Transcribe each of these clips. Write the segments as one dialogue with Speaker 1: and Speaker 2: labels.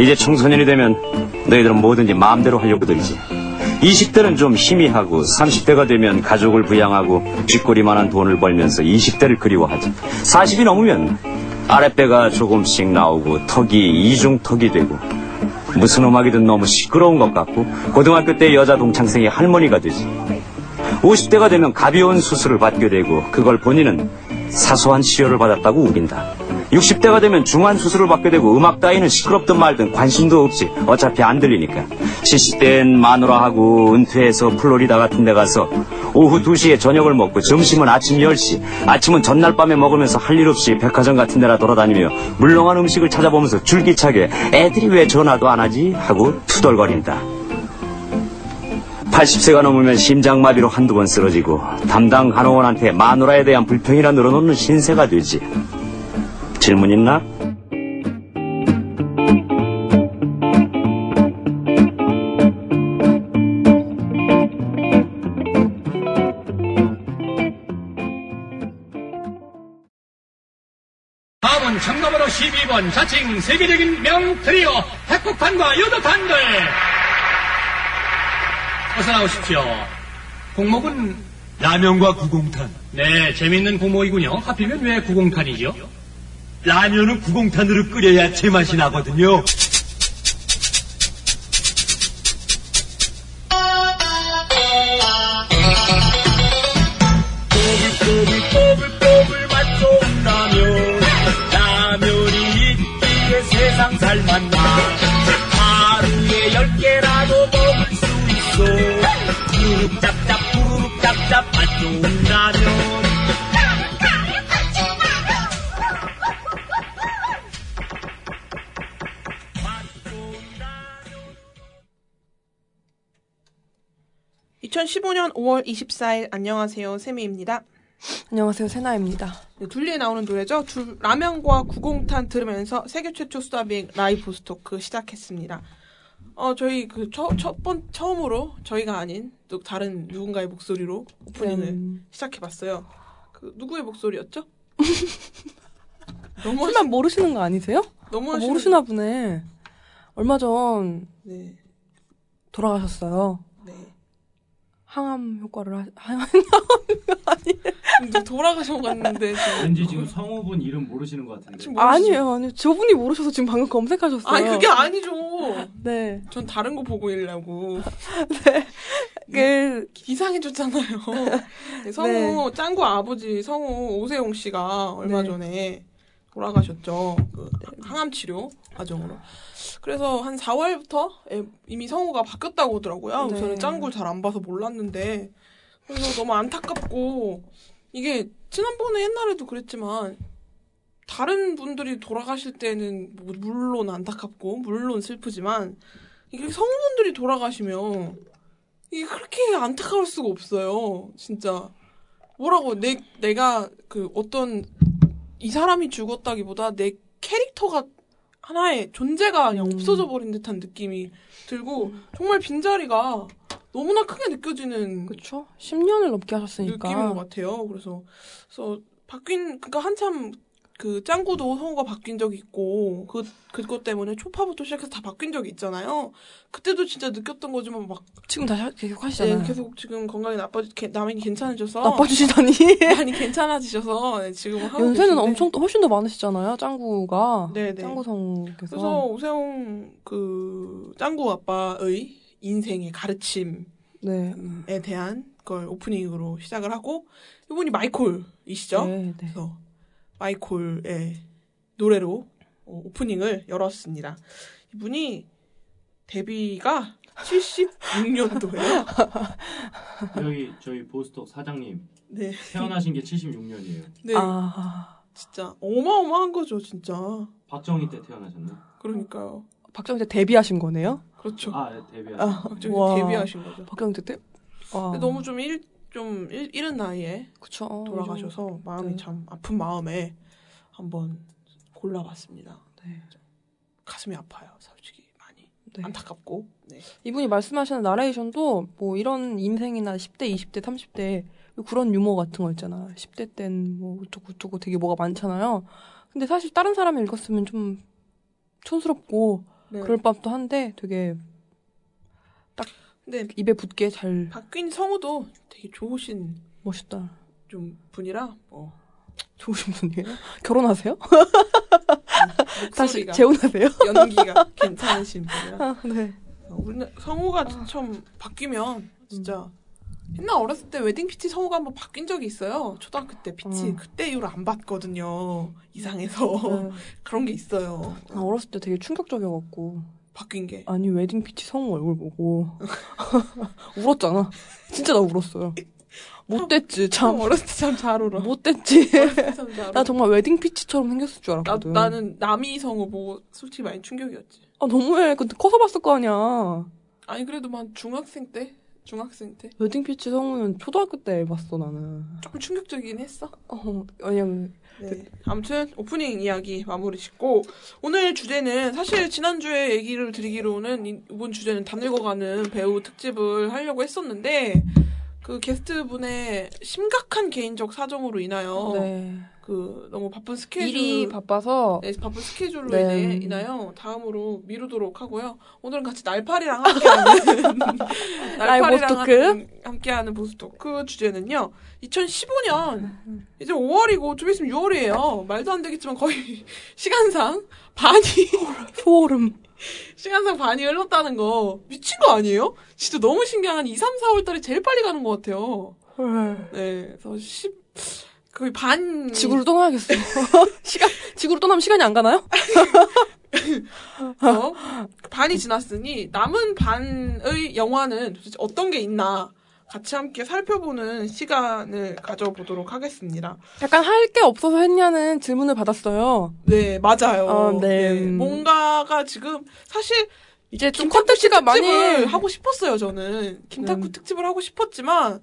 Speaker 1: 이제 청소년이 되면 너희들은 뭐든지 마음대로 하려고 들지. 20대는 좀 희미하고 30대가 되면 가족을 부양하고 쥐꼬리만한 돈을 벌면서 20대를 그리워하지. 40이 넘으면 아랫배가 조금씩 나오고 턱이 이중턱이 되고 무슨 음악이든 너무 시끄러운 것 같고 고등학교 때 여자 동창생의 할머니가 되지. 50대가 되면 가벼운 수술을 받게 되고 그걸 본인은 사소한 치료를 받았다고 우긴다. 60대가 되면 중한 수술을 받게 되고 음악 따위는 시끄럽든 말든 관심도 없지. 어차피 안 들리니까. 70대엔 마누라 하고 은퇴해서 플로리다 같은 데 가서 오후 2시에 저녁을 먹고 점심은 아침 10시, 아침은 전날 밤에 먹으면서 할 일 없이 백화점 같은 데나 돌아다니며 물렁한 음식을 찾아보면서 줄기차게 애들이 왜 전화도 안 하지? 하고 투덜거린다. 80세가 넘으면 심장마비로 한두 번 쓰러지고 담당 간호원한테 마누라에 대한 불평이나 늘어놓는 신세가 되지. 질문 있나?
Speaker 2: 다음은 정답으로 12번 자칭 세계적인 명트리오 핵폭탄과 유도탄들 어서 나오십시오 공목은
Speaker 3: 라면과 구공탄.
Speaker 2: 네 재밌는 공목이군요 하필이면 왜 구공탄이죠
Speaker 3: 라면은 구공탄으로 끓여야 제맛이 나거든요.
Speaker 4: 꼬불꼬불 맛 좋은 라면 라면이 있기에 세상 잘 만나 하루에 열 개라도 먹을 수 있어 구룩 짭짭 구룩 짭짭 맛 좋은 라면 맛 좋은 라면
Speaker 5: 2015년 5월 24일 안녕하세요 세미입니다.
Speaker 6: 안녕하세요 세나입니다.
Speaker 5: 네, 둘리에 나오는 노래죠. 줄- 라면과 구공탄 들으면서 세계 최초 수다비행 라이브 스토크 시작했습니다. 어 저희 그첫번 처음으로 저희가 아닌 또 다른 누군가의 목소리로 오프닝을
Speaker 6: 음.
Speaker 5: 시작해봤어요. 그 누구의 목소리였죠? 너무 하시-
Speaker 6: 설마 모르시는 거 아니세요?
Speaker 5: 너무
Speaker 6: 아,
Speaker 5: 하시는-
Speaker 6: 모르시나 보네. 얼마 전
Speaker 5: 네
Speaker 6: 돌아가셨어요.
Speaker 5: 네.
Speaker 6: 항암 효과를 하, 항암
Speaker 5: 근데 돌아가셔 갔는데 지금.
Speaker 7: 왠지 지금 성우분 이름 모르시는 것 같은데.
Speaker 5: 지금 모르시죠?
Speaker 6: 아니에요, 아니요. 저분이 모르셔서 지금 방금 검색하셨어요.
Speaker 5: 아니 그게 아니죠.
Speaker 6: 네.
Speaker 5: 전 다른 거 보고 일라고. 네.
Speaker 6: 그
Speaker 5: 이상해졌잖아요. 네, 성우 짱구 아버지 성우 오세용 씨가 얼마
Speaker 6: 네.
Speaker 5: 전에 돌아가셨죠. 그 항암 치료 과정으로. 그래서 한 4월부터 이미 성우가 바뀌었다고 하더라고요.
Speaker 6: 네.
Speaker 5: 저는 짱구를 잘 안 봐서 몰랐는데 그래서 너무 안타깝고 이게 지난번에 옛날에도 그랬지만 다른 분들이 돌아가실 때는 뭐 물론 안타깝고 물론 슬프지만 이게 성우분들이 돌아가시면 이게 그렇게 안타까울 수가 없어요. 진짜 뭐라고 내 내가 그 어떤 이 사람이 죽었다기보다 내 캐릭터가 하나의 존재가 그냥
Speaker 6: 음.
Speaker 5: 없어져 버린 듯한 느낌이 들고 정말 빈자리가 너무나 크게 느껴지는
Speaker 6: 그쵸? 10년을 넘게 하셨으니까.
Speaker 5: 느낌인 것 같아요. 그래서 그래서 바뀐 그러니까 한참 그 짱구도 성우가 바뀐 적이 있고 그 그것 때문에 초파부터 시작해서 다 바뀐 적이 있잖아요. 그때도 진짜 느꼈던 거지만 막
Speaker 6: 지금 다시 하- 계속
Speaker 5: 네,
Speaker 6: 하시잖아요.
Speaker 5: 계속 지금 건강이 나빠 게- 남이 괜찮아져서
Speaker 6: 나빠주시다니.
Speaker 5: 많이 괜찮아지셔서 네, 지금 하고
Speaker 6: 연세는
Speaker 5: 계신데.
Speaker 6: 엄청 또 훨씬 더 많으시잖아요, 짱구가.
Speaker 5: 네, 네.
Speaker 6: 짱구 성우께서.
Speaker 5: 그래서 오세훈 그 짱구 아빠의 인생의 가르침
Speaker 6: 네.
Speaker 5: 에 대한 걸 오프닝으로 시작을 하고 이분이 마이콜이시죠.
Speaker 6: 네, 네.
Speaker 5: 그래서 마이콜의 노래로 어, 오프닝을 열었습니다. 이분이 데뷔가 76년도예요.
Speaker 7: 여기 저희 보스톡 사장님
Speaker 5: 네,
Speaker 7: 태어나신 게 76년이에요.
Speaker 5: 네,
Speaker 6: 아,
Speaker 5: 진짜 어마어마한 거죠, 진짜.
Speaker 7: 박정희 때 태어나셨나?
Speaker 5: 그러니까요.
Speaker 6: 박정희 때 데뷔하신 거네요?
Speaker 5: 그렇죠.
Speaker 7: 아 네, 데뷔하셨.
Speaker 6: 아,
Speaker 5: 갑자기
Speaker 6: 와.
Speaker 5: 데뷔하신 거죠.
Speaker 6: 박정희 때? 데- 와.
Speaker 5: 근데 네, 너무 좀 일, 좀 일, 이른 어, 나이에
Speaker 6: 그쵸. 어,
Speaker 5: 돌아가셔서 마음이
Speaker 6: 네.
Speaker 5: 참 아픈 마음에 한번 골라봤습니다.
Speaker 6: 네.
Speaker 5: 가슴이 아파요, 솔직히 많이.
Speaker 6: 네.
Speaker 5: 안타깝고. 네.
Speaker 6: 이분이 말씀하시는 나레이션도 뭐 이런 인생이나 10대, 20대, 30대 그런 유머 같은 거 있잖아. 10대 땐 뭐 어쩌고 저쩌고 되게 뭐가 많잖아요. 근데 사실 다른 사람이 읽었으면 좀 촌스럽고
Speaker 5: 네.
Speaker 6: 그럴 법도 한데 되게
Speaker 5: 근데
Speaker 6: 입에 붙게 잘
Speaker 5: 박균 성우도 되게 좋으신
Speaker 6: 멋있다.
Speaker 5: 좀 분이라 어,
Speaker 6: 좋으신 분이에요? 결혼하세요? 다시
Speaker 5: 목소리가,
Speaker 6: 재혼하세요?
Speaker 5: 연기가 괜찮으신 분이라
Speaker 6: 아, 네.
Speaker 5: 어, 우리나- 성우가
Speaker 6: 아.
Speaker 5: 참 바뀌면
Speaker 6: 음.
Speaker 5: 진짜 옛날 어렸을 때 웨딩 피치 성우가 한번 바뀐 적이 있어요. 초등학교 때 피치
Speaker 6: 음.
Speaker 5: 그때 이후로 안 봤거든요. 이상해서
Speaker 6: 네.
Speaker 5: 그런 게 있어요.
Speaker 6: 아, 어렸을 때 되게 충격적이어갖고
Speaker 5: 바뀐 게
Speaker 6: 아니 웨딩 피치 성우 얼굴 보고 울었잖아. 진짜 나 울었어요. 못됐지
Speaker 5: 참
Speaker 6: 참.
Speaker 5: 어렸을 때 참 잘 울어.
Speaker 6: 뭐 못됐지.
Speaker 5: 참 잘
Speaker 6: 나
Speaker 5: 울어.
Speaker 6: 정말 웨딩 피치처럼 생겼을 줄
Speaker 5: 나,
Speaker 6: 알았거든.
Speaker 5: 나는 남이 성우 보고 솔직히 많이 충격이었지.
Speaker 6: 아 너무해. 근데 커서 봤을 거 아니야.
Speaker 5: 아니 그래도 막 중학생 때 중학생 때
Speaker 6: 웨딩 피치 성우는 초등학교 때 봤어 나는.
Speaker 5: 조금 충격적이긴 했어.
Speaker 6: 어, 왜냐면
Speaker 5: 네. 아무튼 오프닝 이야기 마무리 짓고 오늘 주제는 사실 지난주에 얘기를 드리기로는 이- 이번 주제는 담 늙어가는 배우 특집을 하려고 했었는데 그 게스트분의 심각한 개인적 사정으로 인하여
Speaker 6: 네.
Speaker 5: 그 너무 바쁜 스케줄
Speaker 6: 일이 바빠서
Speaker 5: 네, 바쁜 스케줄로
Speaker 6: 네.
Speaker 5: 인해 인하여 다음으로 미루도록 하고요. 오늘은 같이 날파리랑 함께하는
Speaker 6: 라이브 토크.
Speaker 5: 함- 함께하는 보스토크 주제는요. 2015년 이제 5월이고 좀 있으면 6월이에요. 말도 안 되겠지만 거의 시간상 반이
Speaker 6: 소름.
Speaker 5: 시간상 반이 흘렀다는 거 미친 거 아니에요? 진짜 너무 신기한 2, 3, 4월 달이 제일 빨리 가는 것 같아요.
Speaker 6: 헐.
Speaker 5: 네, 그래서 10 거의 반
Speaker 6: 지구를 떠나야겠어. 시간 지구로 떠나면 시간이 안 가나요?
Speaker 5: 어? 반이 지났으니 남은 반의 영화는 도대체 어떤 게 있나 같이 함께 살펴보는 시간을 가져보도록 하겠습니다.
Speaker 6: 약간 할 게 없어서 했냐는 질문을 받았어요.
Speaker 5: 네, 맞아요.
Speaker 6: 아, 네.
Speaker 5: 뭔가가 지금 사실
Speaker 6: 이제 좀
Speaker 5: 김탁구 씨
Speaker 6: 컨텐츠가 많이
Speaker 5: 특집을 하고 싶었어요, 저는. 김탁구
Speaker 6: 음. 아,
Speaker 5: 특집을 하고 싶었지만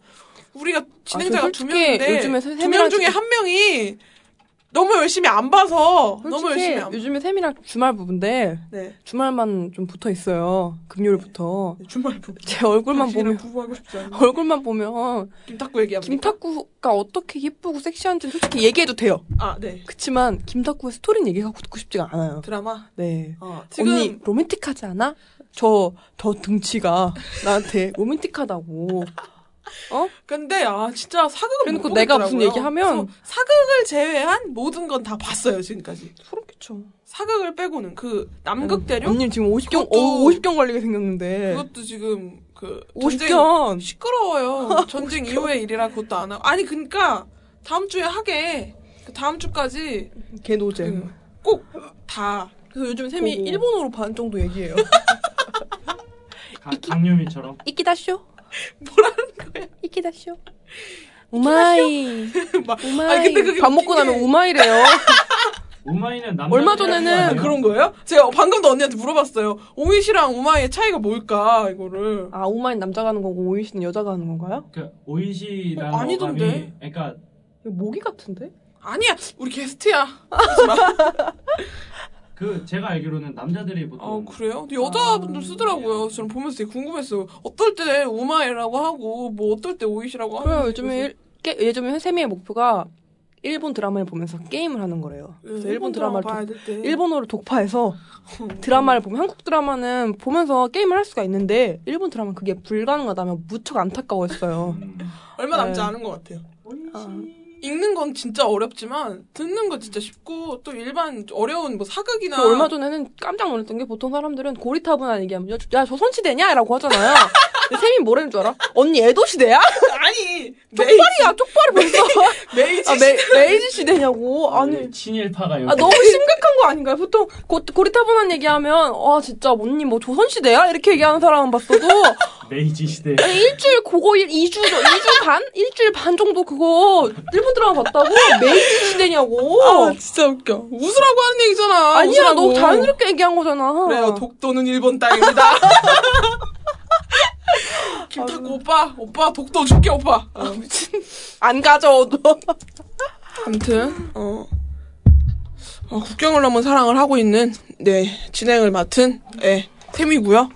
Speaker 5: 우리가 진행자가
Speaker 6: 저
Speaker 5: 두
Speaker 6: 솔직히
Speaker 5: 명인데
Speaker 6: 요즘에 세-
Speaker 5: 두 명
Speaker 6: 세밀하게-
Speaker 5: 중에 한 명이 너무 열심히 안 봐서 너무 열심히
Speaker 6: 솔직히
Speaker 5: 안
Speaker 6: 요즘에 세미랑 주말 부부인데
Speaker 5: 네.
Speaker 6: 주말만 좀 붙어 있어요. 금요일부터
Speaker 5: 주말 부부.
Speaker 6: 제 얼굴만
Speaker 5: 당신이랑
Speaker 6: 보면
Speaker 5: 부부하고 싶지 않아.
Speaker 6: 얼굴만 보면
Speaker 5: 김탁구 얘기합니다.
Speaker 6: 김탁구가 어떻게 예쁘고 섹시한지 는 솔직히 얘기해도 돼요.
Speaker 5: 아, 네.
Speaker 6: 그치만 김탁구의 스토리는 얘기하고 듣고 싶지가 않아요.
Speaker 5: 드라마
Speaker 6: 네.
Speaker 5: 어, 지금
Speaker 6: 지금 언니 로맨틱하지 않아? 저 저 등치가 나한테 로맨틱하다고. 어?
Speaker 5: 근데 아 진짜 사극을
Speaker 6: 그래놓고
Speaker 5: 못
Speaker 6: 내가
Speaker 5: 보겠더라고요.
Speaker 6: 무슨 얘기하면-
Speaker 5: 그래서 사극을 제외한 모든 건 다 봤어요 지금까지
Speaker 6: 소름 끼쳐. 음.
Speaker 5: 사극을 빼고는 그 남극 대륙
Speaker 6: 언니 네. 지금 50경
Speaker 5: 음. 그것도-
Speaker 6: 어, 50경 걸리게 생겼는데.
Speaker 5: 그것도 지금 그 전쟁
Speaker 6: 50경.
Speaker 5: 시끄러워요 전쟁 이후의 일이라 그것도 안 하고 아니 그러니까 다음 주에 하게 그 다음 주까지
Speaker 6: 네. 개노잼.
Speaker 5: 음. 꼭 다
Speaker 6: 그래서 요즘 쌤이
Speaker 5: 보고.
Speaker 6: 일본어로 반 정도 얘기해요.
Speaker 7: 가- 강유미처럼
Speaker 6: 이끼다쇼.
Speaker 5: 뭐라는
Speaker 6: 이끼다쇼. 우마이.
Speaker 5: 막
Speaker 6: 우마이.
Speaker 5: 아니, 근데 그게
Speaker 6: 밥
Speaker 5: 웃긴
Speaker 6: 먹고 나면
Speaker 5: 게-
Speaker 6: 우마이래요.
Speaker 7: 우마이는 남자
Speaker 6: 얼마 전에는
Speaker 5: 아, 그런 거예요? 제가 방금도 언니한테 물어봤어요 오이시랑 우마이의 차이가 뭘까 이거를
Speaker 6: 아 우마이는 남자가 하는 거고 오이시는 여자가 하는 건가요?
Speaker 7: 그 오이시라는
Speaker 5: 어, 아니던데.
Speaker 7: 어감이 그러니까
Speaker 6: 이거 모기 같은데?
Speaker 5: 아니야 우리 게스트야
Speaker 7: 그 제가 알기로는 남자들이 보통
Speaker 6: 예.
Speaker 5: 아 그래요? 근데 여자분들
Speaker 6: 아,
Speaker 5: 쓰더라고요. 저는 보면서 되게 궁금했어요. 어떨 때 우마이라고 하고 뭐 어떨 때 오이시라고 하고.
Speaker 6: 그래요. 요즘에 일, 게, 요즘에 쌤이의 목표가 일본 드라마를 보면서 게임을 하는 거래요. 그래서 음, 일본 드라마를 독-
Speaker 5: 예, 봐야 될 때.
Speaker 6: 일본어를 독파해서 드라마를 보면 한국 드라마는 보면서 게임을 할 수가 있는데 일본 드라마는 그게 불가능하다며 무척 안타까워했어요.
Speaker 7: 음,
Speaker 5: 얼마 남지
Speaker 6: 네.
Speaker 5: 않은 것 같아요.
Speaker 6: 아.
Speaker 5: 읽는 건 진짜 어렵지만 듣는 건 진짜 쉽고 또 일반 어려운 뭐 사극이나
Speaker 6: 그 얼마 전에는 깜짝 놀랐던 게 보통 사람들은 고리타분한 얘기하면 야 저 손시대냐? 라고 하잖아요. 근데 쌤이 뭐라는 줄 알아? 언니 에도시대야?
Speaker 5: 아니 메이
Speaker 6: 쪽발이야 쪽발이 벌써.
Speaker 5: 메이지
Speaker 6: 아, 메, 메이지 시대냐고. 아니.
Speaker 7: 네, 친일파가 여기
Speaker 6: 아 너무 심각한 거 아닌가요? 보통 고, 고리타분한 얘기하면 와 진짜 언니 뭐 조선시대야? 이렇게 얘기하는 사람은 봤어도
Speaker 7: 메이지 시대
Speaker 6: 아니, 일주일 그거 일, 2주, 2주 반? 일주일 반 정도 그거 일본 드라마 봤다고? 메이지 시대냐고.
Speaker 5: 아 진짜 웃겨. 웃으라고 하는 얘기잖아.
Speaker 6: 어, 아, 니야
Speaker 5: 웃으라고.
Speaker 6: 너무 자연스럽게 얘기한 거잖아.
Speaker 5: 그래요. 독도는 일본 땅입니다.
Speaker 6: 아,
Speaker 5: 김탁구 오빠, 오빠 독도 줄게 오빠. 아, 미친.
Speaker 6: 안 가져도.
Speaker 5: 어. 아무튼 어, 어, 국경을 넘은 사랑을 하고 있는 네 진행을 맡은 네, 템이고요.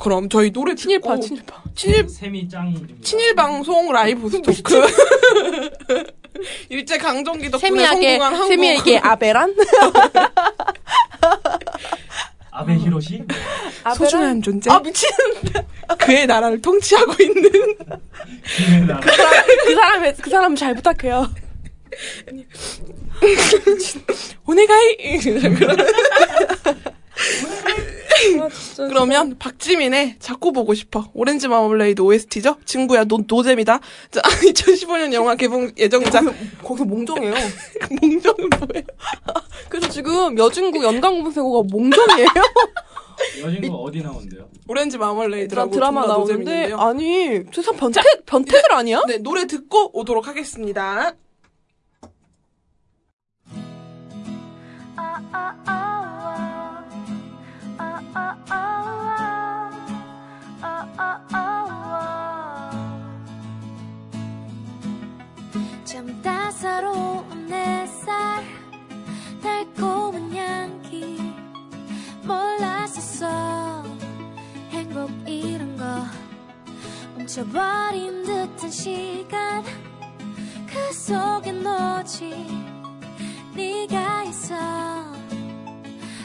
Speaker 5: 그럼 저희 노래
Speaker 6: 친일파, 음.
Speaker 5: 듣고
Speaker 6: 친일파.
Speaker 5: 친일
Speaker 7: 셈이 짱입니다.
Speaker 5: 친일 방송 라이브 스토크 일제 강점기 덕분에
Speaker 6: 세미하게, 아,
Speaker 5: 성공한 한국
Speaker 6: 세미에게 아베란?
Speaker 7: 아
Speaker 8: 아베 히로시?
Speaker 5: 소중한 존재.
Speaker 9: 아,
Speaker 5: 미친. 그의 나라를 통치하고 있는
Speaker 8: 김혜나.
Speaker 9: 그 사람, 그 사람의 그 사람 잘 부탁해요.
Speaker 5: 오네가이. 그러면-
Speaker 9: 아, 진짜.
Speaker 5: 그러면 박지민의 자꾸 보고 싶어. 오렌지 마멀레이드 OST죠? 친구야, 넌 노잼이다. 자, 2015년 영화 개봉 예정작
Speaker 9: 거기서 몽정해요.
Speaker 5: 몽정은 뭐예요?
Speaker 9: 그래서 지금 여중국 연강공세고가 몽정이에요.
Speaker 8: 여진구 어디 나온대요?
Speaker 5: 오렌지
Speaker 9: 드라-
Speaker 5: 마멀레이드라고
Speaker 9: 드라마
Speaker 5: 존나
Speaker 9: 나오는데
Speaker 5: 노잼인데요.
Speaker 9: 아니 세상 변태 변태들 아니야?
Speaker 5: 네, 노래 듣고 오도록 하겠습니다.
Speaker 7: 참 따사로운 햇살 달콤한 향기 몰랐었어 행복 이런 거 멈춰버린 듯한 시간 그 속에 너지 네가 있어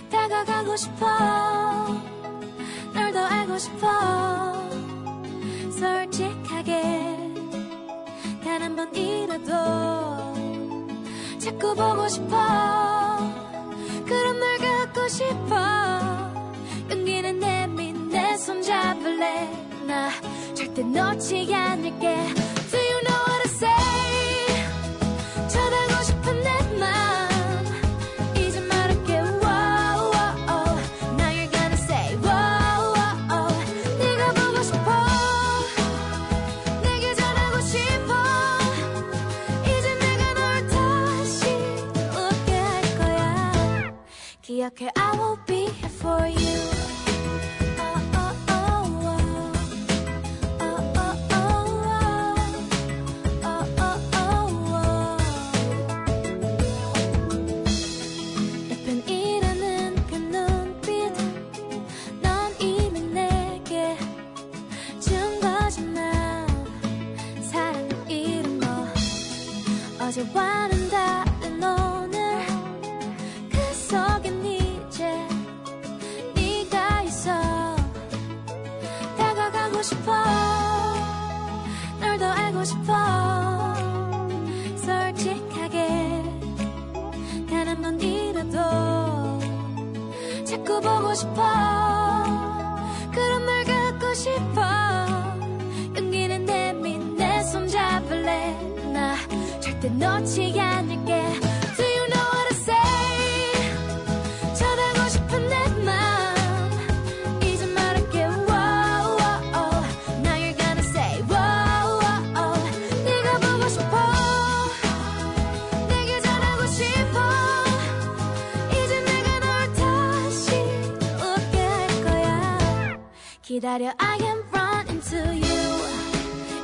Speaker 7: 다가가고 싶어 널 더 알고 싶어 솔직하게 단 한 번이라도 자꾸 보고 싶어 그런 널 갖고 싶어 용기는 내민 내 손 잡을래 나 절대 놓치지 않을게 Do you know what I say 쳐다고 싶은 내맘 이제 말할게 wow, wow, oh. Now you're gonna say wow, wow, oh. 네가 보고 싶어 내게 전하고 싶어 이제 내가 널 다시 웃게 할 거야 기억해 I will be here for you Oh, oh, oh, oh. Oh, oh, oh, oh. Oh, oh, oh, oh. 예쁜 이라는 그 눈빛 넌 이미 내게 준 거잖아 사랑 이런 거 어제와는 다른 오늘 그 속엔 이제 네가 있어 다가가고 싶어 널 더 알고 싶어 솔직하게 단 한 번이라도 자꾸 보고 싶어 그런 널 갖고 싶어 용기는 내민 내 손 잡을래 나 절대 놓치지 않을게 Do you know what I say 쳐다고 싶은 내맘 이제 말할게 wow, wow, oh. Now you're gonna say wow, wow, oh. 네가 보고 싶어 내게 전하고 싶어 이제 내가 널 다시 웃게 할 거야 기다려 I can run into you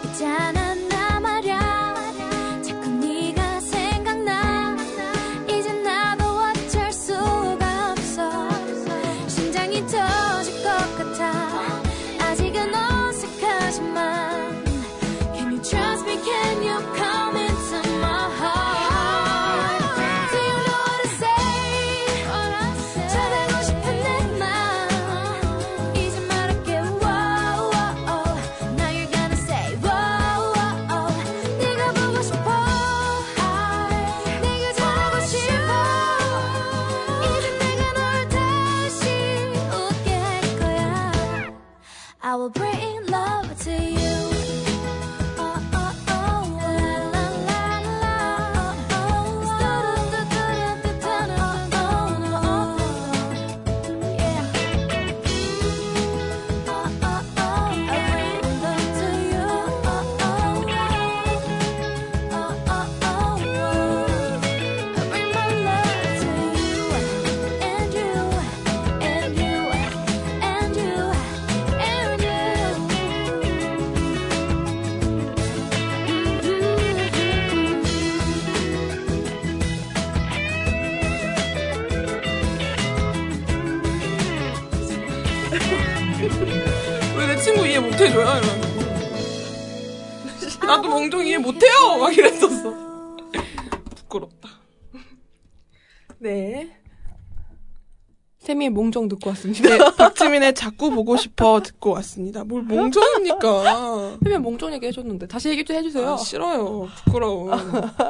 Speaker 7: 있잖아 나 말야 자꾸 네가 생각나 이제 나도 어쩔 수가 없어 심장이 터질 것 같아 아직은 어색하지만 Can you trust me? Can you come into my heart? Do you know what I say? 쳐다보고 싶은 내맘 이제 말할게 wow wow oh Now you're gonna say wow wow oh 네가 보고 싶어 네가 잘하고 싶어 이제 내가 널 다시 웃게 할 거야 I will bring love to you
Speaker 5: 왜 내 친구 이해 못해줘요? 이러면서. 나도 몽종 이해 못해요! 막 이랬었어. 부끄럽다.
Speaker 9: 네.
Speaker 6: 네. 세미의 몽정 듣고 왔습니다.
Speaker 5: 네, 박지민의 자꾸 보고 싶어 듣고 왔습니다. 뭘 몽정입니까?
Speaker 6: 세미의 몽정 얘기 해줬는데 다시 얘기 좀 해주세요.
Speaker 5: 아, 싫어요. 부끄러워.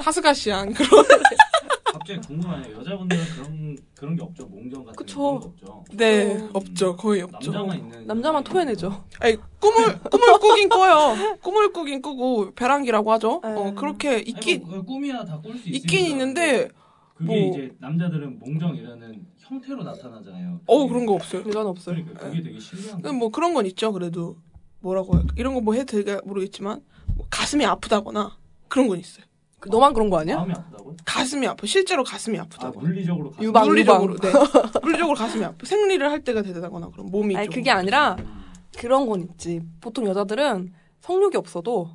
Speaker 5: 하스가시안 그런.
Speaker 7: 갑자기 궁금하네요. 여자분들은 그런 그런 게 없죠. 몽정 같은
Speaker 6: 그쵸.
Speaker 7: 그런 거 없죠.
Speaker 5: 네,
Speaker 6: 음.
Speaker 5: 없죠. 거의 없죠.
Speaker 7: 남자만 있는
Speaker 6: 남자만 토해내죠.
Speaker 5: 아니, 꿈을 꿈을 꾸긴 꿔요. 꿈을 꾸긴 꾸고 벼랑기라고 하죠. 어,
Speaker 6: 음.
Speaker 5: 그렇게
Speaker 7: 아니,
Speaker 5: 있긴
Speaker 7: 뭐, 꿈이야 다 꿀 수 있으니까.
Speaker 5: 있긴 있는데
Speaker 7: 그게
Speaker 5: 뭐-
Speaker 7: 이제 남자들은 몽정이라는 형태로 나타나잖아요.
Speaker 5: 어 그런 거 없어요.
Speaker 6: 이건 없어요.
Speaker 7: 그러니까 그게 되게 신기한
Speaker 5: 근데
Speaker 7: 거.
Speaker 5: 뭐 그런 건 있죠. 그래도 뭐라고 할까? 이런 거 뭐 해도 될까 모르겠지만 뭐 가슴이 아프다거나 그런 건 있어요.
Speaker 6: 그 너만 그런 거 아니야?
Speaker 7: 마음이 아프다고?
Speaker 5: 가슴이 아파. 실제로 가슴이
Speaker 7: 아
Speaker 5: 아프다고.
Speaker 7: 물리적으로 가슴-
Speaker 6: 유방.
Speaker 5: 물리적으로 네. 물리적으로 가슴이 아프. 생리를 할 때가 되다거나 그런 몸이
Speaker 6: 아니
Speaker 5: 좀
Speaker 6: 그게 아니라 그런 건 있지. 보통 여자들은 성욕이 없어도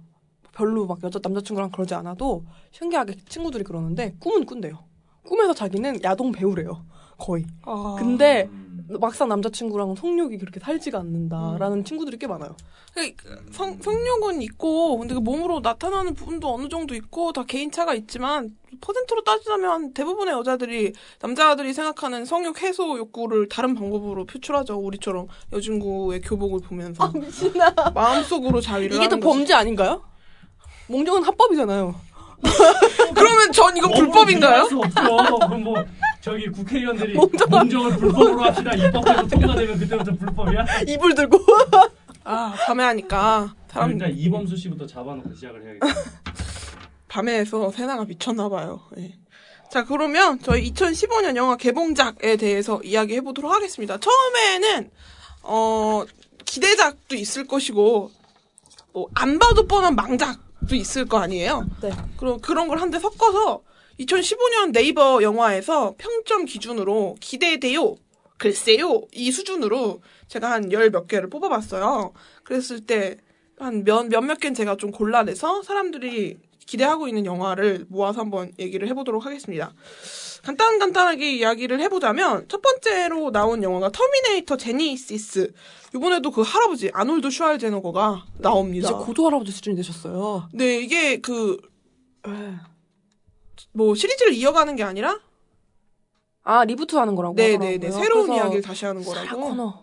Speaker 6: 별로 막 여자 남자친구랑 그러지 않아도 신기하게 친구들이 그러는데 꿈은 꾼대요. 꿈에서 자기는 야동 배우래요. 거의.
Speaker 5: 아.
Speaker 6: 근데
Speaker 7: 음.
Speaker 6: 막상 남자친구랑 성욕이 그렇게 살지가 않는다라는 친구들이 꽤 많아요.
Speaker 5: 그 성, 성욕은 있고 근데 그 몸으로 나타나는 부분도 어느 정도 있고 다 개인차가 있지만 퍼센트로 따지자면 대부분의 여자들이 남자들이 생각하는 성욕 해소 욕구를 다른 방법으로 표출하죠 우리처럼 여중구의 교복을 보면서
Speaker 6: 미친아.
Speaker 5: 마음속으로 자위를
Speaker 6: 이게 더
Speaker 5: 하는 거지.
Speaker 6: 범죄 아닌가요? 몽정은 합법이잖아요.
Speaker 5: 그러면 전 이거 불법인가요?
Speaker 7: 어, 수 없죠. 그럼 뭐 저기 국회의원들이 공정을 불법으로 합시다. 입법해서 통과가 되면 그때부터 불법이야.
Speaker 6: 이불 들고.
Speaker 5: 아 밤에 하니까 사람
Speaker 7: 일단 그러니까 이범수 씨부터 잡아놓고 시작을 해야겠다.
Speaker 5: 밤에서 세나가 미쳤나 봐요. 예. 자 그러면 저희 2015년 영화 개봉작에 대해서 이야기해 보도록 하겠습니다. 처음에는 어 기대작도 있을 것이고 뭐 안 봐도 뻔한 망작도 있을 거 아니에요.
Speaker 6: 네.
Speaker 5: 그럼 그런 걸 한 대 섞어서 2015년 네이버 영화에서 평점 기준으로 기대돼요. 글쎄요. 이 수준으로 제가 한 열 몇 개를 뽑아봤어요. 그랬을 때 한 몇, 몇몇 개는 제가 좀 골라내서 사람들이 기대하고 있는 영화를 모아서 한번 얘기를 해보도록 하겠습니다. 간단간단하게 이야기를 해보자면 첫 번째로 나온 영화가 터미네이터 제니시스. 이번에도 그 할아버지 아놀드 슈왈제너거가 나옵니다.
Speaker 6: 이제 고조 할아버지 수준이 되셨어요.
Speaker 5: 네, 이게 그, 뭐, 시리즈를 이어가는 게 아니라,
Speaker 6: 아 리부트 하는 거라고.
Speaker 5: 네네네,
Speaker 6: 하더라고요.
Speaker 5: 새로운
Speaker 6: 그래서
Speaker 5: 이야기를 다시 하는 거라고.
Speaker 6: 코너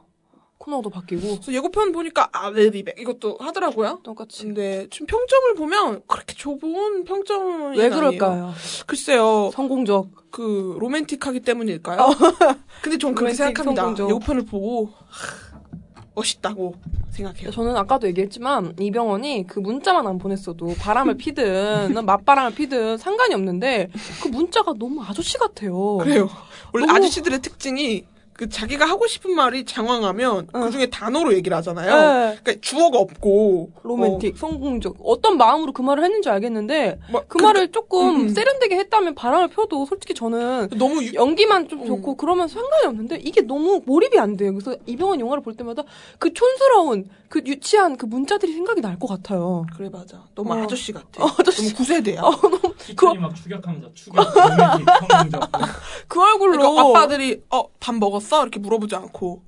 Speaker 6: 코너도 바뀌고
Speaker 5: 그래서 예고편 보니까, 아, 웰비백, 이것도 하더라고요.
Speaker 6: 똑같이.
Speaker 5: 근데 지금 평점을 보면 그렇게 좁은 평점이
Speaker 6: 왜
Speaker 5: 아니에요.
Speaker 6: 그럴까요?
Speaker 5: 글쎄요,
Speaker 6: 성공적.
Speaker 5: 그 로맨틱하기 때문일까요? 근데 전 그렇게
Speaker 6: 어. 로맨틱
Speaker 5: 생각합니다.
Speaker 6: 성공적.
Speaker 5: 예고편을 보고 하, 멋있다고 생각해요.
Speaker 6: 저는 아까도 얘기했지만 이병헌이 그 문자만 안 보냈어도 바람을 피든 맞바람을 피든 상관이 없는데 그 문자가 너무 아저씨 같아요.
Speaker 5: 그래요. 원래
Speaker 6: 너무-
Speaker 5: 아저씨들의 특징이 그 자기가 하고 싶은 말이 장황하면 그 중에 단어로 얘기를 하잖아요.
Speaker 6: 예.
Speaker 5: 그러니까 주어가 없고
Speaker 6: 로맨틱, 성공적. 어떤 마음으로 그 말을 했는지 알겠는데
Speaker 5: 뭐,
Speaker 6: 그
Speaker 5: 그-
Speaker 6: 말을 조금 세련되게 했다면 바람을 펴도 솔직히 저는
Speaker 5: 어, 너무 유-
Speaker 6: 연기만 좀
Speaker 5: 음.
Speaker 6: 좋고 그러면 상관이 없는데 이게 너무 몰입이 안 돼요. 그래서 이병헌 영화를 볼 때마다 그 촌스러운 그 유치한 그 문자들이 생각이 날 것 같아요.
Speaker 5: 그래 맞아. 너무
Speaker 6: 어.
Speaker 5: 아저씨 같아.
Speaker 6: 어, 아저씨. 어,
Speaker 5: 너무 구세대야.
Speaker 7: 시트리 막 추격하면서 추격, 로맨틱, 성공적.
Speaker 6: 그 얼굴로
Speaker 5: 그러니까 아빠들이 어 밥 먹었어 이렇게 물어보지 않고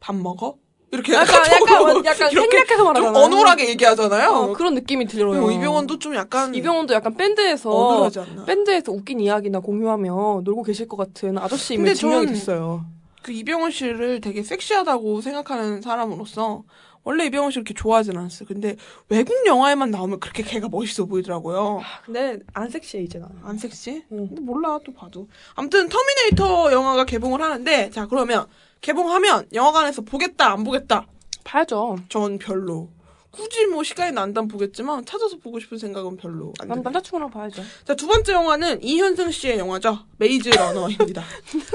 Speaker 5: 밥 먹어 이렇게
Speaker 6: 약간, 약간,
Speaker 5: 조금
Speaker 6: 약간
Speaker 5: 이렇게
Speaker 6: 생략해서 말하잖아요.
Speaker 5: 좀 어눌하게 얘기하잖아요.
Speaker 6: 어, 그런 느낌이 들어요.
Speaker 5: 그리고 이병헌도 좀 약간
Speaker 6: 이병헌도 약간 밴드에서
Speaker 5: 어눌하지 않나.
Speaker 6: 밴드에서 웃긴 이야기나 공유하면 놀고 계실 것 같은 아저씨
Speaker 5: 근데
Speaker 6: 이미지 증명이
Speaker 5: 전-
Speaker 6: 됐어요.
Speaker 5: 그 이병헌 씨를 되게 섹시하다고 생각하는 사람으로서 원래 이병헌 씨 그렇게 좋아하진 않았어요. 근데 외국 영화에만 나오면 그렇게 걔가 멋있어 보이더라고요.
Speaker 6: 근데 아, 안 섹시해 이제 나는.
Speaker 5: 안 섹시?
Speaker 6: 응.
Speaker 5: 근데 몰라 또 봐도. 아무튼 터미네이터 영화가 개봉을 하는데 자 그러면 개봉하면 영화관에서 보겠다 안 보겠다
Speaker 6: 봐야죠.
Speaker 5: 전 별로. 굳이 뭐 시간이 난다면 보겠지만 찾아서 보고 싶은 생각은 별로 안
Speaker 6: 난
Speaker 5: 듭니다.
Speaker 6: 남자친구랑 봐야죠.
Speaker 5: 자, 두 번째 영화는 이현승 씨의 영화죠. 메이즈 러너입니다.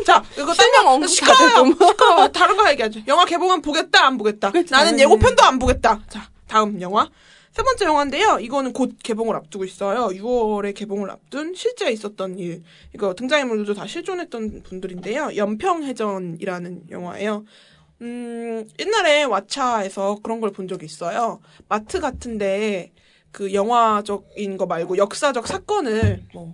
Speaker 5: 자, 이거 딴
Speaker 6: 실명
Speaker 5: 거-
Speaker 6: 언급
Speaker 5: 시끄러워요.
Speaker 6: 다들 좀.
Speaker 5: 시끄러워. 어, 다른 거 얘기하죠. 영화 개봉하면 보겠다, 안 보겠다.
Speaker 6: 그렇지,
Speaker 5: 나는
Speaker 6: 당연히.
Speaker 5: 예고편도 안 보겠다. 자, 다음 영화. 세 번째 영화인데요. 이거는 곧 개봉을 앞두고 있어요. 6월에 개봉을 앞둔 실제 있었던 일. 이거 등장인물들도 다 실존했던 분들인데요. 연평해전이라는 영화예요. 음, 옛날에 왓챠에서 그런 걸 본 적이 있어요. 마트 같은데 그 영화적인 거 말고 역사적 사건을 뭐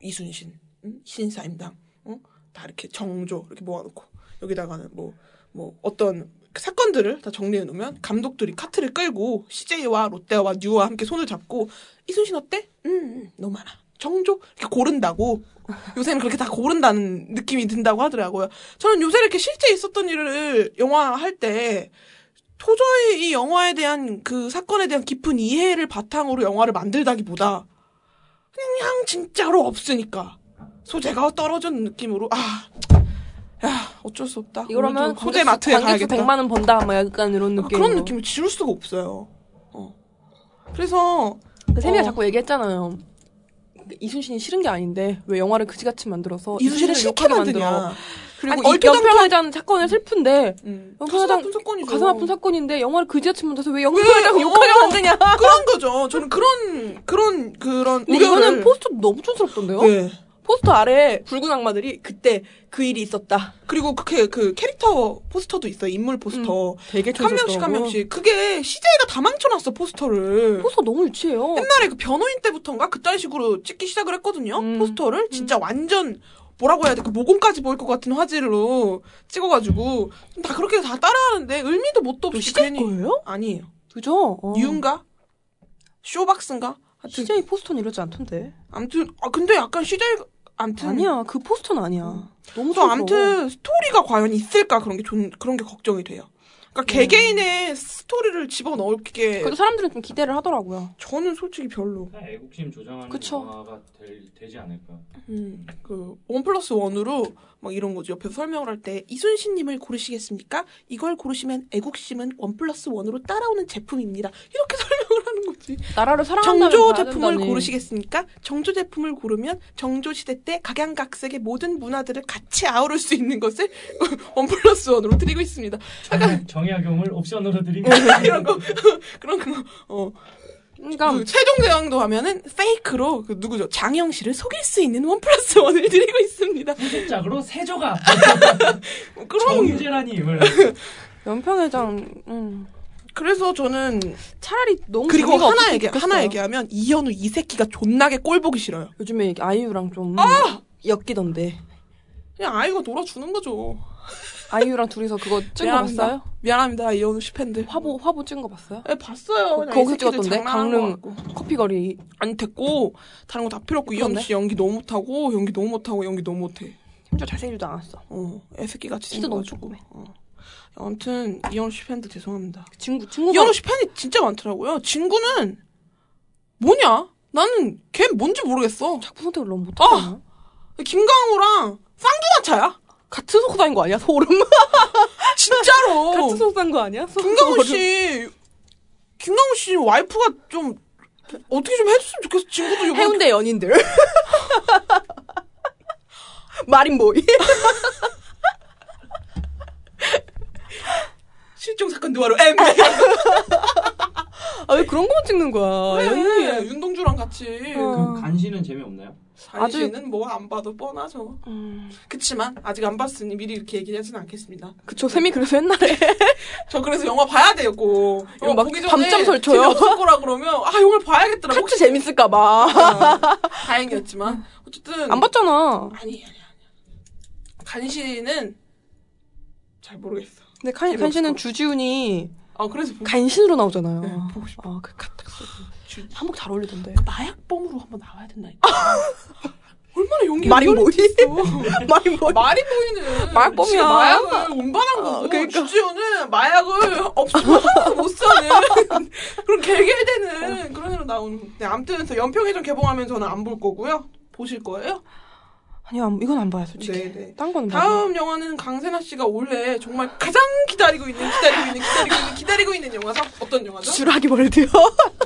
Speaker 5: 이순신, 응? 신사임당, 응? 다 이렇게 정조 이렇게 모아놓고 여기다가는 뭐 뭐 어떤 그 사건들을 다 정리해 놓으면 감독들이 카트를 끌고 CJ와 롯데와 뉴와 함께 손을 잡고 이순신 어때? 음, 음, 너무 많아. 청족 이렇게 고른다고 요새는 그렇게 다 고른다는 느낌이 든다고 하더라고요. 저는 요새 이렇게 실제 있었던 일을 영화 할 때 도저히 이 영화에 대한 그 사건에 대한 깊은 이해를 바탕으로 영화를 만들다기보다 그냥 진짜로 없으니까 소재가 떨어진 느낌으로 아, 야 어쩔 수 없다.
Speaker 6: 이거라면
Speaker 5: 오늘도 소재 마트에
Speaker 6: 관객수
Speaker 5: 가야겠다.
Speaker 6: 100만 원 번다 막 약간 이런
Speaker 5: 아,
Speaker 6: 느낌.
Speaker 5: 그런 느낌을 지울 수가 없어요. 어. 그래서 어.
Speaker 6: 세미가 자꾸 얘기했잖아요. 이순신이 싫은 게 아닌데 왜 영화를 그지같이 만들어서
Speaker 5: 이순신을 싫게
Speaker 6: 욕하게
Speaker 5: 만드냐.
Speaker 6: 그리고
Speaker 5: 아니,
Speaker 6: 이
Speaker 5: 얼토당토-
Speaker 6: 연평해장 사건은 슬픈데
Speaker 5: 음. 가슴
Speaker 6: 연평해장
Speaker 5: 아픈 사건이죠.
Speaker 6: 가슴 아픈 사건인데 영화를 그지같이 만들어서 왜 연평해장 욕하게
Speaker 5: 어.
Speaker 6: 만드냐.
Speaker 5: 그런 거죠. 저는 그런 그런 그런
Speaker 6: 근데 이거는
Speaker 5: 우려를-
Speaker 6: 포스터 너무 촌스럽던데요?
Speaker 5: 네.
Speaker 6: 포스터 아래에 붉은 악마들이 그때 그 일이 있었다.
Speaker 5: 그리고 그게 그 캐릭터 포스터도 있어요. 인물 포스터.
Speaker 6: 되게
Speaker 5: 한 명씩 한 명씩. 그게 CJ가 다 망쳐놨어 포스터를.
Speaker 6: 포스터 너무 유치해요.
Speaker 5: 옛날에 그 변호인 때부터인가 그딴 식으로 찍기 시작을 했거든요.
Speaker 6: 음.
Speaker 5: 포스터를 진짜 완전 뭐라고 해야 돼? 그 모공까지 보일 것 같은 화질로 찍어가지고 다 그렇게 다 따라하는데 의미도 못도 없이
Speaker 6: CJ
Speaker 5: 괜히-
Speaker 6: 거예요?
Speaker 5: 아니에요.
Speaker 6: 그죠? 어.
Speaker 5: 유인가? 쇼박스인가? 하여튼
Speaker 6: CJ 포스터는 이러지 않던데.
Speaker 5: 아무튼 아 근데 약간 CJ 아무튼
Speaker 6: 아니야, 그 포스터는 아니야.
Speaker 5: 음.
Speaker 6: 너무
Speaker 5: 그래서
Speaker 6: 촌스러워.
Speaker 5: 아무튼 스토리가 과연 있을까 그런 게 존, 그런 게 걱정이 돼요. 그러니까 개개인의 스토리를 집어 넣을게
Speaker 6: 음. 그래도 사람들은 좀 기대를 하더라고요.
Speaker 5: 저는 솔직히 별로.
Speaker 7: 그냥 그러니까 애국심 조장하는
Speaker 6: 그쵸.
Speaker 7: 영화가 될, 되지 않을까.
Speaker 5: 음, 그원 플러스 원으로 막 이런 거죠. 옆에서 설명을 할 때 이순신님을 고르시겠습니까? 이걸 고르시면 애국심은 원 플러스 원으로 따라오는 제품입니다. 이렇게 설명을 하는 거지.
Speaker 6: 나라를 사랑한다는
Speaker 5: 정조
Speaker 6: 봐야
Speaker 5: 제품을
Speaker 6: 된다니.
Speaker 5: 고르시겠습니까? 정조 제품을 고르면 정조 시대 때 각양각색의 모든 문화들을 같이 아우를 수 있는 것을 원 플러스 원으로 드리고 있습니다.
Speaker 7: 정약용을 옵션으로 드리면
Speaker 5: 이런 거 그런 거. 어.
Speaker 6: 그러니까
Speaker 5: 그 세종대왕도 하면은 페이크로 그 누구죠? 장영 씨를 속일 수 있는 원 플러스 원을 드리고 있습니다.
Speaker 7: 후속작으로 세조가
Speaker 5: 어, 아, 그런
Speaker 7: 정제라니 을
Speaker 6: 연평해장 음.
Speaker 5: 그래서 저는
Speaker 6: 차라리 너무
Speaker 5: 그리고
Speaker 6: 재미가
Speaker 5: 하나
Speaker 6: 없었으면
Speaker 5: 얘기
Speaker 6: 어, 좋겠어요.
Speaker 5: 하나 얘기하면 이현우 이 새끼가 존나게 꼴 보기 싫어요.
Speaker 6: 요즘에 이게 아이유랑 좀 엮이던데.
Speaker 5: 그냥 아이가 놀아주는 거죠.
Speaker 6: 아이유랑 둘이서 그거 찍은 거
Speaker 5: 미안합니다.
Speaker 6: 봤어요?
Speaker 5: 미안합니다 이현우 씨 팬들.
Speaker 6: 화보 화보 찍은 거 봤어요?
Speaker 5: 예, 봤어요. 그냥
Speaker 6: 거기서
Speaker 5: 이 새끼들
Speaker 6: 찍었던데?
Speaker 5: 장난하는
Speaker 6: 강릉.
Speaker 5: 것 같고.
Speaker 6: 커피거리
Speaker 5: 아니 됐고 다른 거 다 필요 없고 이현우
Speaker 6: 그런데?
Speaker 5: 씨 연기 너무 못하고 연기 너무 못하고 연기 너무 못해.
Speaker 6: 심지어 잘생기지도 않았어.
Speaker 5: 어, 애새끼 같이
Speaker 6: 키도 너무
Speaker 5: 생겨가지고.
Speaker 6: 조그매.
Speaker 5: 어. 아무튼 이현우 씨 팬들 죄송합니다.
Speaker 6: 그 친구 친구가
Speaker 5: 이현우 씨 팬이 진짜 많더라고요. 진구는 뭐냐? 나는 걔 뭔지 모르겠어.
Speaker 6: 작품 선택을 너무 못하잖아.
Speaker 5: 김강호랑 쌍둥아 차야.
Speaker 6: 같은 속사인 거 아니야? 소름.
Speaker 5: 진짜로.
Speaker 6: 같은 속사인 거 아니야? 소름.
Speaker 5: 김강호 씨, 김강호 씨 와이프가 좀 어떻게 좀 해줬으면 좋겠어. 친구도 이거
Speaker 6: 해운대 연인들. 마린보이.
Speaker 5: 실종 사건 누화로 M.
Speaker 6: 아 왜 그런 거만 찍는 거야? 연인이.
Speaker 5: 윤동주랑 같이.
Speaker 6: 어.
Speaker 7: 간신은 재미없나요?
Speaker 6: 아주-
Speaker 5: 사실은 뭐 안 봐도 뻔하죠.
Speaker 6: 음,
Speaker 5: 그치만 아직 안 봤으니 미리 이렇게 얘기하진 않겠습니다.
Speaker 6: 그쵸 쌤이 그래서 옛날에
Speaker 5: 저 그래서 영화 봐야 되고
Speaker 6: 이거 어, 막 밤잠 설쳐요.
Speaker 5: 없을 거라 그러면 아 영화 봐야겠더라.
Speaker 6: 카츠 재밌을까봐
Speaker 5: 다행이었지만 어쨌든
Speaker 6: 안 봤잖아.
Speaker 5: 아니 아니 아니. 간신은 잘 모르겠어.
Speaker 6: 근데 간, 간신은 주지훈이
Speaker 5: 아 그래서 보고
Speaker 6: 간신으로 나오잖아요.
Speaker 5: 네, 보고 싶어.
Speaker 6: 아, 그 카탁
Speaker 5: 주-
Speaker 6: 한복 잘 어울리던데.
Speaker 5: 마약범으로 한번 나와야 된다니까. 얼마나 용기
Speaker 6: 마린보이.
Speaker 5: 있어.
Speaker 6: 마린보이.
Speaker 5: 말이 보이는
Speaker 6: 마약범이야.
Speaker 5: 지금 마약을 아, 운반한 거고
Speaker 6: 그러니까.
Speaker 5: 주지훈은 마약을 없으면 하나도 못 사는 그런 개결되는 그런 애로 나오는 건데 아무튼 그래서 연평해전 개봉하면 저는 안 볼 거고요 보실 거예요?
Speaker 6: 아니야 이건 안 봐요 솔직히.
Speaker 5: 네, 네.
Speaker 6: 딴 거는 봐요.
Speaker 5: 다음 영화는 강세나 씨가 원래 정말 가장 기다리고 있는 기다리고 있는 기다리고 있는 기다리고 있는 영화죠? 어떤 영화죠?
Speaker 6: 주라기 월드요.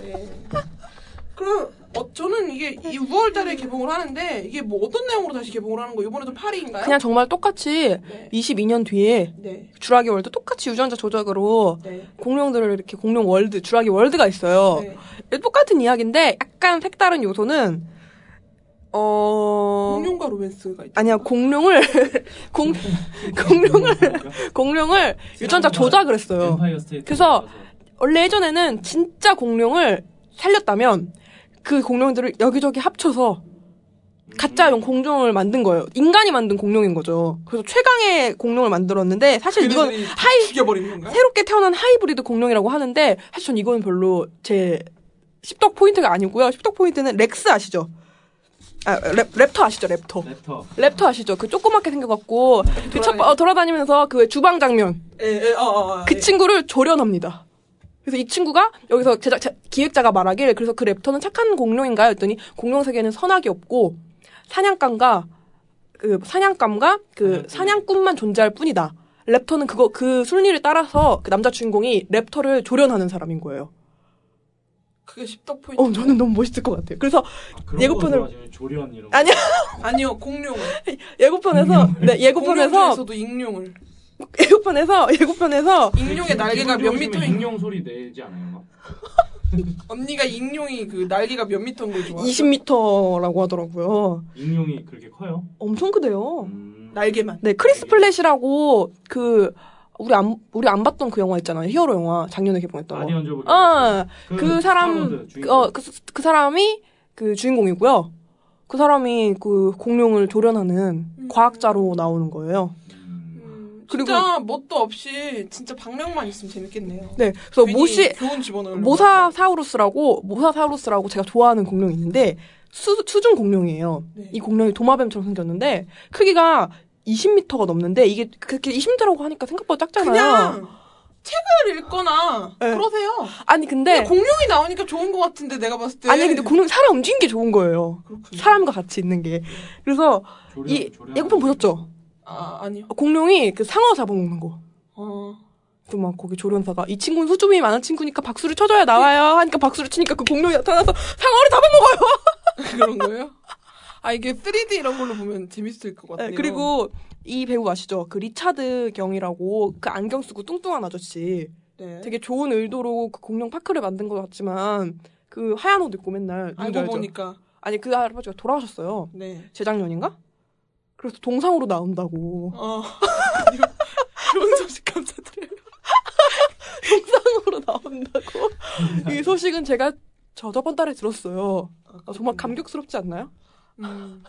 Speaker 5: 네. 그럼 어, 저는 이게 이 6월달에 개봉을 하는데 이게 뭐 어떤 내용으로 다시 개봉을 하는 거? 이번에도 파리인가요?
Speaker 6: 그냥 정말 똑같이
Speaker 5: 네.
Speaker 6: 22년 뒤에
Speaker 5: 네.
Speaker 6: 주라기 월드 똑같이 유전자 조작으로
Speaker 5: 네.
Speaker 6: 공룡들을 이렇게 공룡 월드 주라기 월드가 있어요.
Speaker 5: 네.
Speaker 6: 똑같은 이야기인데 약간 색다른 요소는 어
Speaker 5: 공룡과 로맨스가 있다.
Speaker 6: 아니야 공룡을 공 공룡을 공룡을 유전자 조작을 했어요.
Speaker 7: 엠파이어 스테이트.
Speaker 6: 그래서 원래 예전에는 진짜 공룡을 살렸다면 그 공룡들을 여기저기 합쳐서 가짜용 공룡을 만든 거예요. 인간이 만든 공룡인 거죠. 그래서 최강의 공룡을 만들었는데 사실 이건
Speaker 5: 그네들이
Speaker 6: 하이
Speaker 5: 죽여버리는 건가요?
Speaker 6: 새롭게 태어난 하이브리드 공룡이라고 하는데 사실 전 이거는 별로 제 십덕 포인트가 아니고요. 십덕 포인트는 렉스 아시죠?
Speaker 5: 아, 랩, 랩터 아시죠? 랩터.
Speaker 9: 랩터.
Speaker 5: 랩터 아시죠? 그 조그맣게 생겨갖고
Speaker 6: 네.
Speaker 5: 뒤척 어, 돌아다니면서 그 주방 장면
Speaker 6: 예, 예, 어, 어, 어,
Speaker 5: 그 친구를 조련합니다. 그래서 이 친구가 여기서 제작 자- 기획자가 말하길 그래서 그 랩터는 착한 공룡인가요? 했더니 공룡 세계에는 선악이 없고 사냥감과 그 사냥감과 그
Speaker 6: 네.
Speaker 5: 사냥꾼만 존재할 뿐이다. 랩터는 그거 그 순리를 따라서 그 남자 주인공이 랩터를 조련하는 사람인 거예요.
Speaker 6: 그게 십덕 포인트.
Speaker 5: 어, 저는 너무 멋있을 것 같아요. 그래서
Speaker 9: 그런
Speaker 5: 예고편을-
Speaker 9: 거 좋아하시네. 조련 이런 거.
Speaker 5: 아니요
Speaker 6: 아니요, 공룡.
Speaker 5: 예고편에서 네 예고편에서
Speaker 6: 음. 공룡에서도 익룡을.
Speaker 5: 예고편에서 예고편에서
Speaker 6: 익룡의 날개가 몇 미터인
Speaker 9: 익룡 소리 내지 않아요? 막?
Speaker 6: 언니가 익룡이 그 날개가 몇 미터인 걸 좋아.
Speaker 5: 20m라고 하더라고요.
Speaker 9: 익룡이 그렇게 커요?
Speaker 5: 엄청 크대요.
Speaker 9: 음.
Speaker 6: 날개만.
Speaker 5: 네, 크리스 플랫이라고 그 우리 안 우리 안 봤던 그 영화 있잖아요. 히어로 영화 작년에 개봉했던
Speaker 9: 많이
Speaker 5: 거.
Speaker 9: 얹어보기.
Speaker 5: 어,
Speaker 9: 그
Speaker 5: 그 사람
Speaker 9: 하버드
Speaker 5: 그,
Speaker 9: 주인공.
Speaker 5: 어, 그, 그 사람이 그 주인공이고요. 그 사람이 그 공룡을 조련하는 과학자로 나오는 거예요.
Speaker 9: 음.
Speaker 6: 음,
Speaker 5: 그리고-
Speaker 6: 진짜 뭣도 없이 진짜 방명만 있으면 재밌겠네요.
Speaker 5: 네, 그래서
Speaker 6: 괜히
Speaker 5: 모시
Speaker 6: 교훈 집어넣으려고.
Speaker 5: 모사 사우루스라고 모사 사우루스라고 제가 좋아하는 공룡이 있는데 수, 수중 공룡이에요.
Speaker 6: 네.
Speaker 5: 이 공룡이 도마뱀처럼 생겼는데 크기가 20m가 넘는데 이게 그렇게 20m라고 하니까 생각보다 작잖아요.
Speaker 6: 그냥 책을 읽거나
Speaker 5: 네.
Speaker 6: 그러세요.
Speaker 5: 아니 근데
Speaker 6: 공룡이 나오니까 좋은 것 같은데 내가 봤을 때.
Speaker 5: 네. 아니 근데 공룡 살아 움직인 게 좋은 거예요.
Speaker 6: 그렇군요.
Speaker 5: 사람과 같이 있는 게. 그래서
Speaker 9: 조련,
Speaker 5: 이
Speaker 9: 조련.
Speaker 5: 예고편 보셨죠?
Speaker 6: 아 아니요.
Speaker 5: 공룡이 그 상어 잡아먹는 거.
Speaker 6: 어.
Speaker 5: 또 막 거기 조련사가 이 친구는 소주미 많은 친구니까 박수를 쳐줘야 나와요 하니까 박수를 치니까 그 공룡이 나타나서 상어를 잡아먹어요.
Speaker 6: 그런 거예요? 아 이게 3D 이런 걸로 보면 재밌을 것 같아요.
Speaker 5: 네, 그리고 이 배우 아시죠? 그 리차드 경이라고 그 안경 쓰고 뚱뚱한 아저씨
Speaker 6: 네.
Speaker 5: 되게 좋은 의도로 그 공룡 파크를 만든 것 같지만 그 하얀 옷 입고 맨날 누군지
Speaker 6: 알고
Speaker 5: 알죠?
Speaker 6: 보니까
Speaker 5: 아니 그 할아버지가 돌아가셨어요.
Speaker 6: 네.
Speaker 5: 재작년인가? 그래서 동상으로 나온다고.
Speaker 6: 어. 좋은 소식 감사드려요.
Speaker 5: 동상으로 나온다고. 이 소식은 제가 저 저번 달에 들었어요. 아, 정말 감격스럽지 않나요?
Speaker 6: 음.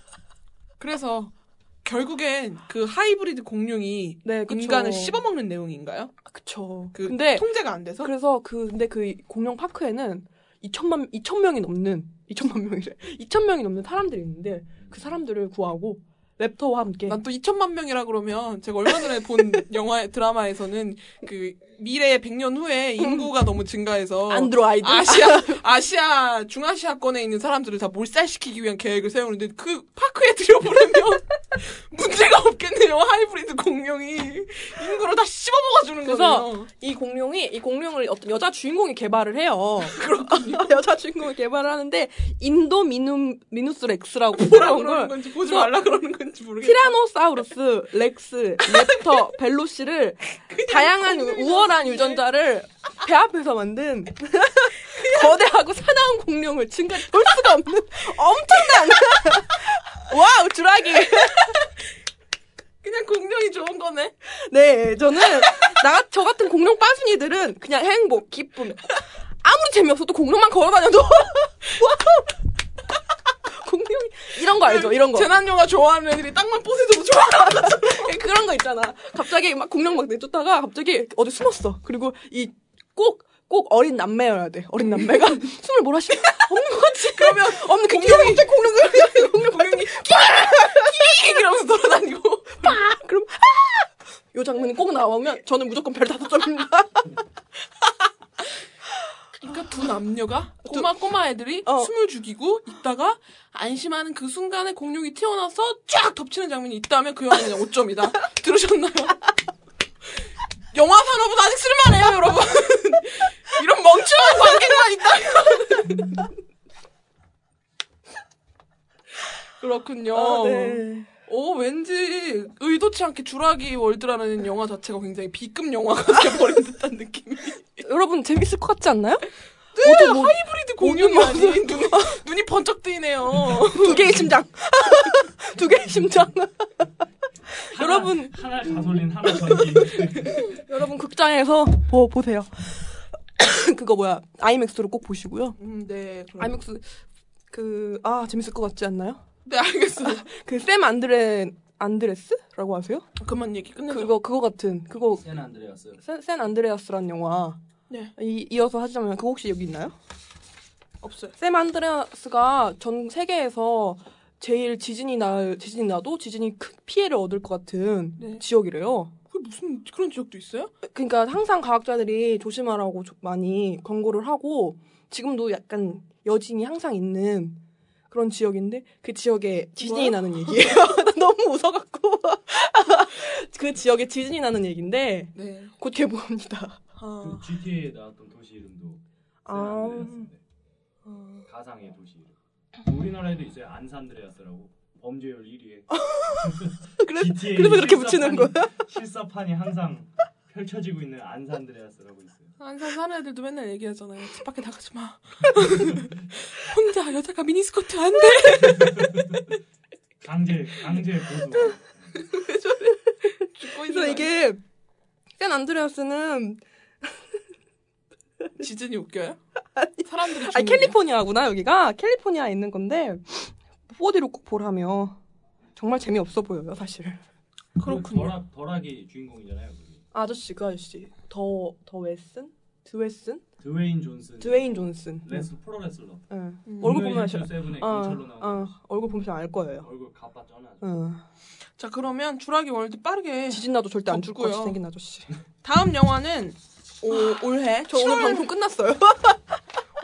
Speaker 6: 그래서 결국엔 그 하이브리드 공룡이
Speaker 5: 네, 아,
Speaker 6: 인간을 씹어먹는 내용인가요?
Speaker 5: 그쵸.
Speaker 6: 그
Speaker 5: 근데
Speaker 6: 통제가 안 돼서
Speaker 5: 그래서 그 근데 그 공룡 파크에는 2천만 2천 명이 넘는 2천만 명이래. 2천 명이 넘는 사람들이 있는데 그 사람들을 구하고 랩터와 함께 어.
Speaker 6: 난 또 2천만 명이라 그러면 제가 얼마 전에 본 영화 드라마에서는 그 미래 100년 후에 인구가 너무 증가해서
Speaker 5: 안드로이드
Speaker 6: 아시아 아시아 중아시아권에 있는 사람들을 다 몰살시키기 위한 계획을 세우는데 그 파크에 들여보내면 문제가 없겠네요 하이브리드 공룡이 인구를 다 씹어먹어주는
Speaker 5: 그래서
Speaker 6: 거죠.
Speaker 5: 아, 이 공룡이 이 공룡을 어떤 여자 주인공이 개발을 해요. 여자 주인공이 개발을 하는데 인도 미누 미누스 렉스라고
Speaker 6: 뭐라
Speaker 5: 그런
Speaker 6: 그러는
Speaker 5: 걸
Speaker 6: 건지 보지
Speaker 5: 그래서
Speaker 6: 말라 그러는 건지 모르겠어요.
Speaker 5: 티라노사우루스, 렉스, 랩터, 벨로시를 다양한 우월한 유전자를 배 앞에서 만든 거대하고 사나운 공룡을 지금까지 볼 수가 없는 엄청난 와우 주라기
Speaker 6: 그냥 공룡이 좋은 거네.
Speaker 5: 네 저는 나 저 같은 공룡 빠순이들은 그냥 행복 기쁨 아무리 재미없어도 공룡만 걸어다녀도 와우. 공룡이 이런 거 알죠 이런 거
Speaker 6: 재난 영화 좋아하는 애들이 땅만 뽀세도 좋아.
Speaker 5: 그런 거 있잖아. 갑자기 막 공룡 막 내쫓다가 갑자기 어디 숨었어. 그리고 이 꼭, 꼭 어린 남매여야 돼. 어린 남매가 숨을 몰아쉬 없는 것 같지. 그러면 없는 그 공룡이 갑자기 공룡을 그냥 공룡 공룡이 끼익 이러면서 돌아다니고 빠 그럼 아! 요 장면이 꼭 나오면 저는 무조건 별 다섯 점입니다.
Speaker 6: 그러니까 두 남녀가 꼬마 꼬마 애들이
Speaker 5: 어.
Speaker 6: 숨을 죽이고 있다가 안심하는 그 순간에 공룡이 튀어나와서 쫙 덮치는 장면이 있다면 그 영화는 그냥 5점이다. 들으셨나요? 영화 산업은 아직 쓸만해요, 여러분. 이런 멍청한 관객만 있다면. 그렇군요. 오, 왠지 의도치 않게 주라기 월드라는 영화 자체가 굉장히 B급 영화가 돼버린 듯한 느낌이.
Speaker 5: 여러분 재밌을 것 같지 않나요?
Speaker 6: 네, 뭐 하이브리드 공룡이
Speaker 5: 공룡이
Speaker 6: 아닌 눈이, 눈이 번쩍 뜨이네요.
Speaker 5: 두 개의 심장. 두 개의 심장. 여러분.
Speaker 9: 하나 가솔린 하나 전기.
Speaker 5: 여러분 극장에서 보, 보세요. 그거 뭐야 아이맥스로 꼭 보시고요.
Speaker 6: 음, 네, 그럼.
Speaker 5: 아이맥스 그 아 재밌을 것 같지 않나요?
Speaker 6: 네, 알겠어요.
Speaker 5: 그 샘 안드레 안드레스라고 아세요?
Speaker 6: 그만 얘기 끝내죠.
Speaker 5: 그거 그거 같은 그거
Speaker 9: 센 안드레아스.
Speaker 5: 샌, 샌 안드레아스란 영화
Speaker 6: 네,
Speaker 5: 이, 이어서 하자면 그거 혹시 여기 있나요?
Speaker 6: 없어요.
Speaker 5: 샘 안드레아스가 전 세계에서
Speaker 6: 제일 지진이 날 지진이 나도 지진이 큰 피해를 얻을 것 같은
Speaker 5: 네.
Speaker 6: 지역이래요.
Speaker 5: 그 무슨 그런 지역도 있어요?
Speaker 6: 그러니까 항상 과학자들이 조심하라고 조- 많이 경고를 하고 지금도 약간 여진이 항상 있는 그런 지역인데 그 지역에 지진이
Speaker 5: 뭐야?
Speaker 6: 나는 얘기예요. 나 너무 웃어갖고 그 지역에 지진이 나는 얘기인데
Speaker 5: 네.
Speaker 6: 곧 개봉합니다.
Speaker 7: 그
Speaker 5: 아,
Speaker 7: GTA에 나왔던 도시 이름도
Speaker 6: 아.
Speaker 7: 샌안드레아스인데 가상의 도시 이름. 우리나라에도 있어요. 안산드레아스라고. 범죄율 1위에.
Speaker 6: 아. 그래- 그래서 그렇게 붙이는
Speaker 7: 거야? 실사판이 항상 펼쳐지고 있는 안산드레아스라고 있어요.
Speaker 5: 안산 사는 애들도 맨날 얘기하잖아요. 집 밖에 나가지 마. 혼자 여자가 미니스커트 안 돼.
Speaker 7: 강제 강제 보수.
Speaker 5: 죽고
Speaker 6: 그래서
Speaker 5: 있는 이게
Speaker 6: 이게 샌 안드레아스는
Speaker 5: 지진이 웃겨요? 사람들이
Speaker 6: 아
Speaker 5: 죽는 게.
Speaker 6: 캘리포니아구나 여기가 캘리포니아에 있는 건데 4D로 꼭 보라며 정말 재미없어 보여요 사실.
Speaker 5: 그렇군요.
Speaker 7: 덜악 덜악이 주인공이잖아요. 거기.
Speaker 6: 아저씨 그 아저씨 더 더 웨슨 드웨슨
Speaker 7: 드웨인 존슨.
Speaker 6: 드웨인 존슨
Speaker 7: 레슬 프로 레슬러.
Speaker 6: 예. 얼굴 보면 아시
Speaker 7: 아시죠? 세븐의
Speaker 6: 어,
Speaker 7: 경찰로 나온
Speaker 6: 어, 얼굴 보면 알 거예요
Speaker 7: 얼굴 가빠 쩌나.
Speaker 6: 어.
Speaker 5: 자 그러면 주라기 월드 빠르게
Speaker 6: 지진 나도 절대 안 줄 것
Speaker 5: 덥고요.
Speaker 6: 같이 생긴 아저씨
Speaker 5: 다음 영화는 오, 올해
Speaker 6: 저 오늘
Speaker 5: 7월
Speaker 6: 방송 끝났어요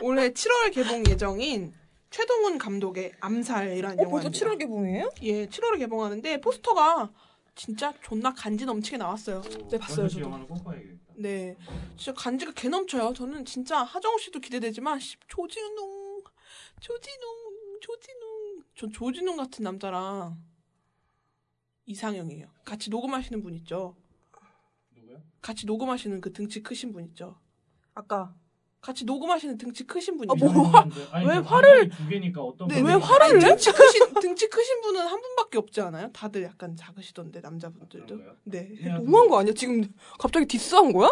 Speaker 5: 올해 7월 개봉 예정인 최동훈 감독의
Speaker 6: 어,
Speaker 5: 암살이라는 영화입니다.
Speaker 6: 개봉이에요?
Speaker 5: 예, 7월에 개봉하는데 포스터가 진짜 존나 간지 넘치게 나왔어요.
Speaker 6: 네, 봤어요, 저도.
Speaker 7: 영화는 꼭 봐야겠다.
Speaker 5: 네, 진짜 간지가 개 넘쳐요. 저는 진짜 하정우 씨도 기대되지만 씨, 조진웅, 조진웅, 조진웅. 전 조진웅 같은 남자랑 이상형이에요. 같이 녹음하시는 분 있죠.
Speaker 7: 누구야?
Speaker 5: 같이 녹음하시는 그 등치 크신 분 있죠.
Speaker 6: 아까
Speaker 5: 같이 녹음하시는 등치 크신 분이
Speaker 6: 아,
Speaker 5: 있어요.
Speaker 6: 뭐
Speaker 7: 아니,
Speaker 6: 왜
Speaker 7: 그 방법이
Speaker 6: 화를-
Speaker 7: 두 개니까 어떤
Speaker 5: 네,
Speaker 7: 분이-
Speaker 5: 왜 화를 내? 등치 크신, 등치 크신 분은 한 분밖에 없지 않아요? 다들 약간 작으시던데 남자분들도.
Speaker 7: 그런가요?
Speaker 5: 네.
Speaker 7: 그냥
Speaker 6: 너무한 거 아니야 지금 갑자기 디스한 거야?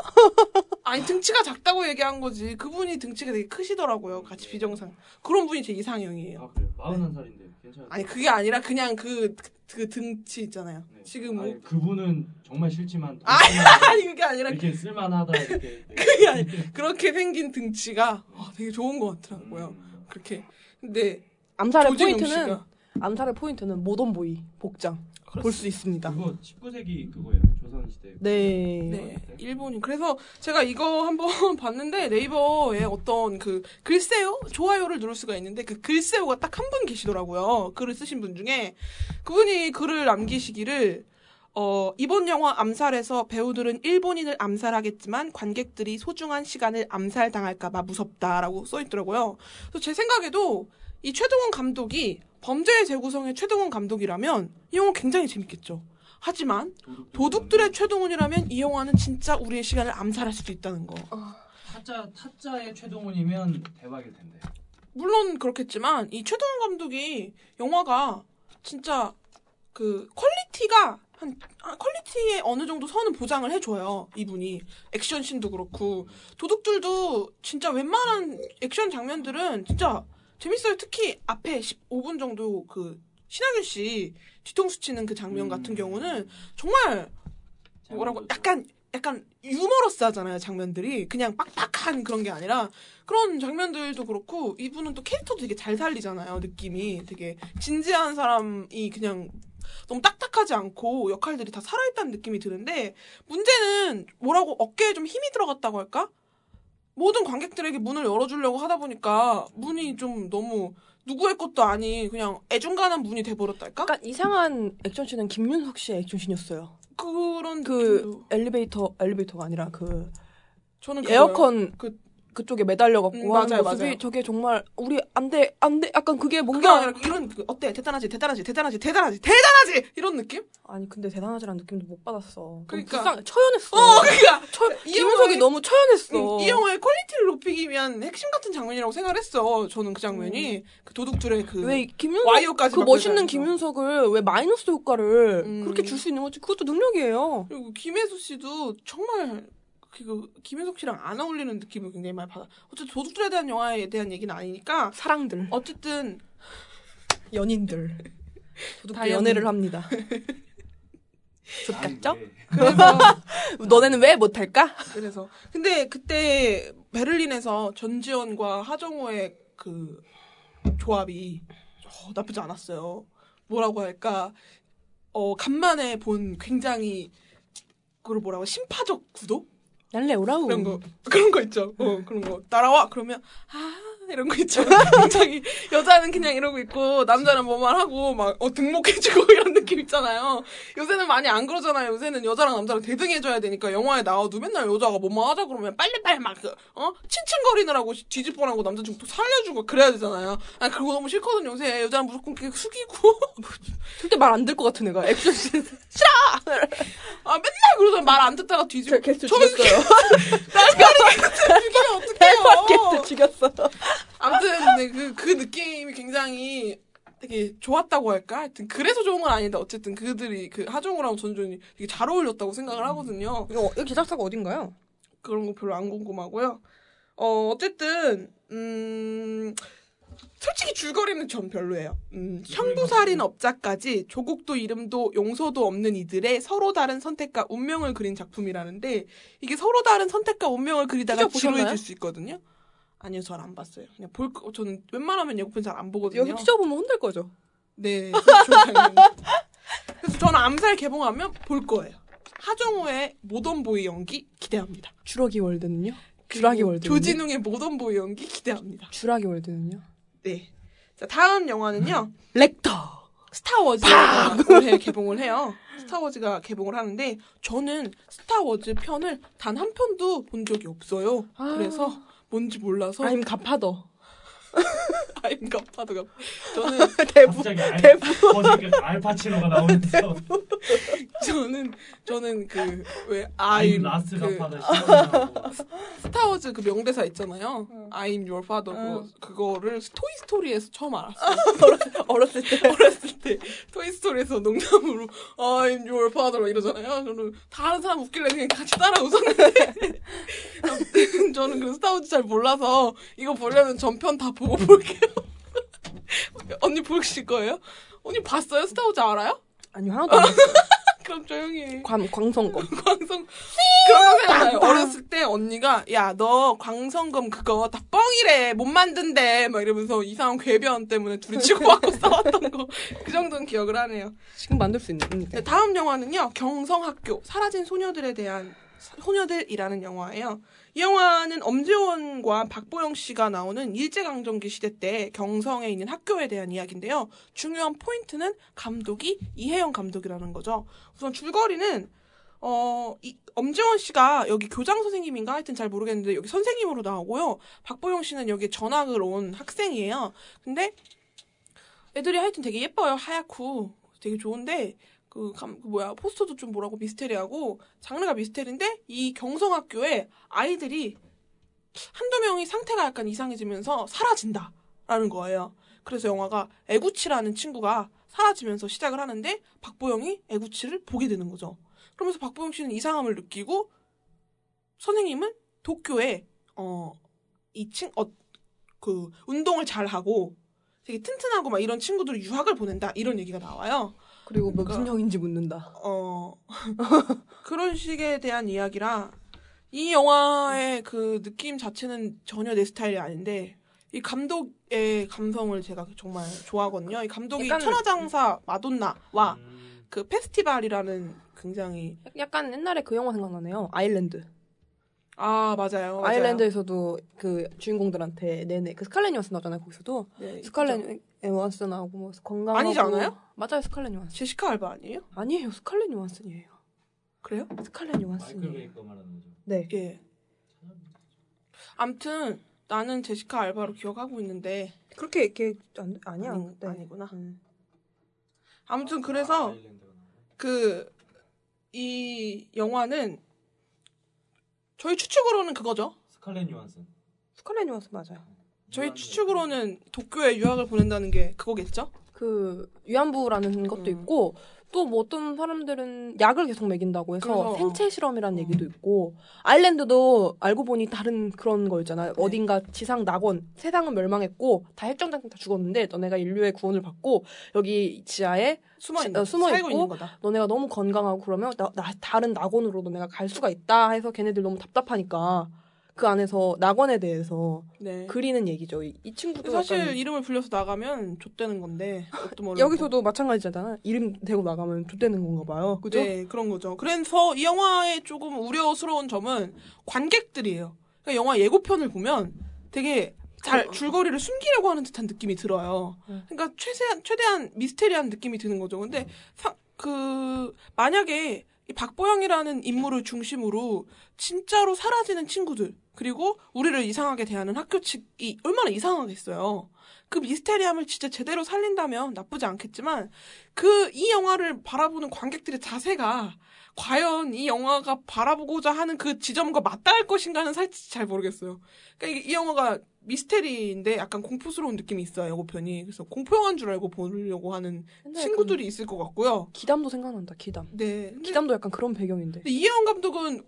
Speaker 5: 아니 등치가 작다고 얘기한 거지. 그분이 등치가 되게 크시더라고요. 같이 비정상. 그런 분이 제 이상형이에요.
Speaker 7: 아 그래. 41살인데 괜찮아.
Speaker 5: 아니 그게 아니라 그냥 그, 그, 그 등치 있잖아요.
Speaker 7: 네.
Speaker 5: 지금 뭐
Speaker 7: 아니, 그분은 정말 싫지만
Speaker 5: 아,
Speaker 7: 덩치만
Speaker 5: 아니 그게 아니라
Speaker 7: 이렇게 쓸만하다 이렇게. 네.
Speaker 5: 그게 아니 그렇게 생긴 등치가 아, 되게 좋은 것 같더라고요.
Speaker 7: 음.
Speaker 5: 그렇게 근데
Speaker 6: 암살의
Speaker 5: 조진웅
Speaker 6: 포인트는
Speaker 5: 씨가
Speaker 6: 암살의 포인트는 모던보이 복장 볼 수 있습니다
Speaker 7: 그거 19세기 그거예요. 조선시대.
Speaker 6: 네,
Speaker 5: 네, 일본인. 그래서 제가 이거 한번 봤는데 네이버에 어떤 그 글쎄요, 좋아요를 누를 수가 있는데 그 글쎄요가 딱 한 분 계시더라고요. 글을 쓰신 분 중에 그분이 글을 남기시기를 어, 이번 영화 암살에서 배우들은 일본인을 암살하겠지만 관객들이 소중한 시간을 암살당할까봐 무섭다라고 써있더라고요. 그래서 제 생각에도 이 최동원 감독이 범죄의 재구성의 최동원 감독이라면 이 영화 굉장히 재밌겠죠. 하지만 도둑들의 최동훈이라면 이 영화는 진짜 우리의 시간을 암살할 수도 있다는 거.
Speaker 7: 타짜 타짜의 최동훈이면 대박일 텐데.
Speaker 5: 물론 그렇겠지만 이 최동훈 감독이 영화가 진짜 그 퀄리티가 한 아, 퀄리티의 어느 정도 선은 보장을 해줘요 이분이 액션 씬도 그렇고 도둑들도 진짜 웬만한 액션 장면들은 진짜 재밌어요 특히 앞에 15분 정도 그 신하균 씨 뒤통수 치는 그 장면 같은 경우는 정말 뭐라고 약간 약간 유머러스하잖아요 장면들이 그냥 빡빡한 그런 게 아니라 그런 장면들도 그렇고 이분은 또 캐릭터도 되게 잘 살리잖아요 느낌이 되게 진지한 사람이 그냥 너무 딱딱하지 않고 역할들이 다 살아있다는 느낌이 드는데 문제는 뭐라고 어깨에 좀 힘이 들어갔다고 할까 모든 관객들에게 문을 열어주려고 하다 보니까 문이 좀 너무 누구의 것도 아닌 그냥 애중간한 문이 돼버렸달까
Speaker 6: 약간 이상한 액션씬은 김윤석 씨의 액션씬이었어요
Speaker 5: 그런
Speaker 6: 그
Speaker 5: 느낌도.
Speaker 6: 엘리베이터 엘리베이터가 아니라 그
Speaker 5: 저는 그거요.
Speaker 6: 에어컨
Speaker 5: 그-
Speaker 6: 그 그쪽에 매달려 갖고
Speaker 5: 음,
Speaker 6: 하는
Speaker 5: 맞아요,
Speaker 6: 모습이
Speaker 5: 맞아요.
Speaker 6: 저게 정말 우리 안돼 안돼 약간 그게
Speaker 5: 그게
Speaker 6: 뭔가
Speaker 5: 아니라 이런 그 어때 대단하지 대단하지 대단하지 대단하지 대단하지 이런 느낌?
Speaker 6: 아니 근데 대단하지라는 느낌도 못 받았어.
Speaker 5: 그러니까.
Speaker 6: 그러니까 불쌍, 처연했어.
Speaker 5: 어 그러니까
Speaker 6: 처,
Speaker 5: 이
Speaker 6: 김윤석이
Speaker 5: 영화의-
Speaker 6: 너무 처연했어.
Speaker 5: 이 영화의 퀄리티를 높이기 위한 핵심 같은 장면이라고 생각을 했어. 저는 그 장면이 그 도둑들의 그
Speaker 6: 음. 왜 김윤석
Speaker 5: 와이어까지
Speaker 6: 그
Speaker 5: 막
Speaker 6: 멋있는
Speaker 5: 그러잖아요.
Speaker 6: 김윤석을 왜 마이너스 효과를
Speaker 5: 음.
Speaker 6: 그렇게 줄 수 있는 거지? 그것도 능력이에요.
Speaker 5: 그리고 김혜수 씨도 정말 그 김혜숙 씨랑 안 어울리는 느낌을 굉장히 많이 받아. 어쨌든 도둑들에 대한 영화에 대한 얘기는 아니니까
Speaker 6: 사랑들,
Speaker 5: 어쨌든
Speaker 6: 연인들. 저도
Speaker 5: 다
Speaker 6: 그 연애를
Speaker 5: 연인.
Speaker 6: 합니다.
Speaker 7: 아니,
Speaker 6: 좋겠죠?
Speaker 7: 왜?
Speaker 5: 그래서
Speaker 6: 너네는 왜 못할까?
Speaker 5: 그래서 근데 그때 베를린에서 전지현과 하정우의 그 조합이 어, 나쁘지 않았어요. 뭐라고 할까 어 간만에 본 굉장히 그걸 뭐라고 심파적 구도
Speaker 6: 날래 오라우.
Speaker 5: 그런 거 그런 거 있죠. 어 그런 거 따라와 그러면 아 이런 거 있죠. 굉장히 여자는 그냥 이러고 있고 남자는 뭐만 하고 막 어 등목해주고 이런 느낌 있잖아요. 요새는 많이 안 그러잖아요. 요새는 여자랑 남자랑 대등해져야 되니까 영화에 나와도 맨날 여자가 뭐만 하자 그러면 빨리빨리 막어 칭칭거리느라고 뒤집어라고 남자 좀또 살려주고 그래야 되잖아요. 아 그거 너무 싫거든요. 요새 여자는 무조건 이렇게 숙이고
Speaker 6: 절대 말 안 들 것 같은 애가 액션 씬
Speaker 5: 아 맨날 그러잖아 말 안 듣다가 뒤집어.
Speaker 6: 게스트
Speaker 5: 저는
Speaker 6: 죽였어요.
Speaker 5: 죽이면 어떡해요.
Speaker 6: 게스트 죽였어.
Speaker 5: 아무튼 네, 그, 그 느낌이 굉장히 되게 좋았다고 할까? 하여튼 그래서 좋은 건 아닌데 어쨌든 그들이 그 하정우랑 전준이 되게 잘 어울렸다고 생각을 하거든요.
Speaker 6: 이거 이 제작사가 어딘가요?
Speaker 5: 그런 거 별로 안 궁금하고요. 어, 어쨌든 음 솔직히 줄거리는 전 별로예요. 음, 형부살인 업자까지 조국도 이름도 용서도 없는 이들의 서로 다른 선택과 운명을 그린 작품이라는데 이게 서로 다른 선택과 운명을 그리다가
Speaker 6: 진짜 보셨나요?
Speaker 5: 지루해질 수 있거든요. 아니요, 잘 안 봤어요. 그냥 볼 거, 저는 웬만하면 예고편 잘 안 보거든요.
Speaker 6: 여기 찢어보면 혼날 거죠.
Speaker 5: 네. 그렇죠, 당연히. 그래서 저는 암살 개봉하면 볼 거예요. 하정우의 모던보이 연기 기대합니다.
Speaker 6: 주라기 월드는요? 그 주라기 월드.
Speaker 5: 뭐 조진웅의 모던보이 연기 기대합니다.
Speaker 6: 주라기 월드는요?
Speaker 5: 네. 자, 다음 영화는요.
Speaker 6: 렉터.
Speaker 5: 스타워즈가 올해 개봉을 해요. 스타워즈가 개봉을 하는데 저는 스타워즈 편을 단 한 편도 본 적이 없어요.
Speaker 6: 아.
Speaker 5: 그래서 뭔지 몰라서
Speaker 6: 아임 가파더.
Speaker 5: 아임 갚아도 갚. 저는
Speaker 6: 대부.
Speaker 7: 갑자기
Speaker 6: 대부.
Speaker 7: 알파, 알파치노가 나오면서
Speaker 5: 그 저는 저는 그 왜
Speaker 7: 아이
Speaker 5: 아임
Speaker 7: 라스트
Speaker 5: 그
Speaker 7: 가파다 시원하고
Speaker 5: 스타워즈 그 명대사 있잖아요. I'm your father. 그거를 토이 스토리에서 처음 알았어요.
Speaker 6: 아, 어렸을 때.
Speaker 5: 어렸을 때 토이 스토리에서 농담으로 I'm your father 막 이러잖아요. 저는 다른 사람 웃길래 그냥 같이 따라 웃었는데 아무튼 저는 그 스타워즈 잘 몰라서 이거 보려면 전편 다 보고 볼게요. 언니 보실 거예요? 언니 봤어요? 스타워즈 알아요?
Speaker 6: 아니 하나도 안 봤어요.
Speaker 5: 그럼 조용히 해.
Speaker 6: 광 광성검.
Speaker 5: 광성 그런 거 생각나요. 어렸을 때 언니가 야 너 광성검 그거 다 뻥이래 못 만든대 막 이러면서 이상한 궤변 때문에 둘이 치고받고 싸웠던 거 그 정도는 기억을 하네요.
Speaker 6: 지금 만들 수 있는.
Speaker 5: 네,
Speaker 6: 있는데.
Speaker 5: 다음 영화는요 경성학교 사라진 소녀들에 대한 사- 소녀들이라는 영화예요. 이 영화는 엄지원과 박보영 씨가 나오는 일제강점기 시대 때 경성에 있는 학교에 대한 이야기인데요. 중요한 포인트는 감독이 이혜영 감독이라는 거죠. 우선 줄거리는 어, 이, 엄지원 씨가 여기 교장 선생님인가 하여튼 잘 모르겠는데 여기 선생님으로 나오고요. 박보영 씨는 여기 전학을 온 학생이에요. 근데 애들이 하여튼 되게 예뻐요. 하얗고 되게 좋은데 그, 감, 그 뭐야 포스터도 좀 뭐라고 미스테리하고 장르가 미스테리인데 이 경성학교에 아이들이 한두 명이 상태가 약간 이상해지면서 사라진다라는 거예요. 그래서 영화가 애구치라는 친구가 사라지면서 시작을 하는데 박보영이 애구치를 보게 되는 거죠. 그러면서 박보영 씨는 이상함을 느끼고 선생님은 도쿄에 어, 어이친어그 운동을 잘 하고 되게 튼튼하고 막 이런 친구들을 유학을 보낸다 이런 얘기가 나와요.
Speaker 6: 그리고 뭐 무슨
Speaker 5: 그러니까.
Speaker 6: 형인지 묻는다.
Speaker 5: 어 그런 식에 대한 이야기라 이 영화의 그 느낌 자체는 전혀 내 스타일이 아닌데 이 감독의 감성을 제가 정말 좋아하거든요. 이 감독이
Speaker 6: 약간-
Speaker 5: 천하장사 마돈나와 그 페스티벌이라는 굉장히
Speaker 6: 약간 옛날에 그 영화 생각나네요. 아일랜드.
Speaker 5: 아
Speaker 6: 어,
Speaker 5: 맞아요. 맞아요.
Speaker 6: 아일랜드에서도 그 주인공들한테 내내 그 스칼렛 요한슨 나오잖아요 거기서도
Speaker 5: 네, 그죠.
Speaker 6: 스칼렛 요한슨 나오고 뭐 건강하고
Speaker 5: 아니지 않아요?
Speaker 6: 맞아요 스칼렛 요한슨
Speaker 5: 제시카 알바 아니에요?
Speaker 6: 아니에요 스칼렛 요한슨이에요
Speaker 5: 그래요?
Speaker 6: 스칼렛
Speaker 7: 마이클
Speaker 6: 요한슨이에요
Speaker 7: 베이커 말하는 거죠.
Speaker 6: 네
Speaker 5: 예. 암튼 나는 제시카 알바로 기억하고 있는데
Speaker 6: 그렇게 이렇게 안, 아니야
Speaker 5: 아니,
Speaker 6: 네.
Speaker 5: 아니구나.
Speaker 6: 음.
Speaker 5: 아무튼 그래서
Speaker 7: 아일랜드가 나오고.
Speaker 5: 그 이 영화는 저희 추측으로는 그거죠.
Speaker 7: 스칼렛 요한슨.
Speaker 6: 스칼렛 요한슨 맞아요
Speaker 5: 저희 추측으로는 도쿄에 유학을 보낸다는 게 그거겠죠.
Speaker 6: 그 위안부라는
Speaker 5: 음.
Speaker 6: 것도 있고 또 뭐 어떤 사람들은 약을 계속 먹인다고 해서
Speaker 5: 그래서,
Speaker 6: 생체 실험이라는
Speaker 5: 어.
Speaker 6: 얘기도 있고 아일랜드도 알고 보니 다른 그런 거 있잖아요
Speaker 5: 네.
Speaker 6: 어딘가 지상 낙원 세상은 멸망했고 다 핵전쟁 다 죽었는데 너네가 인류의 구원을 받고 여기 지하에
Speaker 5: 숨어
Speaker 6: 시-
Speaker 5: 있는
Speaker 6: 어, 숨어
Speaker 5: 살고
Speaker 6: 있고.
Speaker 5: 있는 거다.
Speaker 6: 너네가 너무 건강하고 그러면 나, 나- 다른 낙원으로 너네가 갈 수가 있다 해서 걔네들 너무 답답하니까 그 안에서 낙원에 대해서
Speaker 5: 네.
Speaker 6: 그리는 얘기죠. 이, 이 친구도
Speaker 5: 사실
Speaker 6: 약간
Speaker 5: 이름을 불려서 나가면 좆되는 건데 그것도 모르고.
Speaker 6: 여기서도 마찬가지잖아. 이름 대고 나가면 좆되는 건가 봐요. 그죠?
Speaker 5: 네, 그런 거죠. 그래서 이 영화의 조금 우려스러운 점은 관객들이에요. 그러니까 영화 예고편을 보면 되게
Speaker 6: 어.
Speaker 5: 잘 줄거리를 숨기려고 하는 듯한 느낌이 들어요.
Speaker 6: 네.
Speaker 5: 그러니까 최대한, 최대한 미스테리한 느낌이 드는 거죠. 근데 사- 그 만약에 이 박보영이라는 인물을 중심으로 진짜로 사라지는 친구들 그리고 우리를 이상하게 대하는 학교 측이 얼마나 이상하겠어요. 그 미스테리함을 진짜 제대로 살린다면 나쁘지 않겠지만 그 이 영화를 바라보는 관객들의 자세가 과연 이 영화가 바라보고자 하는 그 지점과 맞닿을 것인가는 살짝 잘 모르겠어요. 그러니까 이게 이 영화가 미스테리인데 약간 공포스러운 느낌이 있어요 예고편이. 그래서 공포 영화인 줄 알고 보려고 하는
Speaker 6: 옛날에
Speaker 5: 친구들이 있을 것 같고요.
Speaker 6: 기담도 생각난다. 기담.
Speaker 5: 네. 근데
Speaker 6: 기담도 약간 그런 배경인데.
Speaker 5: 근데 이혜원 감독은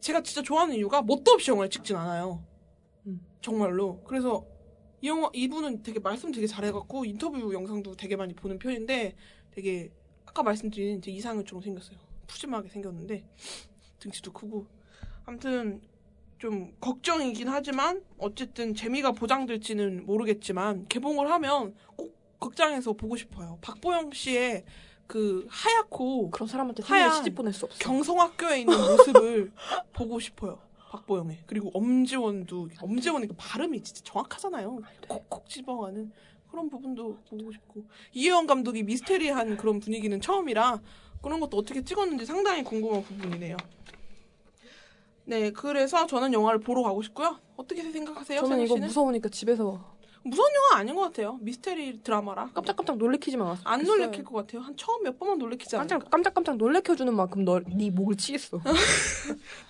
Speaker 5: 제가 진짜 좋아하는 이유가 뭣도 없이 영화를 찍진 않아요.
Speaker 6: 음.
Speaker 5: 정말로. 그래서 이 영화 이분은 되게 말씀 되게 잘해갖고 인터뷰 영상도 되게 많이 보는 편인데 되게 아까 말씀드린 제 이상형처럼 생겼어요. 푸짐하게 생겼는데 등치도 크고 아무튼 좀 걱정이긴 하지만 어쨌든 재미가 보장될지는 모르겠지만 개봉을 하면 꼭 극장에서 보고 싶어요. 박보영 씨의 그 하얗고
Speaker 6: 그런 사람한테
Speaker 5: 하얀
Speaker 6: 하얀 시집 보낼 수 없어.
Speaker 5: 경성학교에 있는 모습을 보고 싶어요. 박보영의. 그리고 엄지원도 엄지원이 그 발음이 진짜 정확하잖아요.
Speaker 6: 네.
Speaker 5: 콕콕 집어가는 그런 부분도 보고 싶고 이혜원 감독이 미스테리한 그런 분위기는 처음이라 그런 것도 어떻게 찍었는지 상당히 궁금한 부분이네요. 네, 그래서 저는 영화를 보러 가고 싶고요. 어떻게 생각하세요,
Speaker 6: 저는
Speaker 5: 세훈
Speaker 6: 이거
Speaker 5: 씨는?
Speaker 6: 무서우니까 집에서
Speaker 5: 무서운 영화 아닌 것 같아요. 미스테리 드라마라
Speaker 6: 깜짝깜짝 놀래키지만 않았어.
Speaker 5: 안 놀래킬 것 같아요. 한 처음 몇 번만 놀래키지 않을까.
Speaker 6: 깜짝 깜짝깜짝 놀래켜주는 만큼 너네 목을 치겠어.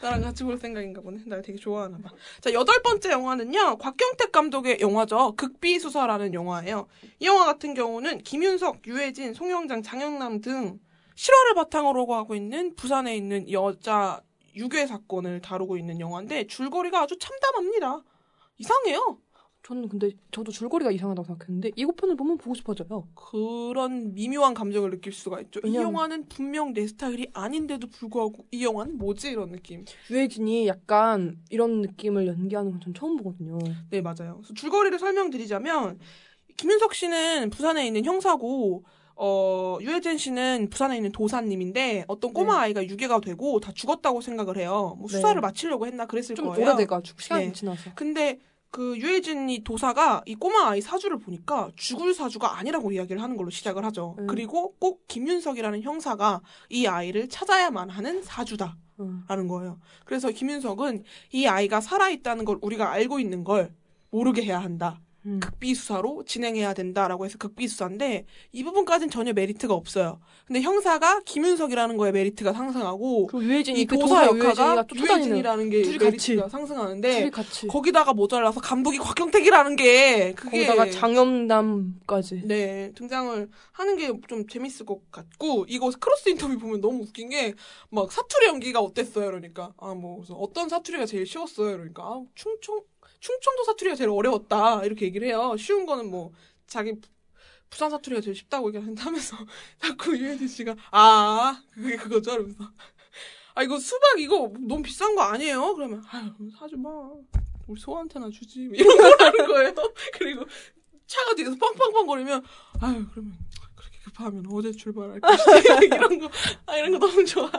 Speaker 5: 나랑 같이 볼 생각인가 보네. 날 되게 좋아하나 봐. 자, 여덟 번째 영화는요. 곽경택 감독의 영화죠. 극비수사라는 영화예요. 이 영화 같은 경우는 김윤석, 유해진, 송영장, 장영남 등 실화를 바탕으로 하고 있는 부산에 있는 여자 유괴 사건을 다루고 있는 영화인데 줄거리가 아주 참담합니다. 이상해요.
Speaker 6: 저는 근데 저도 줄거리가 이상하다고 생각했는데 이 편을 보면 보고 싶어져요.
Speaker 5: 그런 미묘한 감정을 느낄 수가 있죠. 이
Speaker 6: 왜냐면-
Speaker 5: 영화는 분명 내 스타일이 아닌데도 불구하고 이 영화는 뭐지 이런 느낌.
Speaker 6: 유해진이 약간 이런 느낌을 연기하는 건 전 처음 보거든요.
Speaker 5: 네, 맞아요. 그래서 줄거리를 설명드리자면 김윤석 씨는 부산에 있는 형사고 어, 유해진 씨는 부산에 있는 도사님인데 어떤 꼬마
Speaker 6: 네.
Speaker 5: 아이가 유괴가 되고 다 죽었다고 생각을 해요. 뭐
Speaker 6: 네.
Speaker 5: 수사를 마치려고 했나 그랬을
Speaker 6: 좀
Speaker 5: 거예요.
Speaker 6: 오래돼가지고 시간이
Speaker 5: 네.
Speaker 6: 지나서.
Speaker 5: 근데 그 유해진이 도사가 이 꼬마 아이 사주를 보니까 죽을 사주가 아니라고 이야기를 하는 걸로 시작을 하죠.
Speaker 6: 음.
Speaker 5: 그리고 꼭 김윤석이라는 형사가 이 아이를 찾아야만 하는 사주다.
Speaker 6: 응.
Speaker 5: 라는 거예요. 그래서 김윤석은 이 아이가 살아있다는 걸 우리가 알고 있는 걸 모르게 해야 한다.
Speaker 6: 음.
Speaker 5: 극비수사로 진행해야 된다라고 해서 극비수사인데 이 부분까지는 전혀 메리트가 없어요. 근데 형사가 김윤석이라는 거에 메리트가 상승하고
Speaker 6: 그리고 유해진이
Speaker 5: 이
Speaker 6: 그
Speaker 5: 도사
Speaker 6: 유해진이가
Speaker 5: 역할가
Speaker 6: 쫓아다니는
Speaker 5: 유해진이라는 게
Speaker 6: 둘이
Speaker 5: 메리트가
Speaker 6: 같이.
Speaker 5: 상승하는데
Speaker 6: 둘이 같이
Speaker 5: 거기다가 모자라서 감독이 곽경택이라는 게 그게
Speaker 6: 거기다가 장염담까지
Speaker 5: 네, 등장을 하는 게 좀 재밌을 것 같고, 이거 크로스 인터뷰 보면 너무 웃긴 게, 막 사투리 연기가 어땠어요? 이러니까, 아, 뭐, 그래서 어떤 사투리가 제일 쉬웠어요? 이러니까, 아, 충청, 충청도 사투리가 제일 어려웠다. 이렇게 얘기를 해요. 쉬운 거는 뭐, 자기 부- 부산 사투리가 제일 쉽다고 얘기하면서, 자꾸 유해진 씨가, 아, 그게 그거죠? 이러면서. 아, 이거 수박 이거 너무 비싼 거 아니에요? 그러면, 아유, 사지 마. 우리 소한테나 주지. 뭐 이런 거라는 거예요. 그리고 차가 뒤에서 팡팡팡 거리면 아유 그러면 그렇게 급하면 어제 출발할 것이지 이런 거 아, 이런 거 너무 좋아.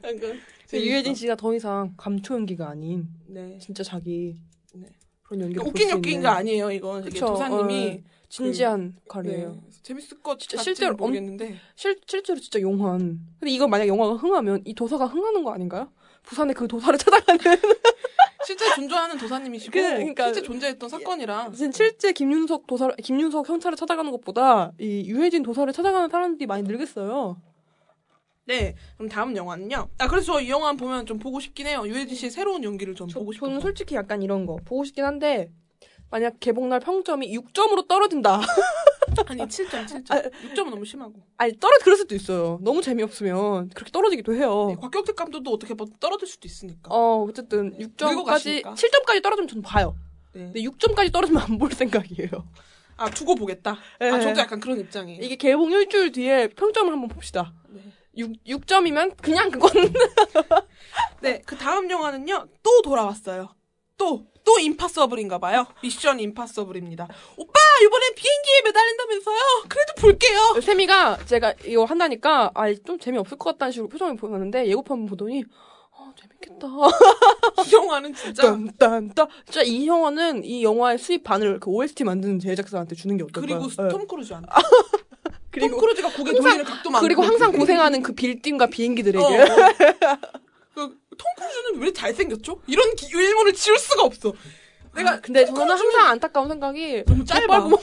Speaker 5: 그러니까
Speaker 6: 유해진 씨가 더 이상 감초 연기가 아닌
Speaker 5: 네
Speaker 6: 진짜 자기
Speaker 5: 네.
Speaker 6: 그런 연기
Speaker 5: 웃긴 역기인가 아니에요 이건 되게
Speaker 6: 그쵸, 어,
Speaker 5: 도사님이
Speaker 6: 진지한
Speaker 5: 네.
Speaker 6: 역할이에요.
Speaker 5: 재밌을 것
Speaker 6: 진짜
Speaker 5: 진짜
Speaker 6: 실제로
Speaker 5: 실제로 모르겠는데
Speaker 6: 실 실제로 진짜 용한. 근데 이거 만약 영화가 흥하면 이 도사가 흥하는 거 아닌가요? 부산에 그 도사를 찾아가는
Speaker 5: 실제 존재하는 도사님이시고
Speaker 6: 그, 그러니까-
Speaker 5: 실제 존재했던 사건이라
Speaker 6: 무슨 실제 김윤석 도사 김윤석 형차를 찾아가는 것보다 이 유해진 도사를 찾아가는 사람들이 많이 늘겠어요.
Speaker 5: 네 그럼 다음 영화는요. 아 그래서 이 영화 보면 좀 보고 싶긴 해요. 유해진 씨의 새로운 연기를 좀 보고 싶어요.
Speaker 6: 저는 솔직히 약간 이런 거 보고 싶긴 한데 만약 개봉날 평점이 6점으로 떨어진다.
Speaker 5: 아니 7점 7점 6점은 너무 심하고
Speaker 6: 아니 떨어 그럴 수도 있어요. 너무 재미없으면 그렇게 떨어지기도 해요.
Speaker 5: 네, 곽경택 감독도 어떻게 뭐 떨어질 수도 있으니까.
Speaker 6: 어 어쨌든 6점까지
Speaker 5: 가시니까.
Speaker 6: 7점까지 떨어지면 저는 봐요.
Speaker 5: 네.
Speaker 6: 근데 6점까지 떨어지면 안 볼 생각이에요.
Speaker 5: 아 두고 보겠다.
Speaker 6: 네.
Speaker 5: 아 저도 약간 그런 입장이에요.
Speaker 6: 이게 개봉 일주일 뒤에 평점을 한번 봅시다.
Speaker 5: 네.
Speaker 6: 6, 6점이면 그냥 그건 어.
Speaker 5: 네, 그 다음 영화는요, 또 돌아왔어요. 또, 또 임파서블인가 봐요. 미션 임파서블입니다. 오빠, 이번엔 비행기에 매달린다면서요? 그래도 볼게요.
Speaker 6: 세미가 제가 이거 한다니까 아좀 재미없을 것 같다는 식으로 표정을 보였는데 예고편 보더니 아 재밌겠다. 어.
Speaker 5: 이 영화는 진짜.
Speaker 6: 그러니까, 딴딴딴. 진짜 이 영화는 이 영화의 수입 반을 그 OST 만드는 제작사한테 주는 게 어떨까요?
Speaker 5: 그리고
Speaker 6: 예.
Speaker 5: 톰 크루즈한테. 톰
Speaker 6: 그리고
Speaker 5: 크루즈가 고개 돌리는 각도 많고.
Speaker 6: 그리고 항상 고생하는 그 빌딩과 비행기들에게
Speaker 5: 어, 어. 그, 톰 크루즈는 왜 잘생겼죠? 이런 기- 의문을 지울 수가 없어. 내가
Speaker 6: 근데
Speaker 5: 톰
Speaker 6: 저는
Speaker 5: 크루즈는
Speaker 6: 항상 안타까운 생각이
Speaker 5: 너무 짧아.
Speaker 6: 족발 보면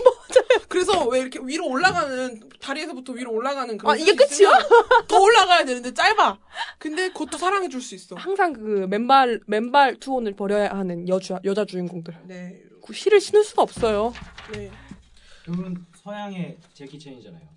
Speaker 5: 그래서 왜 이렇게 위로 올라가는 다리에서부터 위로 올라가는 그런
Speaker 6: 아, 이게
Speaker 5: 선이 있으면 더 올라가야 되는데 짧아. 근데 그것도 사랑해 줄 수 있어.
Speaker 6: 항상 그 맨발 맨발 투혼을 벌여야 하는 여자 여자 주인공들
Speaker 5: 네.
Speaker 6: 그 실을 신을 수가 없어요.
Speaker 5: 네.
Speaker 7: 그분 서양의 제키 챈이잖아요.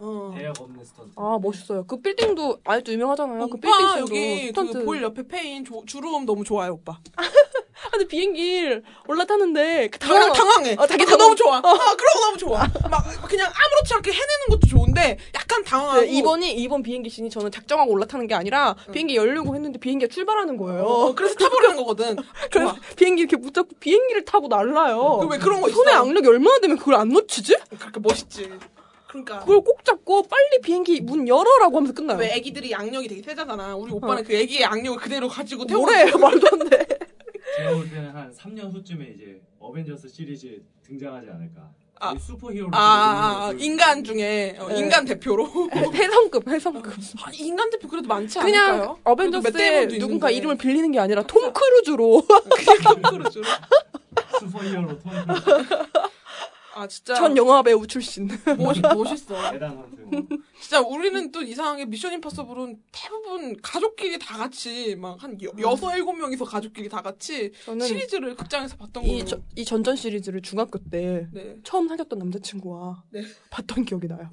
Speaker 5: 어.
Speaker 7: 대역 없는 스턴트.
Speaker 6: 아 멋있어요. 그 빌딩도 아직도 유명하잖아요. 그 빌딩
Speaker 5: 오빠
Speaker 6: 도
Speaker 5: 여기 그 볼 옆에 페인 조- 주름 너무 좋아요 오빠.
Speaker 6: 아, 근데 비행기 올라타는데 그
Speaker 5: 당황,
Speaker 6: 당황
Speaker 5: 당황해.
Speaker 6: 어, 자기
Speaker 5: 그거
Speaker 6: 당황-
Speaker 5: 너무 좋아. 아 그런 거 너무 좋아. 막 그냥 아무렇지 않게 해내는 것도 좋은데 약간 당황하고.
Speaker 6: 네, 이번이 이번 비행기 신이 저는 작정하고 올라타는 게 아니라 비행기 열려고 했는데 비행기가 출발하는 거예요.
Speaker 5: 어, 그래서 타보려는 거거든.
Speaker 6: 그래서
Speaker 5: 좋아.
Speaker 6: 비행기 이렇게 붙잡고 비행기를 타고 날라요.
Speaker 5: 그왜 그런 거 있어?
Speaker 6: 손에 악력이 얼마나 되면 그걸 안 놓치지?
Speaker 5: 그렇게 멋있지. 그러니까.
Speaker 6: 그걸 꼭 잡고 빨리 비행기 문 열어라고 하면서 끝나요.
Speaker 5: 왜 애기들이 양력이 되게 세잖아. 우리 오빠는 그 애기의 양력을 그대로 가지고 태우고.
Speaker 6: 어. 뭐래요? 말도 안 돼.
Speaker 7: 제가 볼 때는 한 3년 후쯤에 이제 어벤져스 시리즈에 등장하지 않을까.
Speaker 5: 아.
Speaker 7: 거의 슈퍼히어로. 그
Speaker 5: 아, 아, 아, 인간 중에 어,
Speaker 6: 네.
Speaker 5: 인간 대표로.
Speaker 6: 해성급, 해성급.
Speaker 5: 아, 인간 대표 그래도 많지
Speaker 6: 그냥
Speaker 5: 않을까요? 그래도 몇
Speaker 6: 어벤져스에
Speaker 5: 대본도
Speaker 6: 누군가
Speaker 5: 있는데.
Speaker 6: 이름을 빌리는 게 아니라 톰 크루즈로
Speaker 5: 그렇죠.
Speaker 7: 슈퍼히어로 톰 크루즈.
Speaker 5: 아 진짜
Speaker 6: 전 영화 배우 출신.
Speaker 5: 멋, 멋있어.
Speaker 7: 대단 헌트.
Speaker 5: 진짜 우리는 또 이상하게 미션 임파서블은 대부분 가족끼리 다 같이 막 한 여섯 일곱 명이서 가족끼리 다 같이
Speaker 6: 음. 저는
Speaker 5: 시리즈를 극장에서 봤던
Speaker 6: 이,
Speaker 5: 거예요.
Speaker 6: 저- 이 전전 시리즈를 중학교 때
Speaker 5: 네.
Speaker 6: 처음 사귀었던 남자친구와
Speaker 5: 네.
Speaker 6: 봤던 기억이 나요.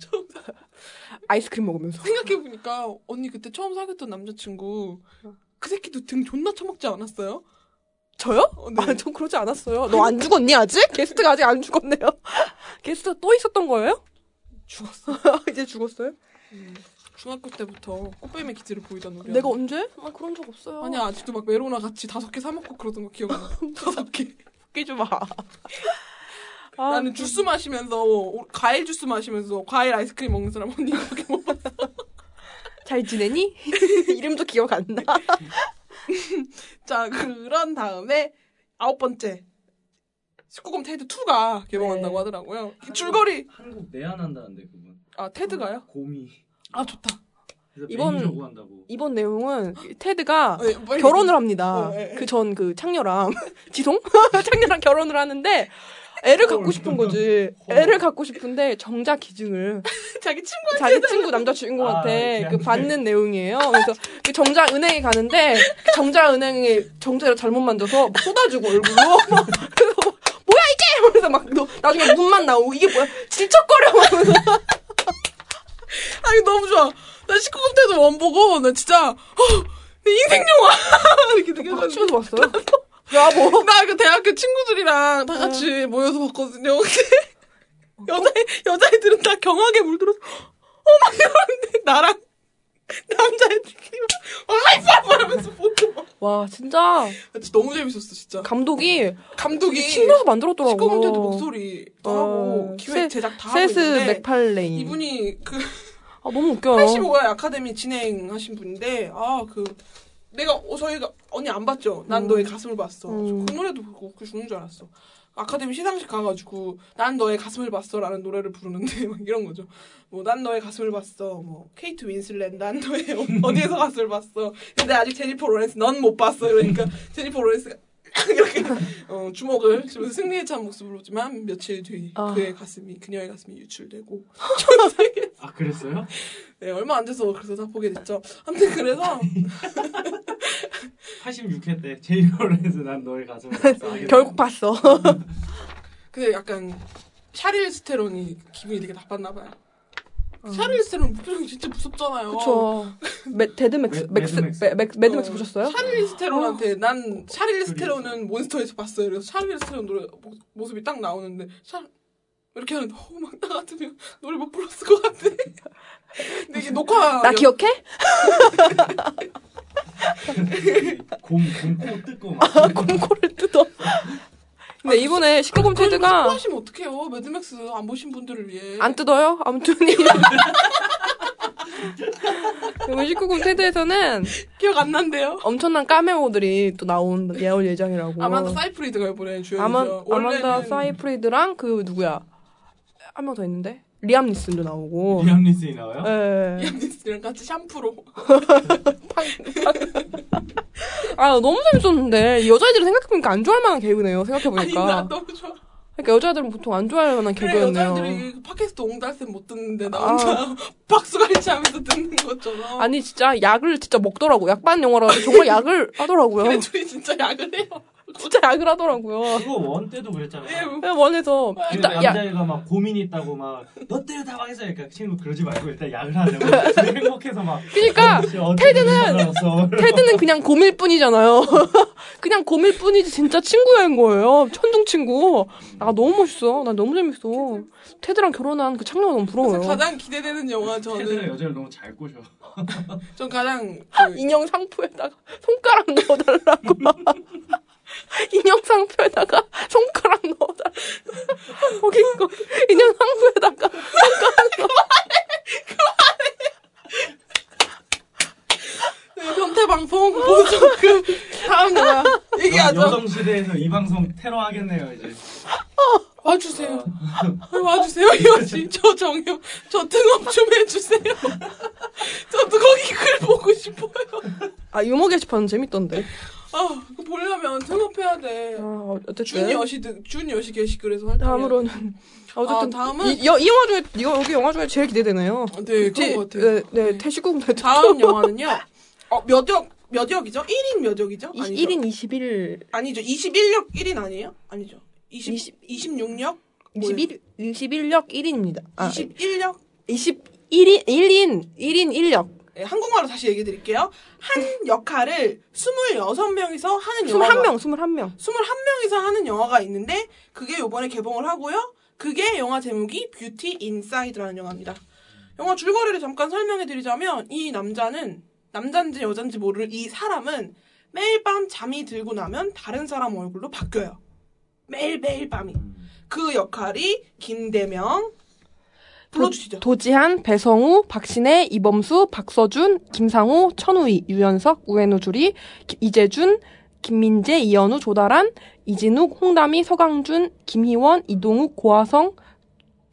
Speaker 6: 아이스크림 먹으면서.
Speaker 5: 생각해 보니까 언니 그때 처음 사귀었던 남자친구 그 새끼도 등 존나 처먹지 않았어요?
Speaker 6: 저요?
Speaker 5: 어, 네.
Speaker 6: 아, 전 그러지 않았어요. 너 안 죽었니 아직? 게스트가 아직 안 죽었네요. 게스트가 또 있었던 거예요? 죽었어. 이제 죽었어요?
Speaker 5: 중학교 때부터 꽃뱀의 기질을 보이던 우리.
Speaker 6: 내가 언제? 아 그런 적 없어요.
Speaker 5: 아니 아직도 막 메로나 같이 다섯 개 사 먹고 그러던 거 기억나. 다섯 개.
Speaker 6: 웃기지 마. 아,
Speaker 5: 나는 주스 마시면서 오- 과일 주스 마시면서 과일 아이스크림 먹는 사람 언니밖에 못 봤어.
Speaker 6: 잘 지내니? 이름도 기억 안 나.
Speaker 5: 자 그런 다음에 아홉 번째 십구금 테드 2가 개봉한다고
Speaker 6: 네.
Speaker 5: 하더라고요. 줄거리
Speaker 7: 한국 내한한다는데 그분.
Speaker 5: 아 테드가요?
Speaker 7: 곰이.
Speaker 5: 아 좋다.
Speaker 7: 그래서
Speaker 6: 이번-
Speaker 7: 매니저 구한다고.
Speaker 6: 이번 내용은 테드가
Speaker 5: 어, 예, 빨리.
Speaker 6: 결혼을 합니다.
Speaker 5: 어, 예, 예.
Speaker 6: 그 전 그 창녀랑 지송 창녀랑 결혼을 하는데 애를 갖고 싶은 거지. 애를 갖고 싶은데 정자 기증을
Speaker 5: 자기 친구한테
Speaker 6: 자기 친구 남자 주인공한테
Speaker 7: 아,
Speaker 6: 그 받는 내용이에요. 그래서 그 정자 은행에 가는데 그 정자 은행에 정자를 잘못 만져서 막 쏟아주고 얼굴로 막 그래서 막, 뭐야 이게 그래서 막 너- 나중에 눈만 나오고 이게 뭐야 질척거려 막 그러면서
Speaker 5: 아 이거 너무 좋아. 나 십구금 테드 원 보고 나 진짜 어, 내 인생 영화 이렇게 느껴가지고.
Speaker 6: 춤도 봤어요. 야뭐
Speaker 5: 나 그 대학교 친구들이랑 다 같이 모여서 봤거든요. 여자 여자애들은 다 경악에 물들어서 어막 이러는데 나랑 남자애들끼리 어이 빠빠 하면서 보고 막.
Speaker 6: 와 진짜
Speaker 5: 아, 진짜 너무 재밌었어 진짜.
Speaker 6: 감독이
Speaker 5: 감독이
Speaker 6: 신나서
Speaker 5: 시커먼
Speaker 6: 만들었더라고.
Speaker 5: 때도 목소리 도
Speaker 6: 어,
Speaker 5: 하고 기획
Speaker 6: 세-
Speaker 5: 제작 다 하고
Speaker 6: 세스
Speaker 5: 있는데
Speaker 6: 맥팔레인.
Speaker 5: 이분이 그
Speaker 6: 아 너무 웃겨.
Speaker 5: 85가 아카데미 진행하신 분인데 아 그 내가 어, 저희가 언니 안 봤죠? 난 너의 가슴을 봤어.
Speaker 6: 음.
Speaker 5: 그 노래도 그거 그 죽는 줄 알았어. 아카데미 시상식 가가지고 난 너의 가슴을 봤어라는 노래를 부르는데 막 이런 거죠. 뭐 난 너의 가슴을 봤어. 뭐 케이트 윈슬렛 난 너의 어- 어디에서 가슴을 봤어. 근데 아직 제니퍼 로렌스 넌 못 봤어. 이러니까 제니퍼 로렌스가 이렇게 어, 주먹을 집어서 승리에 찬 모습을 보지만 며칠 뒤
Speaker 6: 아.
Speaker 5: 그의 가슴이 그녀의 가슴이 유출되고
Speaker 7: 아 그랬어요?
Speaker 5: 네, 얼마 안 돼서 그래서 다 보게 됐죠. 아무튼 그래서
Speaker 7: 86회 때 제이 로렌스 난 너의 가슴을 감싸게
Speaker 6: 결국 봤어.
Speaker 5: 아, 근데 약간 샤릴 스테론이 기분이 되게 나빴나 봐요. 샤릴 스테론 표정 진짜 무섭잖아요.
Speaker 6: 어. 그쵸. 매, 데드 맥스,
Speaker 7: 매-
Speaker 6: 맥스,
Speaker 7: 매드 맥스.
Speaker 6: 매- 맥- 매드
Speaker 5: 어,
Speaker 6: 맥스 보셨어요? 어.
Speaker 5: 샤릴 스테론한테 난 샤릴 스테론은 몬스터에서 봤어요. 그래서 샤릴 스테론 노래 모- 모습이 딱 나오는데 샤 이렇게 하는데 어막나 같으면 노래 못 불렀을 것 같아. 근데 이게 녹화
Speaker 6: 나 기억해?
Speaker 7: 곰, 곰코 뜯고
Speaker 5: 아.
Speaker 7: 막.
Speaker 6: 곰코를 뜯어. 근데 이번에
Speaker 5: 그걸
Speaker 6: 시끄럼체드가
Speaker 5: 하시면 어떡해요? 매드맥스 안 보신 분들을 위해.
Speaker 6: 안 뜯어요? 아무튼. 이- 이번 19금 테드에서는
Speaker 5: 기억 안 난대요.
Speaker 6: 그 엄청난 까메오들이 또 나온 예언 예정이라고.
Speaker 5: 아만다 사이프리드가 이번에 주연이죠.
Speaker 6: 아만,
Speaker 5: 원래는
Speaker 6: 아만다 사이프리드랑 그 누구야? 한 명 더 있는데? 리암 니슨도 나오고.
Speaker 7: 리암 리슨이 나와요?
Speaker 6: 예.
Speaker 5: 랑 같이 샴푸로.
Speaker 6: 아 너무 재밌었는데 여자애들은 생각해보니까 안 좋아할 만한 개그네요
Speaker 5: 아니 나
Speaker 6: 생각해보니까
Speaker 5: 너무 좋아.
Speaker 6: 그러니까 여자애들은 보통 안 좋아할 만한
Speaker 5: 그래
Speaker 6: 개그였네요
Speaker 5: 여자애들이 그 팟캐스트 옹달샘 못 듣는데 나
Speaker 6: 아.
Speaker 5: 혼자 박수갈치 하면서 듣는 것처럼.
Speaker 6: 아니 진짜 약을 진짜 먹더라고 약반 영화라 정말 약을 하더라고요
Speaker 5: 그래 둘이 진짜 약을 해요.
Speaker 6: 진짜 약을 하더라고요
Speaker 7: 그거 원 때도
Speaker 5: 예,
Speaker 7: 그랬잖아요.
Speaker 5: 뭐,
Speaker 6: 그냥 원해서
Speaker 7: 그
Speaker 6: 일단 야
Speaker 7: 남자애가 막 고민이 있다고 막 너 때문에 당황해서 그러니까 친구 그러지 말고 일단 약을 하자고 둘이 행복해서 막 아,
Speaker 6: 그러니까
Speaker 7: 혹시 어떤
Speaker 6: 테드는-
Speaker 7: 일이 일어났어?
Speaker 6: 테드는 그냥 고밀 뿐이잖아요 그냥 고밀 뿐이지 진짜 친구인 거예요 천둥 친구 아 너무 멋있어 나 너무 재밌어 테드랑 결혼한 그 창녀가 너무
Speaker 5: 그래서
Speaker 6: 부러워요
Speaker 5: 가장 기대되는 영화
Speaker 7: 테드가
Speaker 5: 저는
Speaker 7: 여자를 너무 잘 꼬셔.
Speaker 5: 전 가장 그
Speaker 6: 인형 상표에다가 손가락 넣어달라고. 인형 상표에다가 손가락 넣어달라. 거기 거 인형 상표에다가 손가락 넣어.
Speaker 5: 현태 방송 보조금 다음 영화 얘기하죠.
Speaker 7: 여성 시대에서 이 방송 테러 하겠네요 이제.
Speaker 5: 와주세요. 아, 와주세요. 이거지. 저 정요. 저 등업 좀 해주세요. 저도 거기 글 보고 싶어요.
Speaker 6: 아 유머 게시판은 재밌던데.
Speaker 5: 아, 그거 보려면 등업해야 돼.
Speaker 6: 아
Speaker 5: 준
Speaker 6: 어쨌든
Speaker 5: 여시 등- 준 여시 게시글에서 활동.
Speaker 6: 다음으로는 어쨌든
Speaker 5: 아, 다음은?
Speaker 6: 이, 여, 이 영화 중에 이거 여기 영화 중에 제일 기대되네요.
Speaker 5: 네 그런
Speaker 6: 제-
Speaker 5: 것 같아요.
Speaker 6: 네, 네 태시국 대통.
Speaker 5: 다음 영화는요. 어, 몇 역, 몇 역이죠? 1인 몇 역이죠? 아니죠.
Speaker 6: 1인 21
Speaker 5: 아니죠. 21역 1인 아니에요? 아니죠. 20,
Speaker 6: 20
Speaker 5: 26역? 뭐
Speaker 6: 21 21역 1인입니다. 아
Speaker 5: 21역?
Speaker 6: 21인 1인 1인 1역.
Speaker 5: 예, 한국말로 다시 얘기해 드릴게요. 한 역할을 26명이서 하는 영화.
Speaker 6: 21명 21명.
Speaker 5: 21명이서 하는 영화가 있는데 그게 요번에 개봉을 하고요. 그게 영화 제목이 뷰티 인사이드라는 영화입니다. 영화 줄거리를 잠깐 설명해 드리자면 이 남자는 남잔지 여잔지 모를 이 사람은 매일 밤 잠이 들고 나면 다른 사람 얼굴로 바뀌어요. 매일매일 밤이. 그 역할이 김대명 불러주시죠.
Speaker 6: 도지한, 배성우, 박신혜, 이범수, 박서준, 김상우, 천우희, 유연석, 우에노주리, 기- 이재준, 김민재, 이현우, 조다란, 이진욱, 홍담이, 서강준, 김희원, 이동욱, 고아성,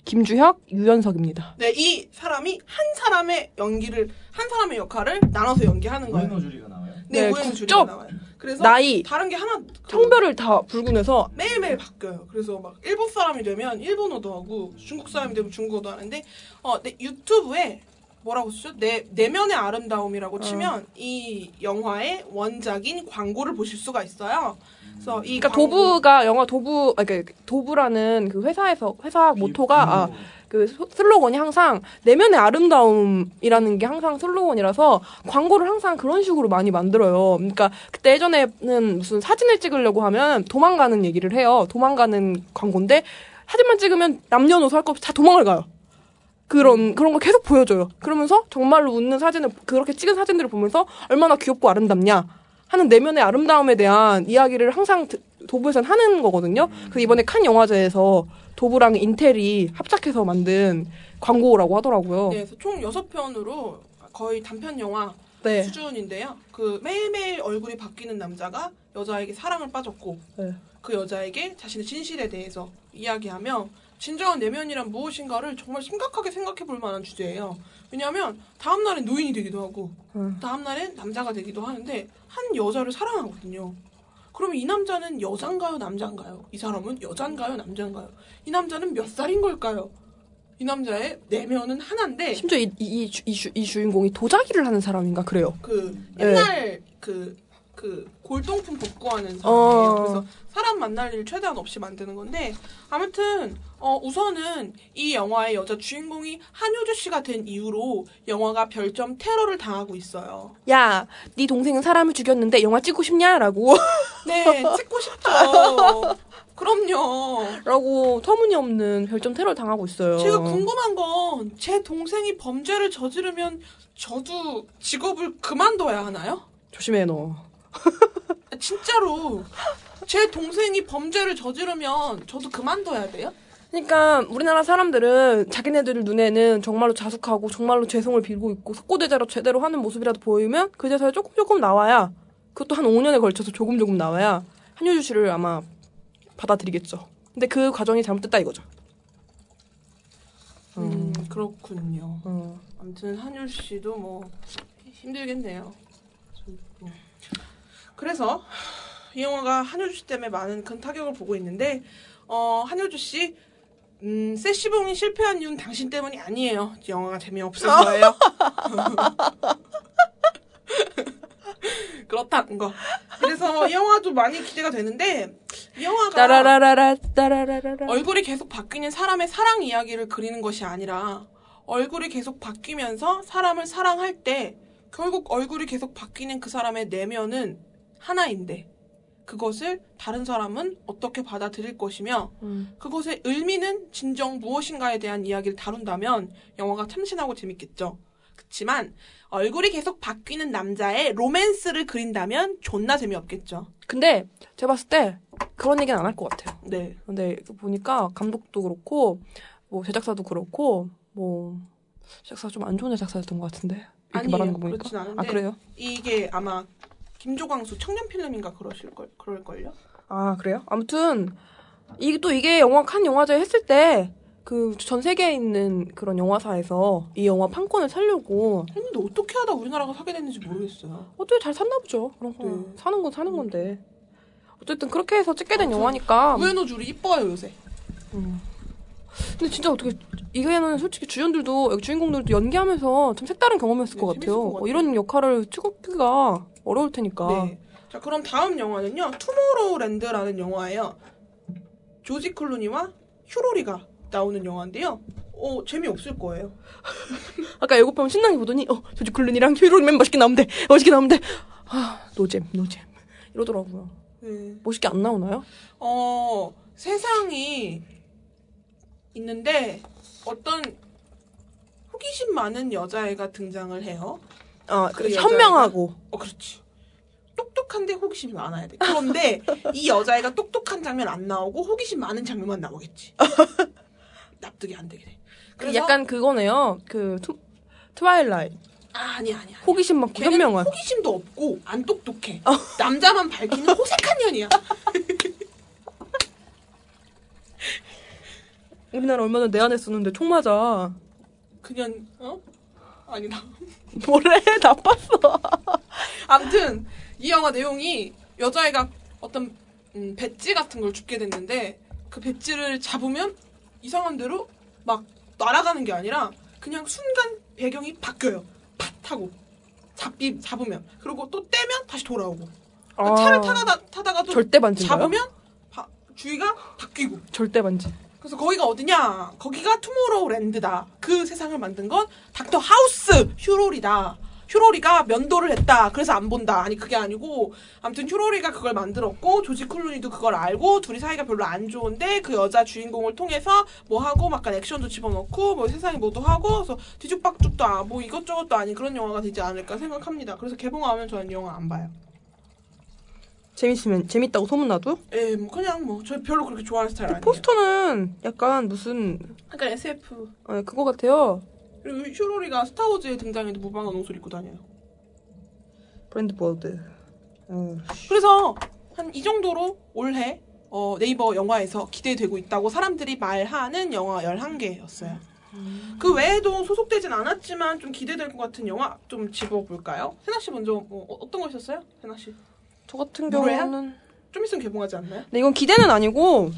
Speaker 6: 김주혁, 유연석입니다.
Speaker 5: 네, 이 사람이 한 사람의 연기를 한 사람의 역할을 나눠서 연기하는 거예요.
Speaker 7: 노 주리가 나와요.
Speaker 5: 네,
Speaker 6: 네,
Speaker 5: 우에노
Speaker 6: 국적,
Speaker 5: 줄이가 나와요. 그래서
Speaker 6: 나이,
Speaker 5: 다른 게 하나
Speaker 6: 성별을 다 불군해서
Speaker 5: 매일매일 바뀌어요. 그래서 막 일본 사람이 되면 일본어도 하고 중국 사람이 되면 중국어도 하는데 어, 내 유튜브에 뭐라고 쓰죠? 네, 내 내면의
Speaker 6: 어.
Speaker 5: 아름다움이라고 치면 이 영화의 원작인 광고를 보실 수가 있어요. 그래서 이
Speaker 6: 그러니까
Speaker 5: 광고-
Speaker 6: 도부가 영화 도부 아, 그러니까 도부라는 그 회사에서 회사 모토가 아, 그 소- 슬로건이 항상 내면의 아름다움이라는 게 항상 슬로건이라서 광고를 항상 그런 식으로 많이 만들어요. 그러니까 그때 예전에는 무슨 사진을 찍으려고 하면 도망가는 얘기를 해요. 도망가는 광고인데 사진만 찍으면 남녀노소 할 거 없이 다 도망을 가요. 그런 그런 걸 계속 보여줘요. 그러면서 정말로 웃는 사진을 그렇게 찍은 사진들을 보면서 얼마나 귀엽고 아름답냐 하는 내면의 아름다움에 대한 이야기를 항상 드- 도부에선 하는 거거든요. 그 이번에 칸 영화제에서 도부랑 인텔이 합작해서 만든 광고라고 하더라고요.
Speaker 5: 네, 그래서 총 6편으로 거의 단편 영화
Speaker 6: 네.
Speaker 5: 수준인데요. 그 매일매일 얼굴이 바뀌는 남자가 여자에게 사랑을 빠졌고
Speaker 6: 네.
Speaker 5: 그 여자에게 자신의 진실에 대해서 이야기하며 진정한 내면이란 무엇인가를 정말 심각하게 생각해 볼 만한 주제예요. 왜냐하면 다음날엔 노인이 되기도 하고
Speaker 6: 음.
Speaker 5: 다음날엔 남자가 되기도 하는데 한 여자를 사랑하거든요. 그러면 이 남자는 여잔가요 남잔가요? 이 사람은 여잔가요 남잔가요? 이 남자는 몇 살인 걸까요? 이 남자의 내면은 하나인데
Speaker 6: 심지어 이, 이, 이, 주- 이, 주, 이 주인공이 도자기를 하는 사람인가 그래요.
Speaker 5: 그
Speaker 6: 네.
Speaker 5: 옛날 그, 그 골동품 복구하는 사람이에요.
Speaker 6: 어.
Speaker 5: 그래서 사람 만날 일 최대한 없이 만드는 건데 아무튼 어, 우선은 이 영화의 여자 주인공이 한효주 씨가 된 이후로 영화가 별점 테러를 당하고 있어요.
Speaker 6: 야, 네 동생은 사람을 죽였는데 영화 찍고 싶냐라고
Speaker 5: 네, 찍고 싶죠. 그럼요.
Speaker 6: 라고 터무니없는 별점 테러 를 당하고 있어요.
Speaker 5: 제가 궁금한 건 제 동생이 범죄를 저지르면 저도 직업을 그만둬야 하나요?
Speaker 6: 조심해 너.
Speaker 5: 진짜로 제 동생이 범죄를 저지르면 저도 그만둬야 돼요?
Speaker 6: 그러니까 우리나라 사람들은 자기네들 눈에는 정말로 자숙하고 정말로 죄송을 빌고 있고 석고대자로 제대로 하는 모습이라도 보이면 그제서야 조금 조금 나와야 그것도 한 5년에 걸쳐서 조금 조금 나와야 한효주 씨를 아마 받아들이겠죠. 근데 그 과정이 잘못됐다 이거죠.
Speaker 5: 음, 그렇군요.
Speaker 6: 어.
Speaker 5: 아무튼 한율 씨도 뭐 힘들겠네요. 음. 그래서 이 영화가 한효주 씨 때문에 많은 큰 타격을 보고 있는데 어, 한효주 씨 음, 세시봉이 실패한 이유는 당신 때문이 아니에요. 영화가 재미없어서 거예요. 그렇다는 거. 그래서 뭐 이 영화도 많이 기대가 되는데 이 영화가
Speaker 6: 따라라라라 따라라라라.
Speaker 5: 얼굴이 계속 바뀌는 사람의 사랑 이야기를 그리는 것이 아니라 얼굴이 계속 바뀌면서 사람을 사랑할 때 결국 얼굴이 계속 바뀌는 그 사람의 내면은 하나인데 그것을 다른 사람은 어떻게 받아들일 것이며
Speaker 6: 음.
Speaker 5: 그것의 의미는 진정 무엇인가에 대한 이야기를 다룬다면 영화가 참신하고 재밌겠죠. 그치만 얼굴이 계속 바뀌는 남자의 로맨스를 그린다면 존나 재미없겠죠.
Speaker 6: 근데 제가 봤을 때 그런 얘기는 안 할 것 같아요.
Speaker 5: 네.
Speaker 6: 근데 이거 보니까 감독도 그렇고 뭐 제작사도 그렇고 뭐 제작사 좀 안 좋은 제작사였던 것 같은데 이렇게
Speaker 5: 아니에요.
Speaker 6: 말하는 거 보니까
Speaker 5: 그렇진 않은데
Speaker 6: 아 그래요?
Speaker 5: 이게 아마 김조광수 청년 필름인가 그러실 걸 그럴걸요?
Speaker 6: 아 그래요? 아무튼 이게 또 이게 영화 칸 영화제 했을 때 그 전 세계에 있는 그런 영화사에서 이 영화 판권을 살려고
Speaker 5: 근데 어떻게 하다 우리나라가 사게 됐는지 모르겠어요.
Speaker 6: 어떻게 잘 샀나 보죠 그런 거
Speaker 5: 네.
Speaker 6: 사는 건 사는 건데 어쨌든 그렇게 해서 찍게 된 영화니까
Speaker 5: 우에노 줄이 이뻐요 요새.
Speaker 6: 근데 진짜 어떻게 이거는 솔직히 주연들도 여기 주인공들도 연기하면서 참 색다른 경험이었을
Speaker 5: 네,
Speaker 6: 것
Speaker 5: 재밌을
Speaker 6: 같아요.
Speaker 5: 것 같아요.
Speaker 6: 어, 이런 역할을 찍기가 어려울 테니까.
Speaker 5: 네. 자 그럼 다음 영화는요 투모로우랜드라는 영화예요. 조지 클루니와 휴로리가 나오는 영화인데요. 어 재미 없을 거예요.
Speaker 6: 아까 예고편 신나게 보더니 어 조지 클루니랑 휴로맨 멋있게 나오는데 멋있게 나오는데 아 노잼 노잼 이러더라고요.
Speaker 5: 네.
Speaker 6: 멋있게 안 나오나요?
Speaker 5: 어 세상이 있는데 어떤 호기심 많은 여자애가 등장을 해요.
Speaker 6: 아
Speaker 5: 그 여자애가-
Speaker 6: 현명하고
Speaker 5: 어, 그렇지. 똑똑한데 호기심이 많아야 돼. 그런데 이 여자애가 똑똑한 장면 안 나오고 호기심 많은 장면만 나오겠지. 납득이 안 되게 돼.
Speaker 6: 그
Speaker 5: 그래서
Speaker 6: 약간 그거네요. 그 투, 트와일라이
Speaker 5: 아, 아니 아니 아니.
Speaker 6: 호기심 많고
Speaker 5: 걔는
Speaker 6: 현명한. 어.
Speaker 5: 호기심도 없고 안 똑똑해. 남자만 밝히는 호색한 년이야.
Speaker 6: 우리나라 얼마 전에 내한에 쓰는데 총 맞아.
Speaker 5: 그년 어? 아니다.
Speaker 6: 뭐래 나빴어.
Speaker 5: 아무튼 이 영화 내용이 여자애가 어떤 음, 배지 같은 걸 줍게 됐는데 그 배지를 잡으면 이상한 대로 막 날아가는 게 아니라 그냥 순간 배경이 바뀌어요. 팟 하고 잡기 잡으면 그리고 또 떼면 다시 돌아오고 그러니까
Speaker 6: 아,
Speaker 5: 차를 타다가 타다가도
Speaker 6: 절대 반지인가요?
Speaker 5: 잡으면 바- 주위가 바뀌고
Speaker 6: 절대 반지.
Speaker 5: 그래서 거기가 어디냐? 거기가 투모로우랜드다. 그 세상을 만든 건 닥터 하우스 휴로리다. 휴로리가 면도를 했다. 그래서 안 본다. 아니 그게 아니고 아무튼 휴로리가 그걸 만들었고 조지 클루니도 그걸 알고 둘이 사이가 별로 안 좋은데 그 여자 주인공을 통해서 뭐 하고 막간 액션도 집어넣고 뭐 세상에 뭐도 하고 그래서 뒤죽박죽도 아, 뭐 이것저것도 아닌 그런 영화가 되지 않을까 생각합니다. 그래서 개봉하면 저는 이 영화 안 봐요.
Speaker 6: 재밌으면 재밌다고 소문나도
Speaker 5: 예, 뭐 그냥 뭐 저 별로 그렇게 좋아하는 스타일 아니에요.
Speaker 6: 포스터는 약간 무슨
Speaker 5: 약간 SF
Speaker 6: 어, 그거 같아요.
Speaker 5: 그리고 휴로리가 스타워즈에 등장해도 무방한 옷을 입고 다녀요.
Speaker 6: 브랜드 보드. 어.
Speaker 5: 그래서 한 이 정도로 올해 어, 네이버 영화에서 기대되고 있다고 사람들이 말하는 영화 11개였어요. 그 외에도 소속되진 않았지만 좀 기대될 것 같은 영화 좀 집어볼까요? 세나 씨 먼저 뭐 어, 떤거 있었어요? 세나 씨.
Speaker 6: 저 같은
Speaker 5: 뭐래요?
Speaker 6: 경우는
Speaker 5: 좀 있으면 개봉하지 않나요?
Speaker 6: 근데 네, 이건 기대는 아니고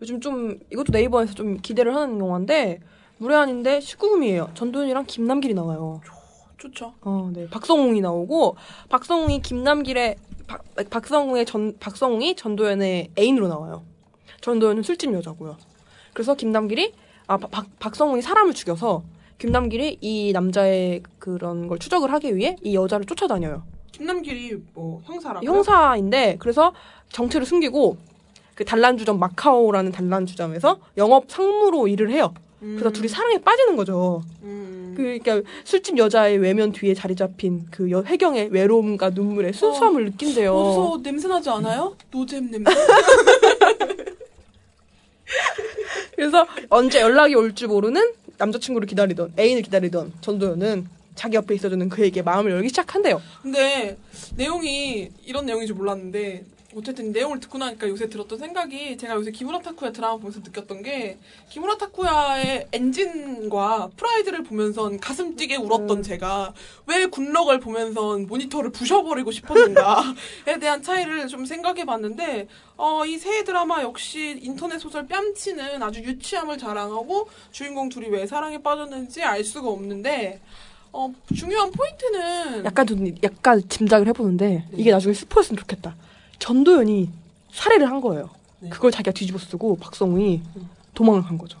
Speaker 6: 요즘 좀 이것도 네이버에서 좀 기대를 하는 영화인데 무례한인데 19금이에요. 전도연이랑 김남길이 나와요.
Speaker 5: 좋죠.
Speaker 6: 어, 네. 박성웅이 나오고 박성웅이 김남길의 박, 박성웅의 전 박성웅이 전도연의 애인으로 나와요. 전도연은 술집 여자고요. 그래서 김남길이 아 바- 박, 박성웅이 사람을 죽여서 김남길이 이 남자의 그런 걸 추적을 하기 위해 이 여자를 쫓아다녀요.
Speaker 5: 김남길이 뭐 형사라.
Speaker 6: 이 형사인데 그래서 정체를 숨기고 그 단란주점 마카오라는 단란주점에서 영업 상무로 일을 해요. 그래서 둘이 사랑에 빠지는 거죠.
Speaker 5: 음. 그, 그니까 술집 여자의 외면 뒤에 자리 잡힌 그 여, 해경의 외로움과 눈물의 순수함을 느낀대요.
Speaker 10: 어디서 냄새 나지 않아요? 노잼 냄새.
Speaker 5: 그래서 언제 연락이 올 줄 모르는 남자친구를 기다리던 애인을 기다리던 전도연은 자기 옆에 있어주는 그에게 마음을 열기 시작한대요.
Speaker 10: 근데 내용이 이런 내용인 줄 몰랐는데 어쨌든 내용을 듣고 나니까 요새 들었던 생각이 제가 요새 기무라 타쿠야 드라마 보면서 느꼈던 게 기무라 타쿠야의 엔진과 프라이드를 보면서 가슴 뛰게 울었던 제가 왜 굿럭을 보면서 모니터를 부셔버리고 싶었는가에 대한 차이를 좀 생각해봤는데 어, 이 새 드라마 역시 인터넷 소설 뺨치는 아주 유치함을 자랑하고 주인공 둘이 왜 사랑에 빠졌는지 알 수가 없는데 어, 중요한 포인트는
Speaker 5: 약간 좀 약간 짐작을
Speaker 10: 네.
Speaker 5: 해보는데 이게 나중에 스포였으면 좋겠다. 전도연이 살해를 한 거예요.
Speaker 10: 네.
Speaker 5: 그걸 자기가 뒤집어 쓰고 박성우이
Speaker 10: 음.
Speaker 5: 도망을 간 거죠.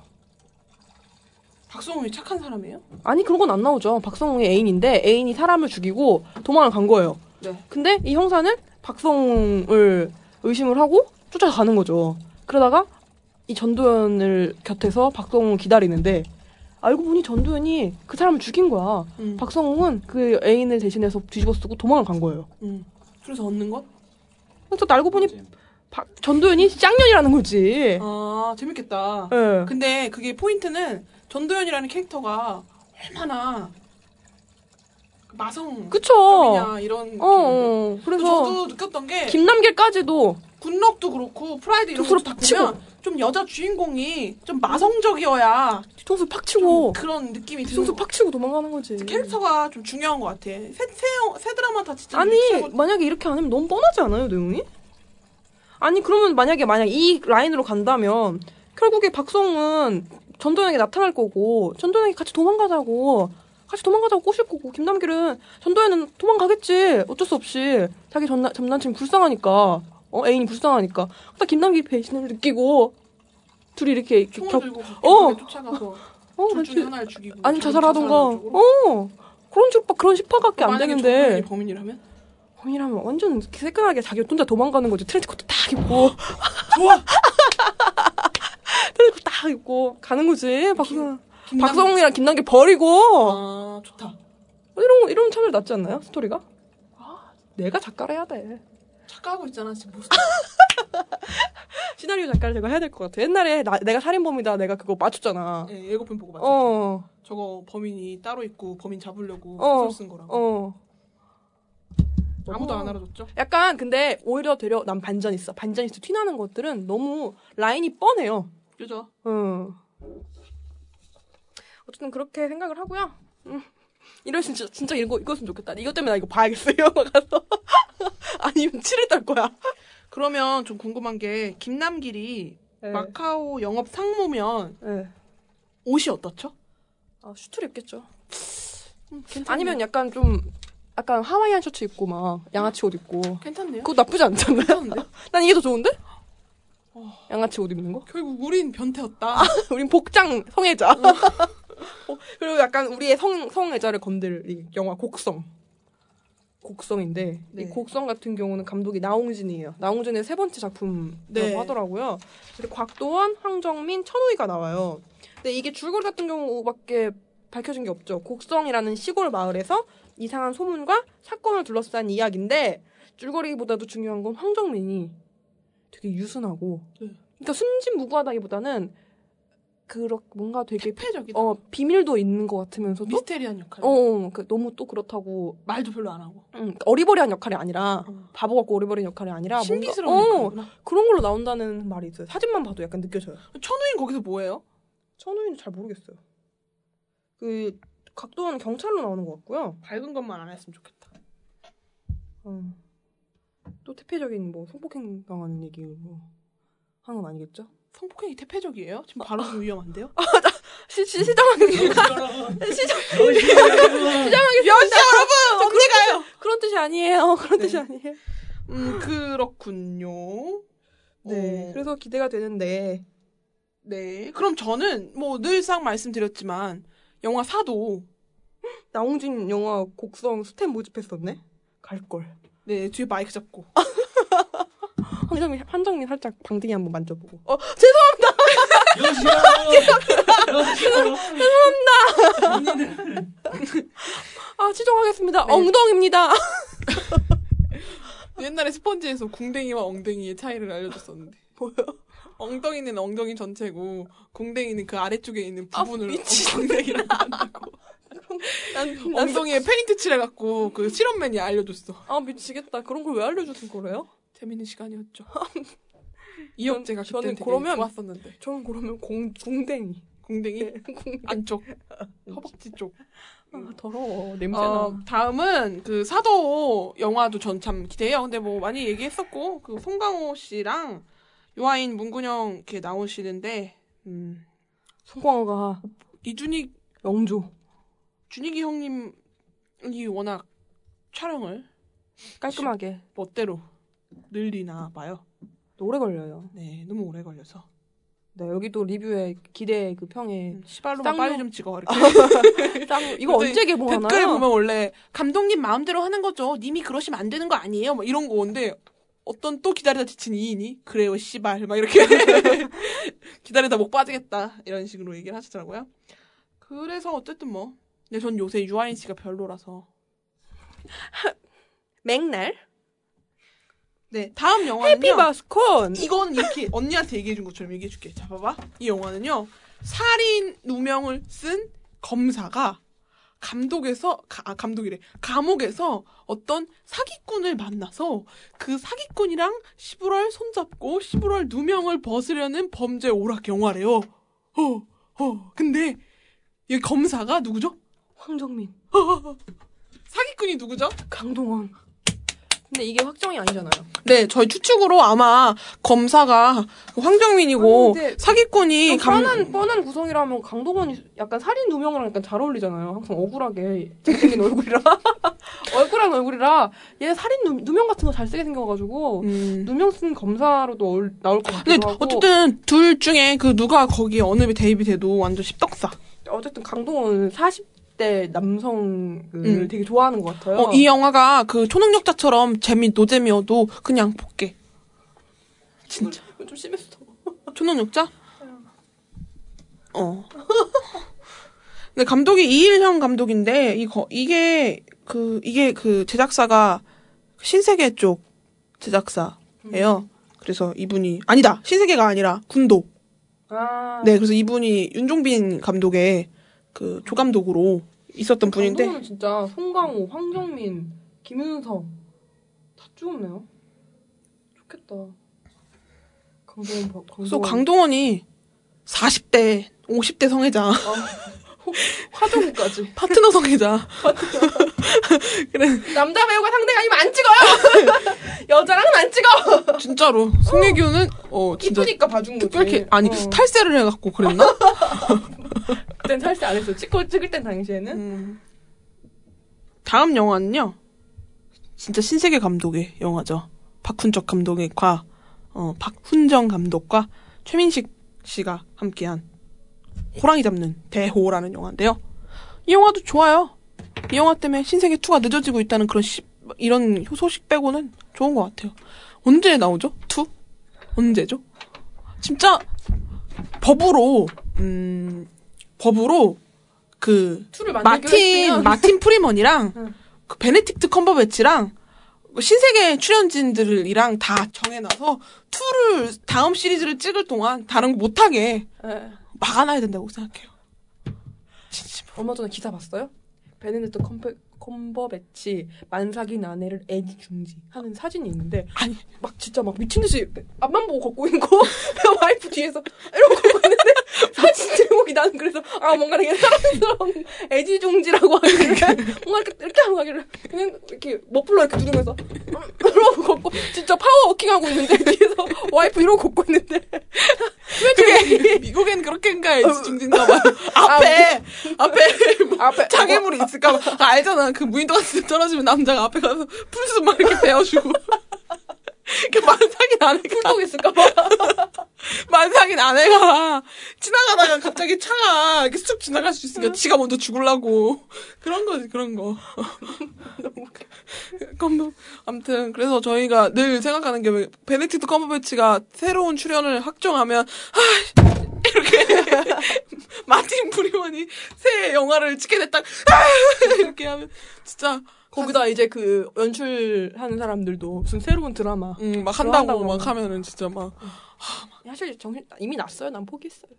Speaker 10: 박성웅이 착한 사람이에요?
Speaker 5: 아니 그런 건 안 나오죠. 박성웅의 애인인데 애인이 사람을 죽이고 도망을 간 거예요.
Speaker 10: 네.
Speaker 5: 근데 이 형사는 박성웅을 의심을 하고 쫓아가는 거죠. 그러다가 이 전도연을 곁에서 박성웅을 기다리는데 알고 보니 전도연이 그 사람을 죽인 거야.
Speaker 10: 음.
Speaker 5: 박성웅은 그 애인을 대신해서 뒤집어 쓰고 도망을 간 거예요.
Speaker 10: 음. 그래서 얻는 것?
Speaker 5: 네. 그래서 알고 보니 박, 전도연이 쌍년이라는 거지.
Speaker 10: 아 재밌겠다.
Speaker 5: 예.
Speaker 10: 근데 그게 포인트는 전도연이라는 캐릭터가 얼마나 그 마성
Speaker 5: 그쵸. 어,
Speaker 10: 점이냐 이런. 어.
Speaker 5: 어.
Speaker 10: 그래서
Speaker 5: 그래서
Speaker 10: 저도 느꼈던 게
Speaker 5: 김남길까지도
Speaker 10: 굿럭도 그렇고 프라이드 이런
Speaker 5: 스스로
Speaker 10: 것도 보면 좀 여자 주인공이 좀 마성적이어야
Speaker 5: 뒤통수 팍 치고
Speaker 10: 그런 느낌이 드는
Speaker 5: 뒤통수
Speaker 10: 것
Speaker 5: 팍 치고 도망가는 거지.
Speaker 10: 같아요. 그 캐릭터가 좀 중요한 것 같아. 새, 새, 새 드라마 다 진짜
Speaker 5: 아니 뭐
Speaker 10: 미치고-
Speaker 5: 만약에 이렇게 안 하면 너무 뻔하지 않아요 내용이? 아니 그러면 만약에 만약 이 라인으로 간다면 결국에 박성은 전도연에게 나타날 거고 전도연에게 같이 도망가자고 같이 도망가자고 꼬실 거고 김남길은 전도연은 도망가겠지 어쩔 수 없이 자기 전나, 전남친 불쌍하니까 어 애인이 불쌍하니까 딱 김남길 배신을 느끼고 둘이 이렇게
Speaker 10: 총을
Speaker 5: 겹-
Speaker 10: 들고
Speaker 5: 어.
Speaker 10: 어. 쫓아가서
Speaker 5: 어,
Speaker 10: 둘
Speaker 5: 같이
Speaker 10: 중에 하나를 죽이고
Speaker 5: 아니면
Speaker 10: 자기
Speaker 5: 자살하던가
Speaker 10: 자살하는 쪽으로.
Speaker 5: 어 그런 식으로 그런 식파밖에 안
Speaker 10: 만약에
Speaker 5: 되는데
Speaker 10: 조건이 범인이라면?
Speaker 5: 범인이라면 완전 새끈하게 자기 혼자 도망가는 거지. 트렌치코트 딱 입고. 어? 좋아! 트렌치코트 딱 입고 가는 거지. 박성,
Speaker 10: 김남-
Speaker 5: 박성웅이랑 김남길 버리고. 어,
Speaker 10: 아 좋다.
Speaker 5: 이런, 거- 이런 차라리 낫지 않나요? 스토리가? 아, 내가 작가를 해야 돼.
Speaker 10: 착각하고 있잖아 지금 못
Speaker 5: 시나리오 작가를 제가 해야 될 것 같아. 옛날에 나- 내가 살인범이다. 내가 그거 맞췄잖아.
Speaker 10: 예, 예고편 보고 봤죠.
Speaker 5: 어,
Speaker 10: 저거 범인이 따로 있고 범인 잡으려고
Speaker 5: 어.
Speaker 10: 소설 쓴 거라고.
Speaker 5: 어.
Speaker 10: 아무도
Speaker 5: 어.
Speaker 10: 안 알아줬죠.
Speaker 5: 약간 근데 오히려 되려 난 반전 있어. 반전 있어. 튀나는 것들은 너무 라인이 뻔해요.
Speaker 10: 그죠?
Speaker 5: 응. 어쨌든 그렇게 생각을 하고요. 음. 이럴 진짜 진짜 이거 이것은 좋겠다. 이것 때문에 나 이거 봐야겠어 영화 가서. 아니면 치를 떨 거야.
Speaker 10: 그러면 좀 궁금한 게 김남길이 마카오 영업 상무면
Speaker 5: 네.
Speaker 10: 옷이 어떻죠?
Speaker 5: 아 슈트를 입겠죠.
Speaker 10: 음, 괜찮네요.
Speaker 5: 아니면 약간 좀 약간 하와이안 셔츠 입고 막 양아치 옷 입고.
Speaker 10: 괜찮네요.
Speaker 5: 그거 나쁘지 않잖아요.
Speaker 10: 괜찮은데?
Speaker 5: 난 이게 더 좋은데? 양아치 옷 입는 거?
Speaker 10: 결국 우린 변태였다.
Speaker 5: 우린 복장 성애자.
Speaker 10: 음.
Speaker 5: 어, 그리고 약간 우리의 성, 성애자를 건들 이 영화 곡성. 곡성인데
Speaker 10: 네.
Speaker 5: 이 곡성 같은 경우는 감독이 나홍진이에요. 나홍진의 세 번째 작품이라고
Speaker 10: 네.
Speaker 5: 하더라고요. 그리고 곽도원, 황정민, 천우희가 나와요. 근데 이게 줄거리 같은 경우밖에 밝혀진 게 없죠. 곡성이라는 시골 마을에서 이상한 소문과 사건을 둘러싼 이야기인데 줄거리보다도 중요한 건 황정민이 되게 유순하고
Speaker 10: 네.
Speaker 5: 그러니까 순진무구하다기보다는 그렇 뭔가 되게
Speaker 10: 패적이다.
Speaker 5: 어 비밀도 있는 것 같으면서도
Speaker 10: 미스테리한 역할.
Speaker 5: 어, 그 너무 또 그렇다고
Speaker 10: 말도 별로 안 하고.
Speaker 5: 음, 어리버리한 역할이 아니라
Speaker 10: 어.
Speaker 5: 바보 같고 어리버리한 역할이 아니라
Speaker 10: 신비스러운
Speaker 5: 뭔가, 어,
Speaker 10: 역할이구나.
Speaker 5: 그런 걸로 나온다는 말이 있어요. 사진만 봐도 약간 느껴져요.
Speaker 10: 천우인 거기서 뭐예요?
Speaker 5: 천우이는 잘 모르겠어요. 그 각도원 경찰로 나오는 것 같고요.
Speaker 10: 밝은 것만 안 했으면 좋겠다.
Speaker 5: 어. 또 태폐적인 뭐 성폭행 당하는 얘기 뭐 하는 건 아니겠죠?
Speaker 10: 성폭행이 태폐적이에요? 지금 바로 위험한데요?
Speaker 5: 시, 시, 시정하게
Speaker 7: 여러분,
Speaker 5: 시정
Speaker 7: 여러분.
Speaker 5: 연시 여러분 언제 가요? 그런 뜻이 아니에요. 그런
Speaker 10: 네.
Speaker 5: 뜻이 아니에요.
Speaker 10: 음 그렇군요.
Speaker 5: 네.
Speaker 10: 어.
Speaker 5: 그래서 기대가 되는데
Speaker 10: 네. 그럼 저는 뭐 늘상 말씀드렸지만 영화 사도
Speaker 5: 나홍진 영화 곡성 스탭 모집했었네. 갈 걸.
Speaker 10: 네 뒤에 마이크 잡고
Speaker 5: 한정민 한정민 살짝 방등이 한번 만져보고. 어
Speaker 7: 역시 여러분. 역시 여러분.
Speaker 6: 아, 치정하겠습니다. 엉덩입니다.
Speaker 5: 옛날에 스펀지에서 궁뎅이와 엉덩이의 차이를 알려줬었는데. 뭐요? 엉덩이는 엉덩이 전체고, 궁뎅이는 그 아래쪽에 있는 부분을 엉덩이라고 한다고.
Speaker 6: 난, 난
Speaker 5: 엉덩이에 페인트 칠해갖고, 그 실험맨이 알려줬어.
Speaker 6: 아 미치겠다. 그런 걸 왜 알려주신 거래요?
Speaker 5: 재밌는 시간이었죠. 이혁재가
Speaker 6: 저는
Speaker 5: 그때 되게
Speaker 6: 그러면-
Speaker 5: 좋았었는데.
Speaker 6: 저는 그러면 공 궁뎅이.
Speaker 5: 네, 궁뎅이
Speaker 6: 궁-
Speaker 5: 안쪽, 허벅지 쪽.
Speaker 6: 아, 더러워 냄새나.
Speaker 5: 어, 다음은 그 사도 영화도 전 참 기대해요. 근데 뭐 많이 얘기했었고 그 송강호 씨랑 요아인 문근영 이렇게 나오시는데 음,
Speaker 6: 송광호가
Speaker 5: 이준익
Speaker 6: 영조
Speaker 5: 준익이 형님이 워낙 촬영을
Speaker 6: 깔끔하게
Speaker 5: 멋대로 늘리나 봐요.
Speaker 6: 오래 걸려요.
Speaker 5: 네, 너무 오래 걸려서
Speaker 6: 네 여기도 리뷰에 기대 그 평에
Speaker 5: 음, 시발로
Speaker 6: 쌍욕.
Speaker 5: 빨리 좀 찍어 이렇게
Speaker 6: 음. 딱 이거
Speaker 5: 근데
Speaker 6: 언제 개봉하나요?
Speaker 5: 댓글 보면 원래 감독님 마음대로 하는 거죠. 님이 그러시면 안 되는 거 아니에요. 뭐 이런 거인데 어떤 또 기다리다 지친 이인이 그래요 씨발 막 이렇게 기다리다 목 빠지겠다 이런 식으로 얘기를 하시더라고요. 그래서 어쨌든 뭐 근데 전 요새 유아인 씨가 별로라서
Speaker 6: 맥날
Speaker 5: 네 다음 영화는요.
Speaker 6: 해피바스콘
Speaker 5: 이건 이렇게 언니한테 얘기해준 것처럼 얘기해줄게. 자, 봐봐. 이 영화는요. 살인 누명을 쓴 검사가 감독에서, 가- 아, 감독이래. 감옥에서 어떤 사기꾼을 만나서 그 사기꾼이랑 시부럴 손잡고 시부럴 누명을 벗으려는 범죄 오락 영화래요. 어, 어. 근데 여기 검사가 누구죠?
Speaker 6: 황정민
Speaker 5: 사기꾼이 누구죠?
Speaker 6: 강동원. 근데 이게 확정이 아니잖아요.
Speaker 5: 네, 저희 추측으로 아마 검사가 황정민이고
Speaker 6: 아니, 근데
Speaker 5: 사기꾼이
Speaker 6: 좀
Speaker 5: 감-
Speaker 6: 뻔한 뻔한 구성이라면 강동원이 약간 살인 누명이랑 약간 잘 어울리잖아요. 항상 억울하게 잘생긴 얼굴이라 얼굴한 얼굴이라 얘 살인 누, 누명 같은 거 잘쓰게 생겨가지고
Speaker 5: 음.
Speaker 6: 누명 쓴 검사로도 어울- 나올 것 같기도
Speaker 5: 근데
Speaker 6: 하고
Speaker 5: 어쨌든 둘 중에 그 누가 거기에 어느 배 대입이 돼도 완전 십덕사.
Speaker 6: 어쨌든 강동원은 40대 남성을
Speaker 5: 음.
Speaker 6: 되게 좋아하는 것 같아요.
Speaker 5: 어, 이 영화가 그 초능력자처럼 재미 노잼이어도 그냥 볼게.
Speaker 6: 진짜 좀 심했어.
Speaker 5: 초능력자? 어. 근데 감독이 이일형 감독인데 이거 이게 그 이게 그 제작사가 신세계 쪽
Speaker 6: 음.
Speaker 5: 제작사예요. 그래서 이분이 아니다 신세계가 아니라 군도.
Speaker 6: 아,
Speaker 5: 네 그래서 이분이 윤종빈 감독의 그 조감독으로
Speaker 6: 아,
Speaker 5: 있었던 분인데.
Speaker 6: 강동원은 진짜 송강호, 황정민, 김윤석 다 죽었네요. 좋겠다. 강동원 봐-
Speaker 5: 그래서
Speaker 6: 강동원
Speaker 5: 강동원이 40대, 50대 성애자,
Speaker 6: 어. 화정우까지
Speaker 5: 파트너 성애자.
Speaker 6: 남자 배우가 상대가 아니면 안 찍어요. 여자랑은 안 찍어.
Speaker 5: 진짜로. 송혜교는, 어, 진짜.
Speaker 6: 이쁘니까 봐준 거지.
Speaker 5: 특별히, 아니,
Speaker 6: 어.
Speaker 5: 탈세를 해갖고 그랬나?
Speaker 6: 그땐 탈세 안 했어. 찍고 찍을 땐 당시에는.
Speaker 5: 음. 다음 영화는요. 진짜 신세계 감독의 영화죠. 박훈적 감독과, 어, 박훈정 감독과 최민식 씨가 함께한 호랑이 잡는 대호라는 영화인데요. 이 영화도 좋아요. 이 영화 때문에 신세계 2가 늦어지고 있다는 그런 시- 이런 소식 빼고는 좋은 것 같아요. 언제 나오죠? 2? 언제죠? 진짜 법으로 음 법으로 그
Speaker 6: 툴을 만들기로
Speaker 5: 마틴
Speaker 6: 했으면
Speaker 5: 마틴 프리먼이랑
Speaker 6: 응.
Speaker 5: 그 베네틱트 컴버배치랑 뭐 신세계 출연진들이랑 다 정해놔서 2를 다음 시리즈를 찍을 동안 다른 거 못하게
Speaker 6: 예.
Speaker 5: 막아놔야 된다고 생각해요. 진심으로.
Speaker 6: 얼마 전에 기사 봤어요? 베네딕트 컴페, 컴버배치 만삭인 아내를 애지 중지 하는 사진이 있는데
Speaker 5: 아니,
Speaker 6: 막 진짜 막 미친 듯이 앞만 보고 걷고 있는 거 와이프 뒤에서 이러고 걷고 있는데 사진 제목이 나는 그래서 아 뭔가 되게 사랑스러운 애지 중지라고 하길래 뭔가 이렇게, 이렇게 하고 가길래 그냥 이렇게 머플러 이렇게 누르면서 이러고 걷고 진짜 파워워킹 하고 있는데 뒤에서 와이프 이러고 걷고 있는데
Speaker 5: 그게 미국엔 그렇게인가 중진가봐 어. 앞에 아, 뭐, 앞에
Speaker 6: 앞에
Speaker 5: 장애물이 있을까봐 알잖아 그 무인도 같은 데 떨어지면 남자가 앞에 가서 풀숲 막 이렇게 베어주고 이렇게 만삭인 아내가
Speaker 6: 풀고 있을까봐
Speaker 5: 만삭인 아내가 지나가다가 갑자기 차가 이렇게 쑥 지나갈 수 있으니까 지가 먼저 죽으려고 그런 거지 그런 거 컴버 아무튼 그래서 저희가 늘 생각하는 게 베네틱트 컴버배치가 새로운 출연을 확정하면 아 이렇게 마틴 브리먼이 새 영화를 찍게 됐다 이렇게 하면 진짜
Speaker 6: 거기다 이제 그 연출하는 사람들도 무슨 새로운 드라마.
Speaker 5: 음, 막
Speaker 6: 좋아한다고
Speaker 5: 한다고 막 하면은 진짜 막
Speaker 6: 사실 정신 이미 났어요. 난 포기했어요.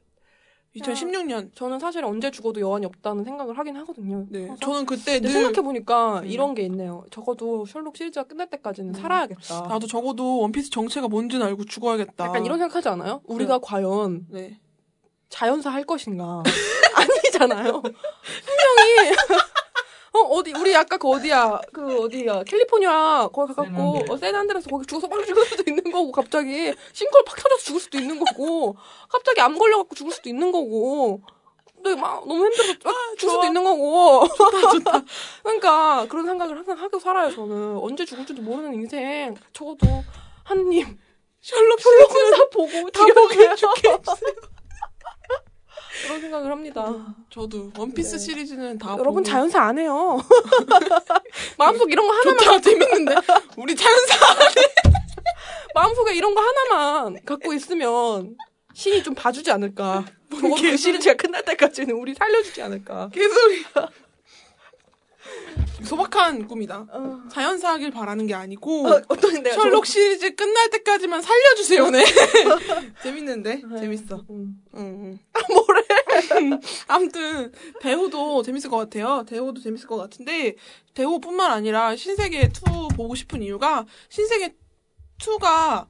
Speaker 5: 2016년
Speaker 6: 저는 사실 언제 죽어도 여한이 없다는 생각을 하긴 하거든요.
Speaker 5: 네
Speaker 6: 항상.
Speaker 5: 저는 그때
Speaker 6: 어, 근데
Speaker 5: 늘
Speaker 6: 생각해 보니까
Speaker 5: 음.
Speaker 6: 이런 게 있네요. 적어도 셜록 시리즈가 끝날 때까지는 살아야겠다.
Speaker 5: 나도 적어도 원피스 정체가 뭔지는 알고 죽어야겠다.
Speaker 6: 약간 이런 생각하지 않아요? 우리가 과연
Speaker 5: 네.
Speaker 6: 자연사 할 것인가? 아니잖아요. 분명히 어 어디 우리 아까 그 어디야 그 어디야 캘리포니아 거기 가깝고
Speaker 7: 샌안드레아스.
Speaker 6: 어, 샌안드레스 거기 죽어서 빵 죽을 수도 있는 거고 갑자기 싱크홀 팍 터져서 죽을 수도 있는 거고 갑자기 암 걸려갖고 죽을 수도 있는 거고 근데 막 너무 힘들어서 쫙 죽을 수도 있는 거고 그러니까 그런 생각을 항상 하고 살아요 저는 언제 죽을지도 모르는 인생 적어도 한님 셜록 셜록사 보고 다 보게 죽게 그런 생각을 합니다.
Speaker 5: 아, 저도 원피스
Speaker 6: 네.
Speaker 5: 시리즈는 다
Speaker 6: 여러분
Speaker 5: 보고
Speaker 6: 자연사 안 해요. 마음속 이런 거 하나만
Speaker 5: 좋다 재밌는데 우리 자연사
Speaker 6: 마음속에 이런 거 하나만 갖고 있으면 신이 좀 봐주지 않을까. 적어도 그
Speaker 5: 개소리.
Speaker 6: 시리즈가 끝날 때까지는 우리 살려주지 않을까.
Speaker 5: 개소리야. 소박한 꿈이다. 자연사 하길 바라는 게 아니고
Speaker 6: 어떤 내가
Speaker 5: 셜록 시리즈 끝날 때까지만 살려주세요, 네. 재밌는데? 재밌어.
Speaker 6: 음.
Speaker 5: 응, 응. 아, 뭐래? 아무튼, 배우도 재밌을 것 같아요. 대호도 재밌을 것 같은데, 대호뿐만 아니라 신세계 2 보고 싶은 이유가, 신세계 2가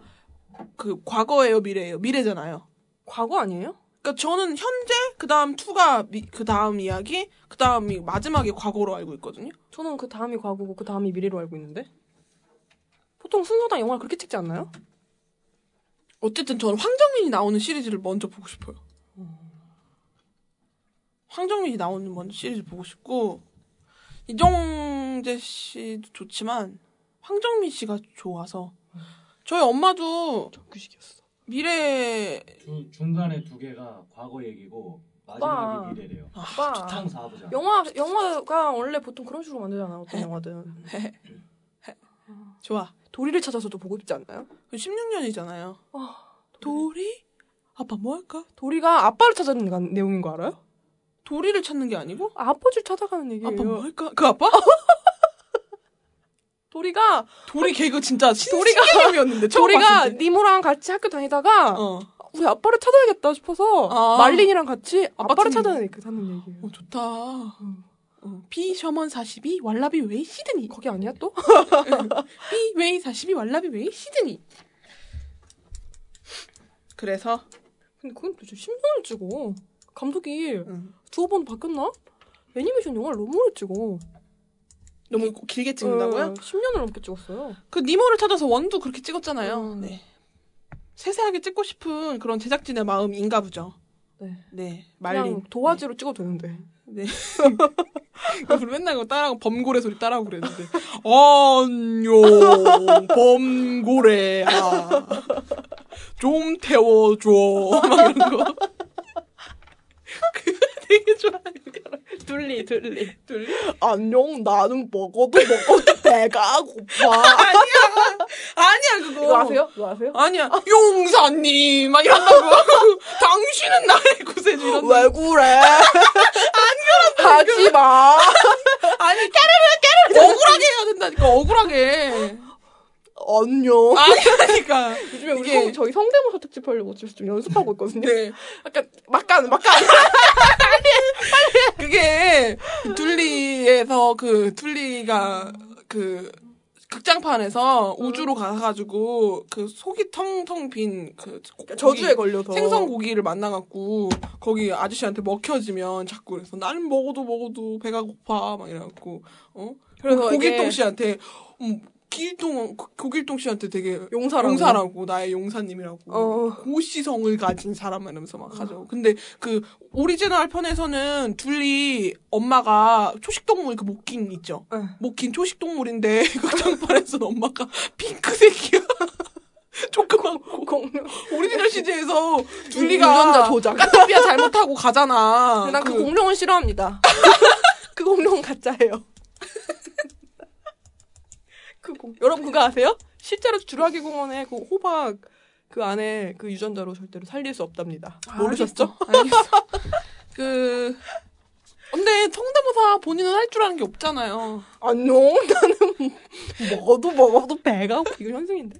Speaker 5: 그 과거예요, 미래예요? 미래잖아요.
Speaker 6: 과거 아니에요?
Speaker 5: 그러니까 저는 현재, 그 다음 2가 그 다음 이야기, 그 다음이 마지막에 과거로 알고 있거든요.
Speaker 6: 저는 그 다음이 과거고 그 다음이 미래로 알고 있는데. 보통 순서당 영화를 그렇게 찍지 않나요?
Speaker 5: 어쨌든 저는 황정민이 나오는 시리즈를 먼저 보고 싶어요. 황정민이 나오는 먼저 시리즈 보고 싶고 이정재 씨도 좋지만 황정민 씨가 좋아서 저희 엄마도
Speaker 6: 정규식이었어.
Speaker 5: 미래
Speaker 7: 주, 중간에 두 개가 과거 얘기고 마지막이
Speaker 6: 오빠.
Speaker 7: 미래래요.
Speaker 6: 아빠.
Speaker 7: 탕 사부장.
Speaker 6: 영화 영화가 원래 보통 그런 식으로 만들잖아
Speaker 5: 네.
Speaker 6: 어떤 영화든
Speaker 5: 좋아.
Speaker 6: 도리를 찾아서도 보고 싶지 않나요?
Speaker 5: 16년이잖아요.
Speaker 6: 아,
Speaker 5: 도리? 아빠 뭐 할까?
Speaker 6: 도리가 아빠를 찾아는 가- 내용인 거 알아요?
Speaker 5: 도리를 찾는 게 아니고
Speaker 6: 아버지를 찾아가는 얘기예요.
Speaker 5: 아빠 뭐 할까? 그 아빠?
Speaker 6: 도리가
Speaker 5: 도리 개그 진짜 신,
Speaker 6: 도리가-
Speaker 5: 신개념이었는데 처음
Speaker 6: 도리가
Speaker 5: 봤을 때.
Speaker 6: 니모랑 같이 학교 다니다가
Speaker 5: 어.
Speaker 6: 우리 아빠를 찾아야겠다 싶어서
Speaker 5: 아.
Speaker 6: 말린이랑 같이
Speaker 5: 아빠
Speaker 6: 아빠를
Speaker 5: 찾는
Speaker 6: 찾아내는 그 얘기예요.
Speaker 5: 어, 좋다. 어, B 셔먼 42 왈라비 웨이 시드니.
Speaker 6: 거기 아니야 또?
Speaker 5: B 웨이 42 왈라비 웨이 시드니. 그래서
Speaker 6: 근데 그건 도대체 10년을 찍어. 감독이
Speaker 5: 응.
Speaker 6: 두어 번 바뀌었나? 애니메이션 영화를 너무 오래 찍어. 네,
Speaker 5: 너무 고- 길게 찍는다고요?
Speaker 6: 10년을 넘게 찍었어요.
Speaker 5: 그 니모를 찾아서 원도 그렇게 찍었잖아요.
Speaker 6: 음.
Speaker 5: 네. 세세하게 찍고 싶은 그런 제작진의 마음인가 보죠.
Speaker 6: 네.
Speaker 5: 네.
Speaker 6: 그냥
Speaker 5: 말린.
Speaker 6: 도화지로 찍어도 되는데.
Speaker 5: 네. 우리 맨날 그거 따라하고 범고래 소리 따라하고 그랬는데. 안녕, 범고래야. 아. 좀 태워줘. 막 이런 거. 그거 되게 좋아하는 거라. 둘리, 둘리. 둘리?
Speaker 6: 안녕, 나는 먹어도 먹어도 배가 고파.
Speaker 5: 아니야. 아니야, 그거.
Speaker 6: 이거 뭐. 아세요? 이거 아세요?
Speaker 5: 아니야. 용사님! 막 이런다고. 당신은 나의 구세주. 이런
Speaker 6: 왜 그래? 안 그런다. 하지 마.
Speaker 5: 아니, 깨르르, 깨르르. 억울하게 해야 된다니까, 억울하게.
Speaker 6: 안녕. 네.
Speaker 5: 아니라니까. 그러니까.
Speaker 6: 요즘에 우리
Speaker 5: 이게-
Speaker 6: 성- 저희 성대모사 특집 하려고 지금 좀 연습하고 있거든요.
Speaker 5: 네.
Speaker 6: 약간 막간 막간.
Speaker 5: 그게 둘리에서 그 둘리가 그 극장판에서 우주로 가가지고 그 속이 텅텅 빈 그
Speaker 6: 그러니까 저주에 걸려서
Speaker 5: 생선 고기를 만나갖고 거기 아저씨한테 먹혀지면 자꾸 그래서 나는 먹어도 먹어도 배가 고파 막 이래갖고 어 그래서
Speaker 6: 그래서 이게-
Speaker 5: 고길동 씨한테 음, 길동 고- 고길동 씨한테 되게
Speaker 6: 용사라고.
Speaker 5: 용사라고 나의 용사님이라고
Speaker 6: 어.
Speaker 5: 고시성을 가진 사람 이러면서 막 하죠. 근데 그 오리지널 편에서는 둘이 엄마가 초식동물 그 목긴 있죠.
Speaker 6: 네.
Speaker 5: 목긴 초식동물인데 그 극장판에서 엄마가 핑크색이야. 조그맣고
Speaker 6: 공룡.
Speaker 5: 오리지널 시리즈에서
Speaker 6: 유전자
Speaker 5: 둘리가
Speaker 6: 조작.
Speaker 5: 까타피아 잘못하고 가잖아.
Speaker 6: 어, 난그
Speaker 5: 그-
Speaker 6: 공룡은 싫어합니다. 그 공룡은 가짜예요. 그 공... 여러분 그거 아세요? 실제로 주라기 공원에 그 호박 그 안에 그 유전자로 절대로 살릴 수 없답니다. 모르셨죠?
Speaker 5: 알겠어. 알겠어. 그 근데 성대모사 본인은 할 줄 아는 게 없잖아요.
Speaker 6: 안녕. 나는 먹어도 먹어도 배가 고파. 이거 현승인데.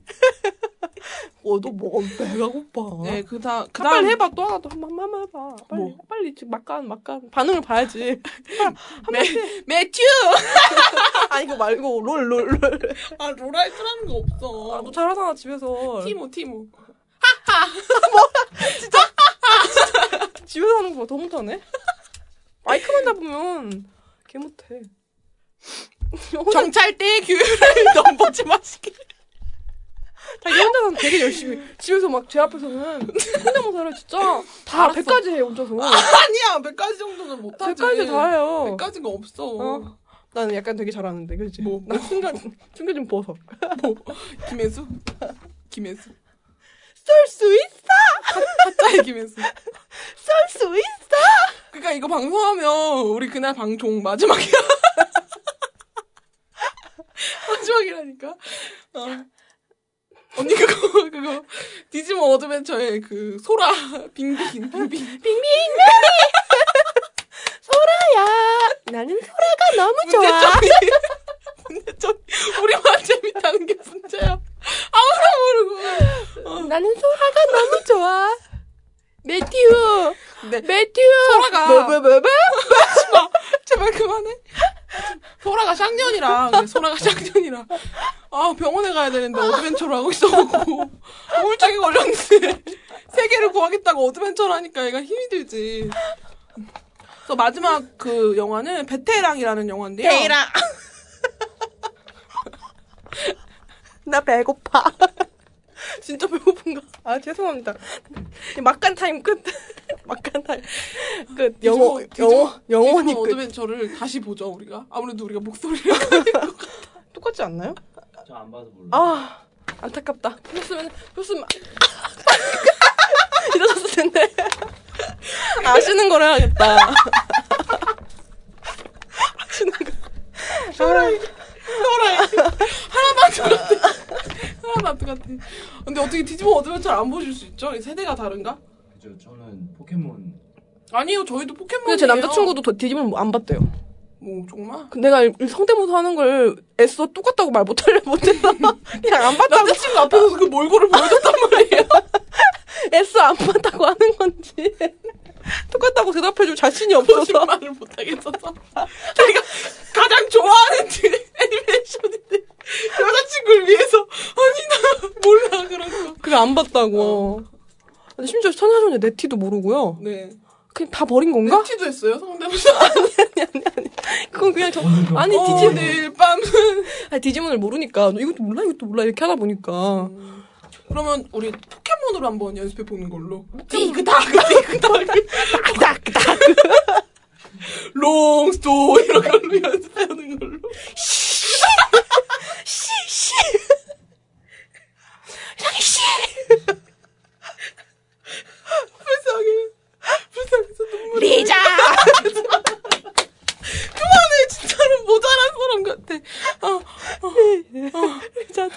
Speaker 6: 먹어도 먹어도 배가 고파.
Speaker 5: 네, 그다
Speaker 6: 그 빨리
Speaker 5: 그다음
Speaker 6: 해봐 또 하나 더 한번 한번 해봐. 빨리
Speaker 5: 뭐?
Speaker 6: 빨리 지금 막간 막간 반응을 봐야지.
Speaker 5: 매튜.
Speaker 6: 아 이거 말고 롤 롤 롤.
Speaker 5: 아 로라 할 줄 아는 거 없어.
Speaker 6: 나도 잘하잖아 집에서. 뭐?
Speaker 5: 티모 티모.
Speaker 6: 집에서 하는 거더 못하네. 마이크만 잡으면 개 못해. 혼자
Speaker 5: 경찰대 규율을 넘보지 마시길.
Speaker 6: 자기 혼자서는 되게 열심히 집에서 막 제 앞에서는 혼자모사를 진짜 다
Speaker 5: 알았어.
Speaker 6: 100까지 해 혼자서
Speaker 5: 아니야 100가지 정도는 못하지.
Speaker 6: 100까지 다 해요
Speaker 5: 100가지가 없어.
Speaker 6: 어. 나는 약간 되게 잘하는데 그치?
Speaker 5: 뭐,
Speaker 6: 나 순간 숨겨진 버섯
Speaker 5: 김혜수? 김혜수.
Speaker 6: 쏠 수 있어!
Speaker 5: 가짜의 김혜수.
Speaker 6: 쏠 수 있어!
Speaker 5: 그러니까 이거 방송하면 우리 그날 방송 마지막이야. 마지막이라니까. 어. 언니 그거 그거 디지몬 어드벤처의 그 소라 빙빙 빙빙
Speaker 6: 소라야 나는 소라가 너무 좋아
Speaker 5: 전 우리만 재밌다는 게 문제야. 아무도 모르고. 어.
Speaker 6: 나는 소라가 너무 좋아 매튜
Speaker 5: 네.
Speaker 6: 매튜
Speaker 5: 소라가-
Speaker 6: 뭐뭐뭐뭐
Speaker 5: 제발 그만해. 소라가 쌍년이라 그래, 소라가 쌍년이라. 아 병원에 가야 되는데 어드벤처를 하고 있어갖고 우울증이 걸렸는데 세계를 구하겠다고 어드벤처를 하니까 얘가 힘이 들지. 그래서 마지막 그 영화는 베테랑이라는 영화인데요.
Speaker 6: 나 배고파 진짜 배고픈가 아 죄송합니다 막간 타임 끝 막간 타임 끝 영어
Speaker 5: 뒤집어- 뒤집어-
Speaker 6: 영어 영원히
Speaker 5: 뒤집어
Speaker 6: 끝
Speaker 5: 어드벤처를 다시 보죠 우리가. 아무래도 우리가 목소리를
Speaker 6: 똑같지 않나요?
Speaker 7: 저안 봐서 몰라.
Speaker 6: 아 안타깝다 풀렸으면 풀렸으면 이러셨을 텐데 아시는 걸 해야겠다 아시는 거 소라이
Speaker 5: 하나만 똑같아. 하나만 똑같아. 근데 어떻게 뒤집어 어드벤처를 안 보실 수 있죠? 세대가 다른가?
Speaker 7: 그죠. 저는 포켓몬
Speaker 5: 아니요 저희도 포켓몬.
Speaker 6: 근데 제 남자친구도 더 뒤집으면 뭐 안 봤대요
Speaker 5: 오 정말?
Speaker 6: 근데 내가 이- 이 성대모사 하는 걸 애써 똑같다고 말 못하려 못해서 그냥 안 봤다고
Speaker 5: 남자친구 앞에서 그 몰골을 보여줬단 말이에요.
Speaker 6: 애써 안 봤다고 하는 건지 똑같다고 대답해줄 자신이 없어서
Speaker 5: 거짓말을 못하겠어서. 자기가 가장 좋아하는 드- 애니메이션인데 그 여자친구를 위해서 아니 나 몰라 그런 거. 어.
Speaker 6: 그거 안 봤다고 근데 심지어 천사소녀 네티도 모르고요
Speaker 5: 네.
Speaker 6: 그냥 다 버린 건가?
Speaker 5: 티도 했어요 성대모사.
Speaker 6: 그건 그냥 저 아니
Speaker 5: 어,
Speaker 6: 디지몬
Speaker 5: 내일 밤은
Speaker 6: 아니 디지몬을 모르니까 너 이것도 몰라 이것도 몰라 이렇게 하다 보니까
Speaker 5: 그러면 우리 포켓몬으로 한번 연습해 보는 걸로. 디그닥 디그닥
Speaker 6: 딱딱
Speaker 5: 롱스토 이런 걸로 연습하는 걸로.
Speaker 6: 씨
Speaker 5: 불쌍해. 불쌍해서 눈물.
Speaker 6: 리자
Speaker 5: 그만해 진짜로 모자란 사람 같아. 어,
Speaker 6: 리자도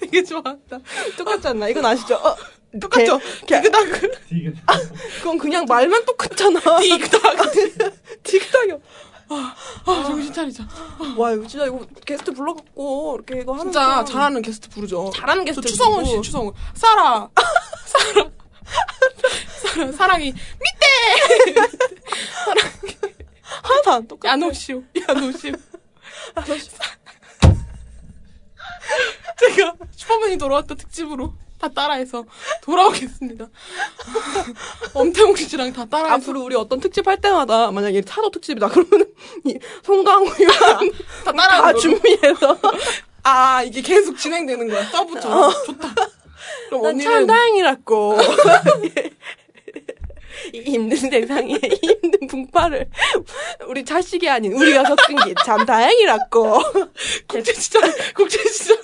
Speaker 5: 되게 좋았다.
Speaker 6: 똑같지 않나 이건 아시죠? 어,
Speaker 5: 똑같죠?
Speaker 6: 개- 개-
Speaker 5: 디그닥.
Speaker 7: 디그
Speaker 6: 그건 그냥 말만 똑같잖아
Speaker 5: 디그닥.
Speaker 6: 딕닥이요
Speaker 5: 아 정신 차리자.
Speaker 6: 와 이거 진짜 이거 게스트 불러갖고 이렇게 이거 하는
Speaker 5: 진짜
Speaker 6: 거.
Speaker 5: 잘하는 게스트 부르죠.
Speaker 6: 잘하는
Speaker 5: 저
Speaker 6: 게스트
Speaker 5: 추성훈 씨, 추성훈. 사라. 사라. 사라. 사랑이.
Speaker 6: 하나도 안 똑같아
Speaker 5: 야노시오. 야노시오. 야노시오. 제가 슈퍼맨이 돌아왔다 특집으로 다 따라해서 돌아오겠습니다. 엄태웅 씨랑 다 따라해서.
Speaker 6: 앞으로 우리 어떤 특집 할 때마다 만약에 차도 특집이다 그러면 이 송강호랑
Speaker 5: 다
Speaker 6: 다
Speaker 5: 따라하는 걸로.
Speaker 6: 준비해서
Speaker 5: 아, 이게 계속 진행되는 거야. 서브처럼. 좋다. 그럼
Speaker 6: 난
Speaker 5: 언니는.
Speaker 6: 참 다행이라고 이 힘든 세상에 이 힘든 분파를 우리 자식이 아닌 우리가 섞은 게 참 다행이라고
Speaker 5: 국제시장, 국제시장.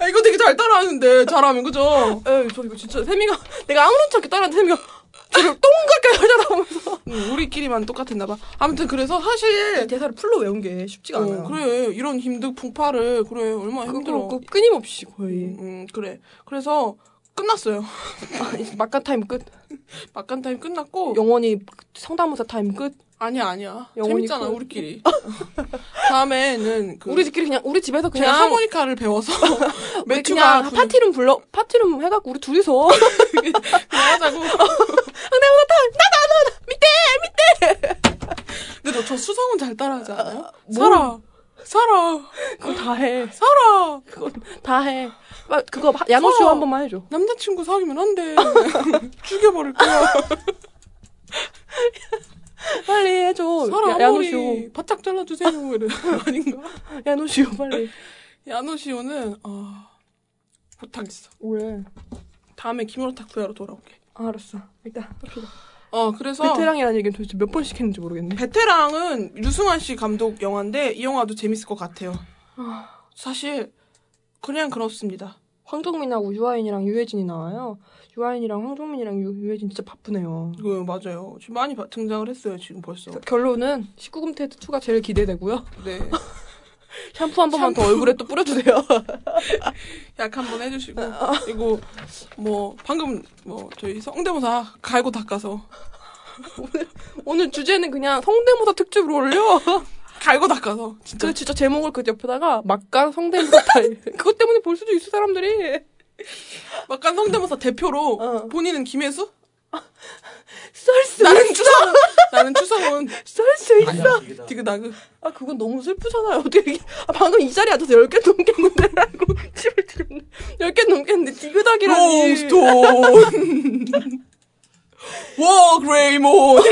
Speaker 5: 아, 이거 되게 잘 따라하는데, 잘하면, 그죠?
Speaker 6: 에이 저 이거 진짜 세미가 내가 아무렇지 않게 따라하는데 세미가 저를 똥그랗게 흘려다보면서
Speaker 5: 응, 우리끼리만 똑같았나봐. 아무튼, 그래서 사실.
Speaker 6: 대사를 풀로 외운 게 쉽지가
Speaker 5: 어, 그래. 이런 힘든 풍파를, 그래. 얼마나 힘들어.
Speaker 10: 음,
Speaker 6: 그거 끊임없이 거의
Speaker 5: 음, 그래. 그래서,
Speaker 10: 끝났어요.
Speaker 5: 아, 막간 타임 끝. 어,
Speaker 10: 막간 타임 끝났고
Speaker 5: 영원히 성대모사 타임 끝.
Speaker 10: 아니야 아니야
Speaker 5: 영혼이
Speaker 10: 재밌잖아
Speaker 5: 커요.
Speaker 10: 우리끼리. 다음에는 그
Speaker 5: 우리 집끼리 그냥 우리 집에서
Speaker 10: 제가
Speaker 5: 그냥
Speaker 10: 하모니카를 배워서
Speaker 5: 우리
Speaker 10: 매튜가
Speaker 5: 그냥 파티룸 불러 파티룸 해갖고 우리 둘이서
Speaker 10: 하자고.
Speaker 5: 어.
Speaker 10: 근데 너 저 수성은 잘 따라하지 않아요? 뭐? 살아 살아
Speaker 5: 그거 다해
Speaker 10: 살아
Speaker 5: 다해 막 그거 하- 야노쇼
Speaker 10: 서로.
Speaker 5: 한 번만 해줘
Speaker 10: 남자친구 사귀면 안 돼.
Speaker 5: 어.
Speaker 10: 죽여버릴 거야.
Speaker 5: 빨리 해줘
Speaker 10: 살아
Speaker 5: 야, 야노쇼
Speaker 10: 머리 바짝 잘라주세요. 이래 아닌가?
Speaker 5: 야노쇼 빨리
Speaker 10: 야노시오는 아 부탁했어.
Speaker 5: 왜
Speaker 10: 다음에 김으로 탁구야로 돌아올게.
Speaker 5: 알았어 일단 합시다
Speaker 10: 어 그래서
Speaker 5: 베테랑이라는 얘기는 도대체 몇 번씩 했는지 모르겠네
Speaker 10: 베테랑은 유승환 씨 감독 영화인데 이 영화도 재밌을 것 같아요. 사실 그냥 그렇습니다.
Speaker 5: 황정민하고 유아인이랑 유해진이 나와요 유아인이랑 황정민이랑 유, 유해진 진짜 바쁘네요
Speaker 10: 그 맞아요. 지금 많이 바- 등장을 했어요. 지금 벌써.
Speaker 5: 결론은 19금 테스트 2가 제일 기대되고요
Speaker 10: 네.
Speaker 5: 샴푸 한 번만 더
Speaker 10: 샴푸.
Speaker 5: 얼굴에 또 뿌려주세요
Speaker 10: 약 한 번 해주시고 그리고 뭐 방금 뭐 저희 성대모사 갈고 닦아서
Speaker 5: 오늘 주제는 그냥 성대모사 특집으로 올려
Speaker 10: 갈고 닦아서 진짜
Speaker 5: 그 진짜 제목을 그 옆에다가 막간 성대모사 타임. 그것 때문에 볼 수도 있어 사람들이
Speaker 10: 막간 성대모사 대표로
Speaker 5: 어.
Speaker 10: 본인은 김혜수
Speaker 5: 썰수
Speaker 10: 나는 추상훈 나는 추상훈
Speaker 5: 썰수 있어
Speaker 10: 디그다그
Speaker 5: 아 그건 너무 슬프잖아요 어떻게 이렇게 아, 방금 이 자리에 앉아서 10개 넘게 했는데라고 집을 지금 10개 넘게 했는데 디그닥이라니
Speaker 10: 롱스톤 워 그레이몬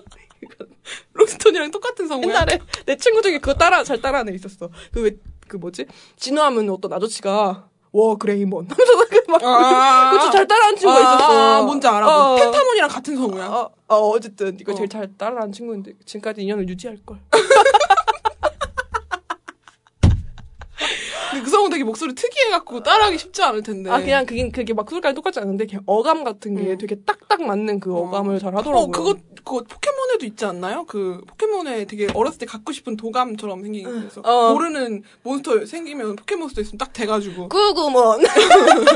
Speaker 10: 롱스톤이랑 똑같은 성우야
Speaker 5: 옛날에 내 친구 중에 그거 따라 잘 따라하는 애 있었어 그 왜 그 뭐지 진화하면 어떤 아저씨가 워 그레이먼 하면서 그막
Speaker 10: 아.
Speaker 5: 그거 잘 따라하는 친구가
Speaker 10: 아,
Speaker 5: 있었어
Speaker 10: 아, 뭔지 알아
Speaker 5: 어.
Speaker 10: 펜타몬이랑 같은 성우야
Speaker 5: 어, 어, 어쨌든 이거
Speaker 10: 어.
Speaker 5: 제일 잘 따라하는 친구인데 지금까지 인연을 유지할 걸.
Speaker 10: 근데 그 성우 되게 목소리 특이해갖고 따라하기 쉽지 않을 텐데
Speaker 5: 아 그냥 그게 그게 막 술까지 똑같지 않은데 그냥 어감 같은 게 되게 딱딱 맞는 그 어감을 잘 하더라고요.
Speaker 10: 음. 어, 그거, 그거 포켓몬에도 있지 않나요? 그, 포켓몬에 되게 어렸을 때 갖고 싶은 도감처럼 생긴 거. 그래서,
Speaker 5: 어.
Speaker 10: 모르는 몬스터 생기면 포켓몬스터 있으면 딱 돼가지고.
Speaker 5: 구구몬
Speaker 10: 그거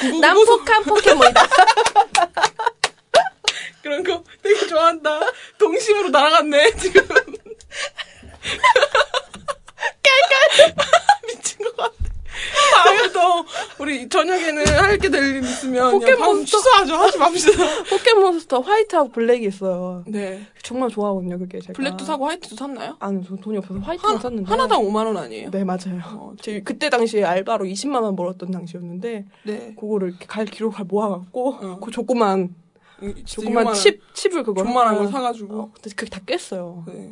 Speaker 5: 그 남폭한 포켓몬이다.
Speaker 10: 그런 거 되게 좋아한다. 동심으로 날아갔네, 지금. 깔깔. 미친 것 같아. 다음에도 우리 저녁에는 할 게 될 일 있으면 포켓몬
Speaker 5: 포켓몬스터.
Speaker 10: 방금 취소하죠. 하지 맙시다.
Speaker 5: 포켓몬스터 화이트하고 블랙이 있어요.
Speaker 10: 네.
Speaker 5: 정말 좋아하거든요 그게 제가.
Speaker 10: 블랙도 사고 화이트도 샀나요?
Speaker 5: 아니 네, 저 돈이 없어서 화이트만
Speaker 10: 하나,
Speaker 5: 샀는데.
Speaker 10: 하나당 5만 원 아니에요?
Speaker 5: 네 맞아요.
Speaker 10: 어,
Speaker 5: 제 그때 당시에 알바로 20만 원 벌었던 당시였는데
Speaker 10: 네.
Speaker 5: 그거를 이렇게 갈 기록을 모아갖고
Speaker 10: 어.
Speaker 5: 그 조그만 조그만
Speaker 10: 요만한-
Speaker 5: 칩 칩을 그걸
Speaker 10: 조그만한
Speaker 5: 하나-
Speaker 10: 걸 사가지고.
Speaker 5: 어, 근데 그게 다 깼어요.
Speaker 10: 네.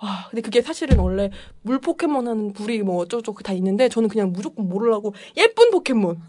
Speaker 5: 아, 근데 그게 사실은 원래 물 포켓몬 하는 불이 뭐 어쩌고저쩌고 다 있는데 저는 그냥 무조건 모르려고 예쁜 포켓몬.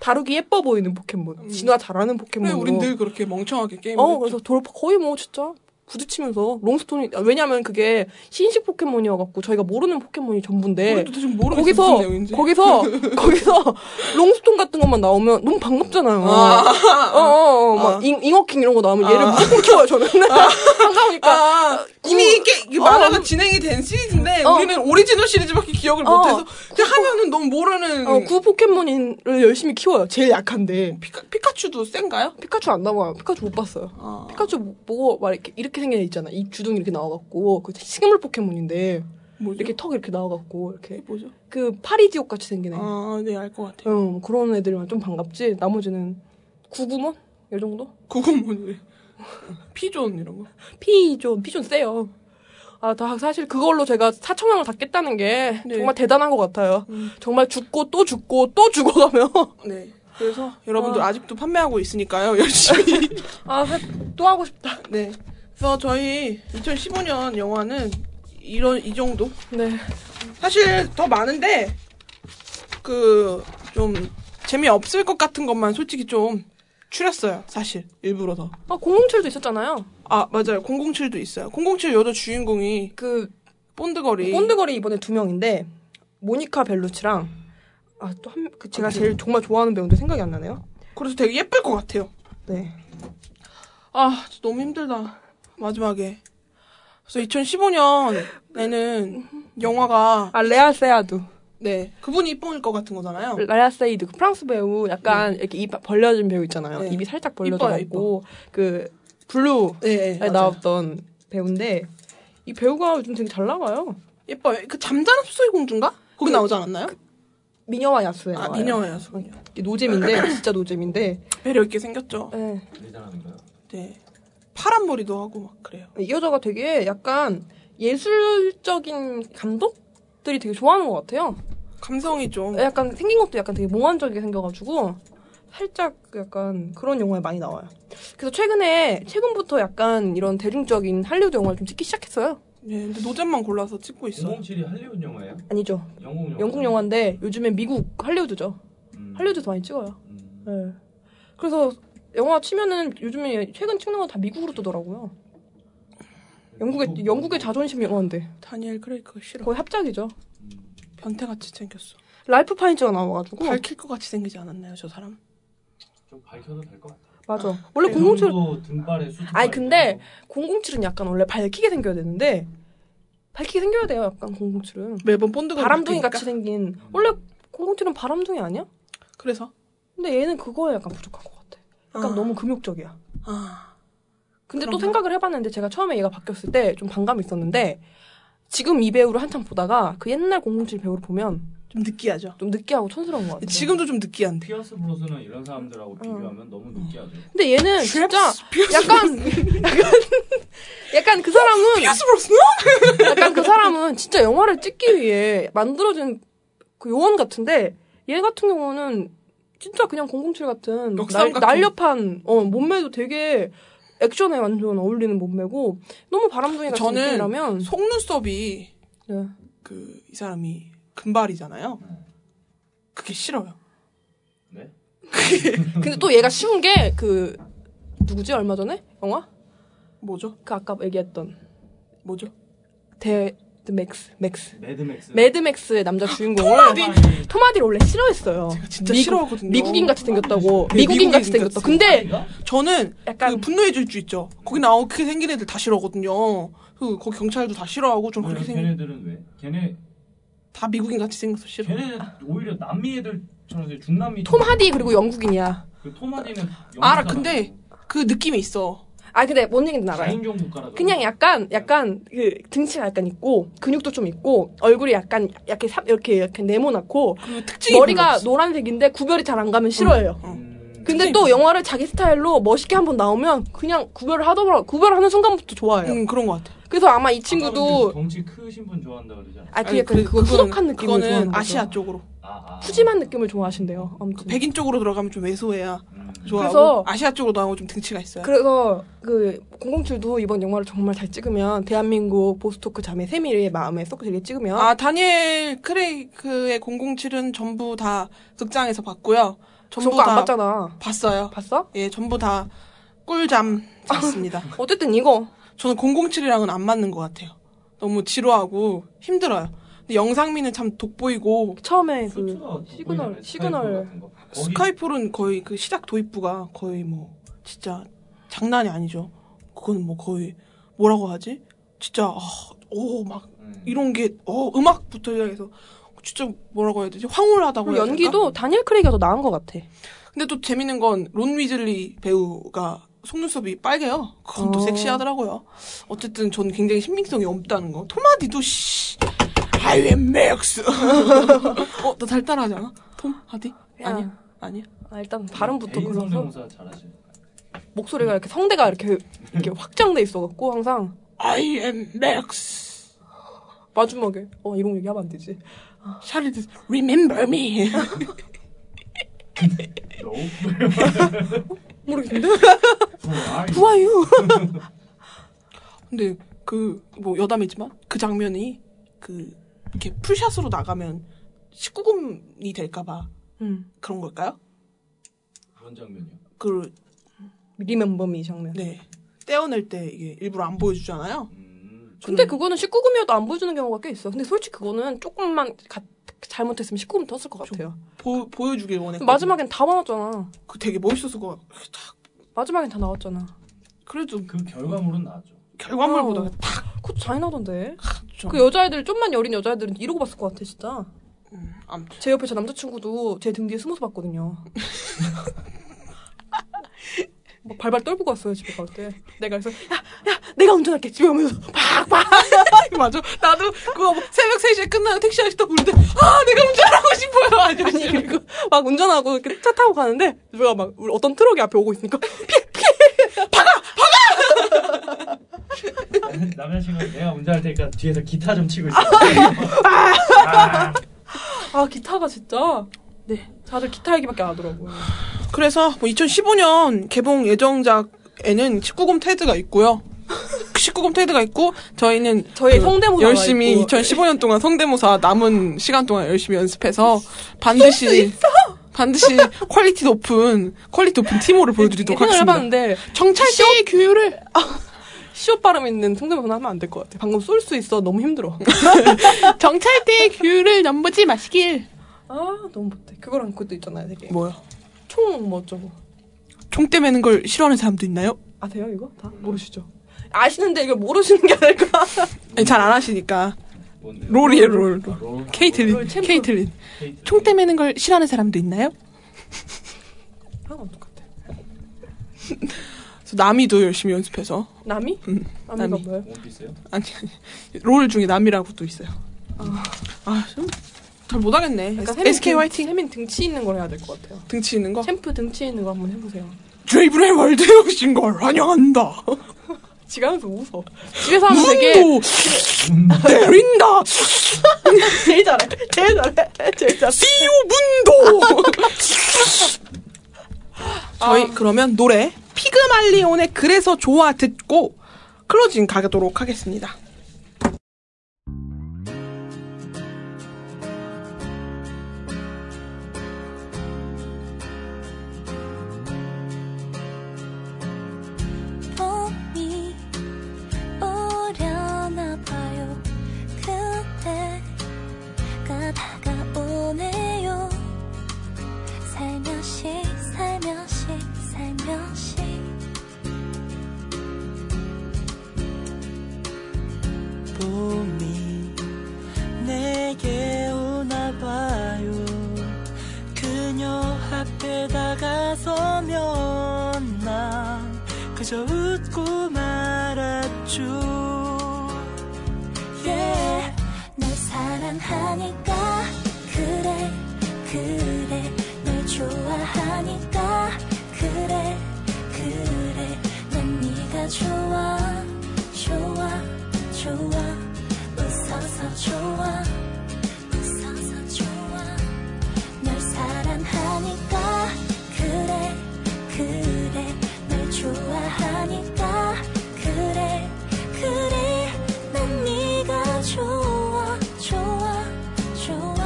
Speaker 5: 다루기 예뻐 보이는 포켓몬. 진화 잘하는
Speaker 10: 그래,
Speaker 5: 포켓몬.
Speaker 10: 음. 우린 늘 그렇게 멍청하게 게임을
Speaker 5: 뭐. 어,
Speaker 10: 했죠.
Speaker 5: 그래서 돌 거의 뭐 진짜 부딪히면서 롱스톤이 아, 왜냐면 그게 신식 포켓몬이어 갖고 저희가 모르는 포켓몬이 전부인데
Speaker 10: 우리도 지금 모르겠어
Speaker 5: 거기서
Speaker 10: 무슨 내용인지.
Speaker 5: 거기서 거기서 롱스톤 같은 것만 나오면 너무 반갑잖아요. 어, 어, 어, 막
Speaker 10: 아.
Speaker 5: 잉, 어킹 이런 거 나오면 얘를 무조건 키워요 저는. 반가우니까.
Speaker 10: 아, 이미 게, 이
Speaker 5: 그러니까 어.
Speaker 10: 만화가 진행이 된 시리즈인데
Speaker 5: 어.
Speaker 10: 우리는 오리지널 시리즈밖에 기억을
Speaker 5: 어.
Speaker 10: 못해서 근데 하면은 너무 모르는
Speaker 5: 어, 구 포켓몬을 열심히 키워요. 제일 약한데.
Speaker 10: 피카, 피카츄도 센가요?
Speaker 5: 피카츄 안 나와요. 피카츄 못 봤어요.
Speaker 10: 아.
Speaker 5: 피카츄 보고 막 이렇게 이렇게 생긴 애 있잖아. 이 주둥이 이렇게 나와갖고 그 식물 포켓몬인데
Speaker 10: 뭐죠?
Speaker 5: 이렇게 턱 이렇게 나와갖고 이렇게
Speaker 10: 뭐죠?
Speaker 5: 그 파리지옥 같이 생긴 애.
Speaker 10: 아, 네, 알 것 같아요.
Speaker 5: 응 그런 애들만 좀 반갑지. 나머지는 구구몬 이 정도?
Speaker 10: 그건 뭐지? 피존 이런 거.
Speaker 5: 피존 피존 세요. 아, 다 사실 그걸로 제가 4천 원을 다 깼다는 게
Speaker 10: 네.
Speaker 5: 정말 대단한 것 같아요. 정말 죽고 또 죽고 또 죽어가며
Speaker 10: 네. 그래서
Speaker 5: 어.
Speaker 10: 여러분들 아직도 판매하고 있으니까요. 열심히.
Speaker 5: 아 또 하고 싶다.
Speaker 10: 네. 그래서 저희 2015년 영화는 이런 이 정도
Speaker 5: 네.
Speaker 10: 사실 더 많은데 그 좀 재미 없을 것 같은 것만 솔직히 좀 추렸어요. 사실 일부러 더.
Speaker 5: 아 007도 있었잖아요.
Speaker 10: 아 맞아요. 007도 있어요. 007 여자 주인공이
Speaker 5: 그
Speaker 10: 본드거리.
Speaker 5: 본드걸이 이번에 두 명인데 모니카 벨루치랑 아 또 한 그 제가 제일 정말 좋아하는 배우인데 생각이 안 나네요.
Speaker 10: 그래서 되게 예쁠 것 같아요.
Speaker 5: 네.
Speaker 10: 아 진짜 너무 힘들다. 마지막에. 그래서 2015년에는 영화가
Speaker 5: 아 레아 세아두.
Speaker 10: 네. 그분이 이뻐일 것 같은 거잖아요.
Speaker 5: 라라세이드 그 프랑스 배우 약간 이렇게 입 벌려진 배우 있잖아요.
Speaker 10: 네.
Speaker 5: 입이 살짝
Speaker 10: 이뻐요,
Speaker 5: 벌려져 있고 그 블루에
Speaker 10: 네, 네, 맞아요.
Speaker 5: 나왔던 배우인데 이 배우가 요즘 되게 잘 나가요.
Speaker 10: 예뻐요. 그 잠자는 숲속의 공주인가? 거기 나오지 않았나요?
Speaker 5: 미녀와 야수에
Speaker 10: 아,
Speaker 5: 그 나와요.
Speaker 10: 미녀예요, 소녀.
Speaker 5: 이게 노잼인데 진짜 노잼인데
Speaker 10: 매력 있게 생겼죠.
Speaker 5: 예.
Speaker 10: 네. 파란 머리도 하고 막 그래요.
Speaker 5: 이 여자가 되게 약간 예술적인 감독들이 되게 좋아하는 것 같아요.
Speaker 10: 감성이 좀
Speaker 5: 약간 생긴 것도 약간 되게 몽환적이게 생겨가지고 살짝 약간 그런 영화에 많이 나와요. 그래서 최근에 최근부터 약간 이런 대중적인 할리우드 영화를 좀 찍기 시작했어요.
Speaker 10: 네, 근데 노잼만 골라서 찍고
Speaker 5: 네.
Speaker 10: 있어요.
Speaker 9: 007이 할리우드 영화예요?
Speaker 5: 아니죠.
Speaker 9: 영국 영화.
Speaker 5: 영국 영화인데 요즘에 미국 할리우드죠.
Speaker 9: 음.
Speaker 5: 할리우드 더 많이 찍어요.
Speaker 9: 음.
Speaker 5: 네. 그래서 영화 치면은 요즘에 최근 찍는 건 다 미국으로 뜨더라고요. 영국의 영국의 자존심 영화인데
Speaker 10: 다니엘 크레이크 싫어.
Speaker 5: 거의 합작이죠.
Speaker 9: 음.
Speaker 10: 변태같이 생겼어.
Speaker 5: 랄프 파인즈가 나와가지고
Speaker 10: 밝힐 것 같이 생기지 않았나요, 저 사람?
Speaker 9: 좀 밝혀도 될 것 같아.
Speaker 5: 맞아. 원래
Speaker 7: 그
Speaker 5: 007
Speaker 9: 도 등발에 수.
Speaker 5: 아니, 근데 007은 약간 원래 밝히게 생겨야 되는데 밝히게 생겨야 돼요. 약간 007은
Speaker 10: 매번 본드가
Speaker 5: 바람둥이
Speaker 10: 바뀌니까.
Speaker 5: 같이 생긴 원래 007은 바람둥이 아니야?
Speaker 10: 그래서
Speaker 5: 근데 얘는 그거에 약간 부족한 것 같아. 약간
Speaker 10: 아.
Speaker 5: 너무 금욕적이야.
Speaker 10: 아,
Speaker 5: 근데 또
Speaker 10: 그런가?
Speaker 5: 생각을 해봤는데 제가 처음에 얘가 바뀌었을 때 좀 반감이 있었는데 지금 이 배우를 한참 보다가 그 옛날 007 배우를 보면
Speaker 10: 좀 느끼하죠.
Speaker 5: 좀 느끼하고 촌스러운 것 같아요.
Speaker 10: 지금도 좀 느끼한데.
Speaker 5: 네.
Speaker 9: 피어스 브로스는 이런
Speaker 5: 어.
Speaker 9: 사람들하고 비교하면 너무 느끼하죠.
Speaker 5: 근데 얘는 진짜 약간 약간 약간 그 사람은 약간 그 사람은 진짜 영화를 찍기 위해 만들어진 그 요원 같은데 얘 같은 경우는 진짜 그냥 007 같은
Speaker 10: 역삼
Speaker 5: 날,
Speaker 10: 같은.
Speaker 5: 날렵한 어, 몸매도 되게 액션에 완전 어울리는 몸매고 너무 바람둥이 같은
Speaker 10: 저는
Speaker 5: 느낌이라면
Speaker 10: 속눈썹이
Speaker 5: 네.
Speaker 10: 그 이 사람이 금발이잖아요.
Speaker 9: 네.
Speaker 10: 그게 싫어요.
Speaker 9: 네?
Speaker 5: 근데 또 얘가 쉬운 게 그 누구지 얼마 전에 영화
Speaker 10: 뭐죠?
Speaker 5: 그 아까 얘기했던
Speaker 10: 뭐죠?
Speaker 5: 대 맥스 맥스
Speaker 9: 매드맥스.
Speaker 5: 매드맥스의 남자 주인공을 토마디를 원래 싫어했어요.
Speaker 10: 진짜 싫어하거든요.
Speaker 5: 미국인 같이 생겼다고.
Speaker 10: 네,
Speaker 5: 미국인 같이
Speaker 10: 미국인
Speaker 5: 생겼다.
Speaker 10: 같이
Speaker 5: 근데
Speaker 10: 저는
Speaker 5: 약간-
Speaker 10: 그 분노의 질주 있죠. 거기 나오고 그렇게 생긴 애들 다 싫어하거든요. 그 거기 경찰도 다 싫어하고 좀 그렇게
Speaker 9: 아니,
Speaker 10: 생긴
Speaker 9: 걔네들은 왜? 걔네
Speaker 10: 다 미국인 같이 생겨서 싫어.
Speaker 9: 걔네 오히려 남미 애들처럼 이제 중남미.
Speaker 5: 톰 하디 그리고 영국인이야.
Speaker 9: 그 토마디는.
Speaker 10: 알아, 근데 그 느낌이 있어.
Speaker 5: 아 근데 뭔 얘기인지 알아요.
Speaker 9: 자인종 국가라서.
Speaker 5: 그냥 약간 약간 그 등치가 약간 있고 근육도 좀 있고 얼굴이 약간 약간 삽- 이렇게 이렇게 네모나고
Speaker 10: 그 특징이 별로
Speaker 5: 머리가
Speaker 10: 없어.
Speaker 5: 노란색인데 구별이 잘 안 가면 싫어해요.
Speaker 9: 음,
Speaker 5: 근데 또 영화를 자기 스타일로 멋있게 한번 나오면 그냥 구별을 하더라고 구별하는 순간부터 좋아해요.
Speaker 10: 응, 그런 것 같아.
Speaker 5: 그래서 아마 이
Speaker 9: 아까
Speaker 5: 친구도
Speaker 9: 덩치 크신 분 좋아한다 그러잖아.
Speaker 5: 아 그
Speaker 10: 아니,
Speaker 5: 약간
Speaker 10: 그-
Speaker 5: 그 후덕한 느낌을
Speaker 10: 그거는
Speaker 5: 좋아하는 거죠.
Speaker 10: 아시아 쪽으로.
Speaker 9: 아, 아.
Speaker 5: 푸짐한 느낌을 좋아하신대요. 아무튼.
Speaker 10: 백인 쪽으로 들어가면 좀 왜소해야
Speaker 9: 음.
Speaker 10: 좋아하고
Speaker 5: 그래서-
Speaker 10: 아시아 쪽으로 나오고 좀 등치가 있어요.
Speaker 5: 네. 그래서 그 007도 이번 영화를 정말 잘 찍으면 대한민국 보스토크 자매 세미의 마음에 쏙 들게 찍으면
Speaker 10: 아, 다니엘 크레이크의 007은 전부 다 극장에서 봤고요. 전부
Speaker 5: 전거
Speaker 10: 다
Speaker 5: 안 봤잖아.
Speaker 10: 봤어요.
Speaker 5: 봤어?
Speaker 10: 예, 전부 다 꿀잠 잤습니다.
Speaker 5: 어쨌든 이거
Speaker 10: 저는 007이랑은 안 맞는 것 같아요. 너무 지루하고 힘들어요. 근데 영상미는 참 돋보이고
Speaker 5: 처음에
Speaker 9: 수트가
Speaker 5: 그
Speaker 9: 돋보이잖아요,
Speaker 5: 시그널
Speaker 9: 스카이프
Speaker 5: 시그널
Speaker 9: 같은 거. 거기
Speaker 10: 스카이폴은 거의 그 시작 도입부가 거의 뭐 진짜 장난이 아니죠. 그건 뭐 거의 뭐라고 하지? 진짜 아, 오막
Speaker 9: 음.
Speaker 10: 이런 게 어 음악부터 시작해서 진짜 뭐라고 해야 되지? 황홀하다고
Speaker 5: 그리고
Speaker 10: 해야 될까?
Speaker 5: 연기도 다니엘 크레이가 더 나은 것 같아.
Speaker 10: 근데 또 재밌는 건 론 위즐리 배우가 속눈썹이 빨개요. 그건 또
Speaker 5: 어.
Speaker 10: 섹시하더라고요. 어쨌든 전 굉장히 신빙성이 없다는 거. 토마디도 씨. I am Max. 어, 나 잘 따라하잖아. 톰 하디? 아니야. 아니야.
Speaker 5: 아, 일단 발음부터
Speaker 9: 개인
Speaker 5: 그래서
Speaker 9: 성대모사 잘하시네.
Speaker 5: 목소리가 이렇게 성대가 이렇게 이렇게 확장돼 있어갖고 항상
Speaker 10: I am Max.
Speaker 5: 마지막에 어 이런 얘기 하면 안 되지.
Speaker 10: 샤리드 remember me.
Speaker 9: No.
Speaker 5: 모르겠는데.
Speaker 9: 아이,
Speaker 5: Who are you?
Speaker 10: 근데 그 뭐 여담이지만 그 장면이 그 이렇게 풀샷으로 나가면 19금이 될까 봐
Speaker 5: 음.
Speaker 10: 그런 걸까요?
Speaker 9: 그런 장면이요.
Speaker 10: 그
Speaker 5: 리멤버미 장면.
Speaker 10: 네. 떼어낼 때 이게 일부러 안 보여주잖아요.
Speaker 9: 음.
Speaker 5: 근데
Speaker 10: 저는-
Speaker 5: 그거는 19금이어도 안 보여주는 경우가 꽤 있어. 근데 솔직히 그거는 조금만 가- 잘못했으면 19금 떴을 것 같아요.
Speaker 10: 보, 보여주길 원했고
Speaker 5: 마지막엔 다 나왔잖아.
Speaker 10: 그 되게 멋있어서 그거 탁
Speaker 5: 마지막엔 다 나왔잖아.
Speaker 11: 어.
Speaker 10: 그래도
Speaker 9: 그 결과물은 나죠.
Speaker 10: 결과물보다
Speaker 5: 어. 그것도 잘 나던데.
Speaker 10: 좀
Speaker 11: 아,
Speaker 5: 그 여자애들, 좀만 여린 여자애들은 이러고 봤을 것 같아, 진짜. 아무튼
Speaker 11: 제 옆에 저 남자친구도 제 등 뒤에 숨어서 봤거든요. 막 발발 떨고 갔어요 집에 갈 때. 내가 그래서 야야 내가 운전할게 집에 오면서 팍팍 맞아. 나도 그거 뭐 새벽 3시에 끝나는 택시 아저씨 딱 부르는데 아 내가 운전하고 싶어요 아저씨. 아니, 그리고 막 운전하고 이렇게 차 타고 가는데 누가 막 우리 어떤 트럭이 앞에 오고 있으니까 피해 피해 박아
Speaker 9: 남자친구가 내가 운전할 테니까 뒤에서 기타 좀 치고 있어.
Speaker 11: 아 기타가 진짜 네 다들 기타 얘기밖에 안 하더라고요.
Speaker 5: 그래서 2015년 개봉 예정작에는 19금 테드가 있고요. 19금 테드가 있고 저희는 그
Speaker 11: 저희 성대모사가
Speaker 5: 열심히
Speaker 11: 있고.
Speaker 5: 2015년 동안 성대모사 남은 시간 동안 열심히 연습해서 반드시 반드시 퀄리티 높은 퀄리티 높은 티모를 보여드리도록
Speaker 11: 생각을
Speaker 5: 하겠습니다.
Speaker 11: 해봤는데
Speaker 5: 정찰 씨 규율을
Speaker 11: 시옷 발음 있는 성대모사는 하면 안 될 것 같아. 방금 쏠 수 있어 너무 힘들어.
Speaker 5: 정찰 때 규율을 넘보지 마시길.
Speaker 11: 아 너무 못해. 그거랑 그것도 있잖아요 되게
Speaker 5: 뭐야?
Speaker 11: 총 뭐 어쩌고
Speaker 5: 총대 매는 걸 싫어하는 사람도 있나요?
Speaker 11: 아세요 이거 다 모르시죠? 아시는데 이걸 모르시는 게 아닐까?
Speaker 5: 잘 안 하시니까
Speaker 12: 뭔데요?
Speaker 5: 롤이에요 롤.
Speaker 12: 아, 롤.
Speaker 5: 케이틀린
Speaker 11: 롤 챔프.
Speaker 5: 케이틀린
Speaker 12: 케이틀린.
Speaker 5: 총대 매는 걸 싫어하는 사람도 있나요?
Speaker 11: 하나가 똑같아.
Speaker 5: 그래서 나미도 열심히 연습해서
Speaker 11: 남이? 남이가
Speaker 5: 남이.
Speaker 11: 뭐예요?
Speaker 12: 원피스요?
Speaker 5: 아니 아니, 롤 중에 남이라고 또 있어요.
Speaker 11: 아.
Speaker 5: 아좀잘 못하겠네. SK 화이팅
Speaker 11: 세민 등치 있는 걸 해야 될 것 같아요.
Speaker 5: 등치 있는 거.
Speaker 11: 챔프 등치 있는 거 한번 해보세요.
Speaker 5: 제이브레 월드에 오신 걸 환영한다.
Speaker 11: 지가면서 웃어. 집에서 하면 아, 되게 아,
Speaker 5: 문도 때린다.
Speaker 11: 제일 잘해. 제일 잘해. 제일 잘해.
Speaker 5: 씨오 문도. 저희 그러면 노래 피그말리온의 그래서 좋아 듣고 클로징 가도록 하겠습니다.
Speaker 6: 봄이 오려나 봐요 그때가 다가오네요 살며시 살며시 살며시
Speaker 13: 봄이 내게 오나 봐요 그녀 앞에 다가서면 난 그저 웃고 말았죠
Speaker 6: yeah. 널 사랑하니까 그래 그래 널 좋아하니까 그래 그래 난 네가 좋아 좋아 좋아 웃어서 좋아 웃어서 좋아 널 사랑하니까 그래 그래 널 좋아하니까 그래 그래 난 네가 좋아 좋아 좋아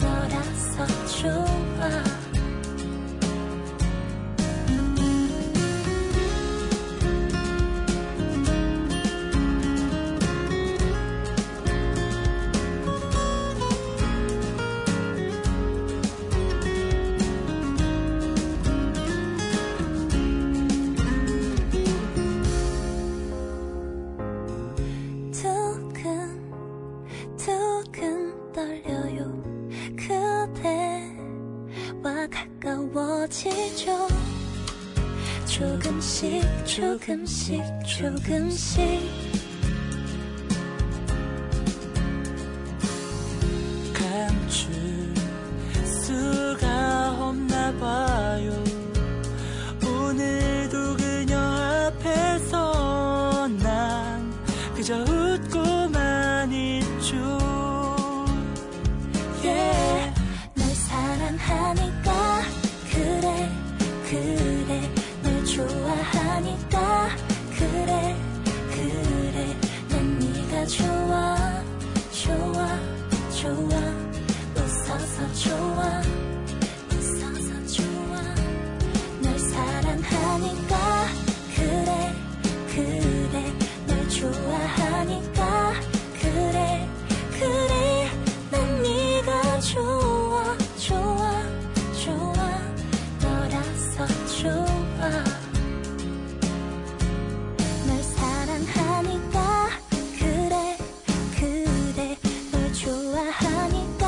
Speaker 6: 너라서 좋아 두근 두근 떨려요 그대와 가까워지죠 조금씩 조금씩 조금씩
Speaker 13: 감출 수가 없나 봐요 오늘도 그녀 앞에서 난 그저 웃고만 있죠
Speaker 6: yeah. 널 사랑하니까 그래 그래 널 좋아하니까 그래 그래 난 네가 좋아 좋아 좋아 웃어서 좋아 웃어서 좋아 널 사랑하니까 그래 그래 널 좋아하니까 그래 그래 난 네가 좋아 좋아 좋아 너라서 좋아 널 사랑하니까 그래 그래 널 좋아하니까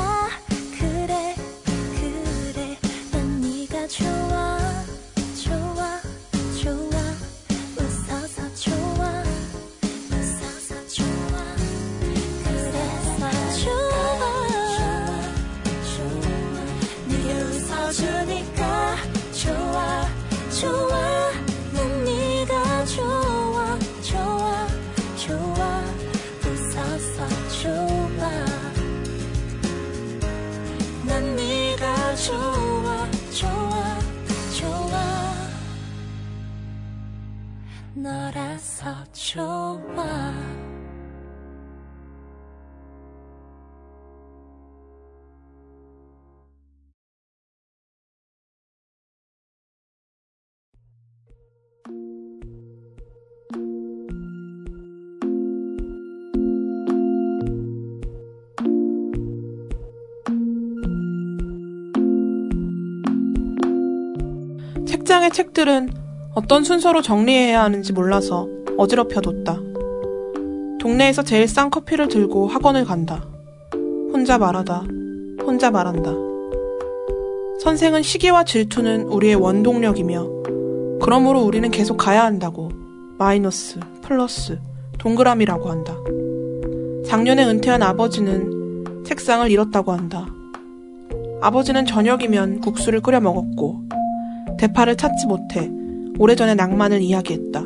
Speaker 10: 너라서 좋아
Speaker 5: 책장의 책들은 어떤 순서로 정리해야 하는지 몰라서 어지럽혀뒀다. 동네에서 제일 싼 커피를 들고 학원을 간다. 혼자 말하다. 혼자 말한다. 선생은 시기와 질투는 우리의 원동력이며, 그러므로 우리는 계속 가야 한다고. 마이너스, 플러스, 동그라미라고 한다. 작년에 은퇴한 아버지는 책상을 잃었다고 한다. 아버지는 저녁이면 국수를 끓여 먹었고, 대파를 찾지 못해 오래전의 낭만을 이야기했다.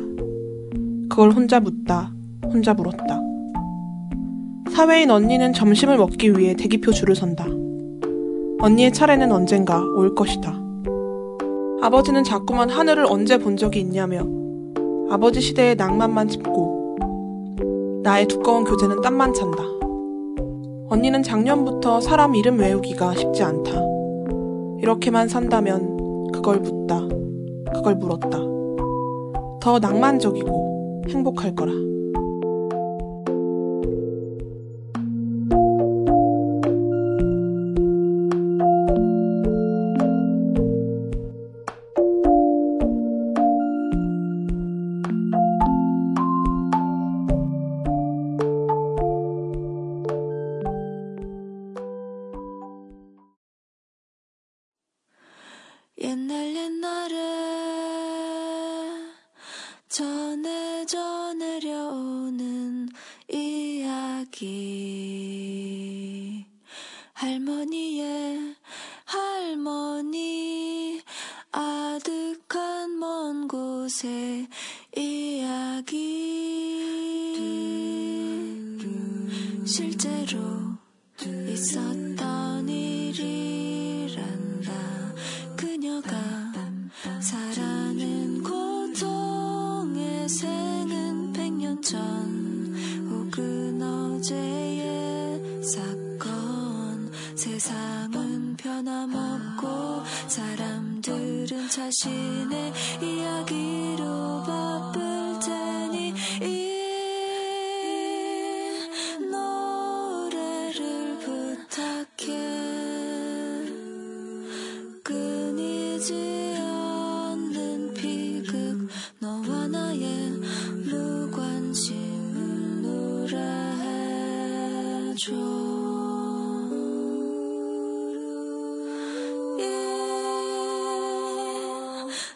Speaker 5: 그걸 혼자 묻다, 혼자 물었다. 사회인 언니는 점심을 먹기 위해 대기표 줄을 선다. 언니의 차례는 언젠가 올 것이다. 아버지는 자꾸만 하늘을 언제 본 적이 있냐며 아버지 시대의 낭만만 짚고 나의 두꺼운 교재는 땀만 찬다. 언니는 작년부터 사람 이름 외우기가 쉽지 않다. 이렇게만 산다면 그걸 묻다. 그걸 물었다. 더 낭만적이고 행복할 거라.
Speaker 10: 옛날 옛날에 전해 전해려오는 이야기 할머니의 할머니 아득한 먼 곳의 이야기 실제로 있었던 일이란다 그녀가 사라는 고통의 생은 백년 전 혹은 어제의 사건 세상은 변함없고 사람들은 자신의 이야기로 바쁠 테니 이 노래를 부탁해 끊이지 않는 비극 너와 나의 무관심을 노래해줘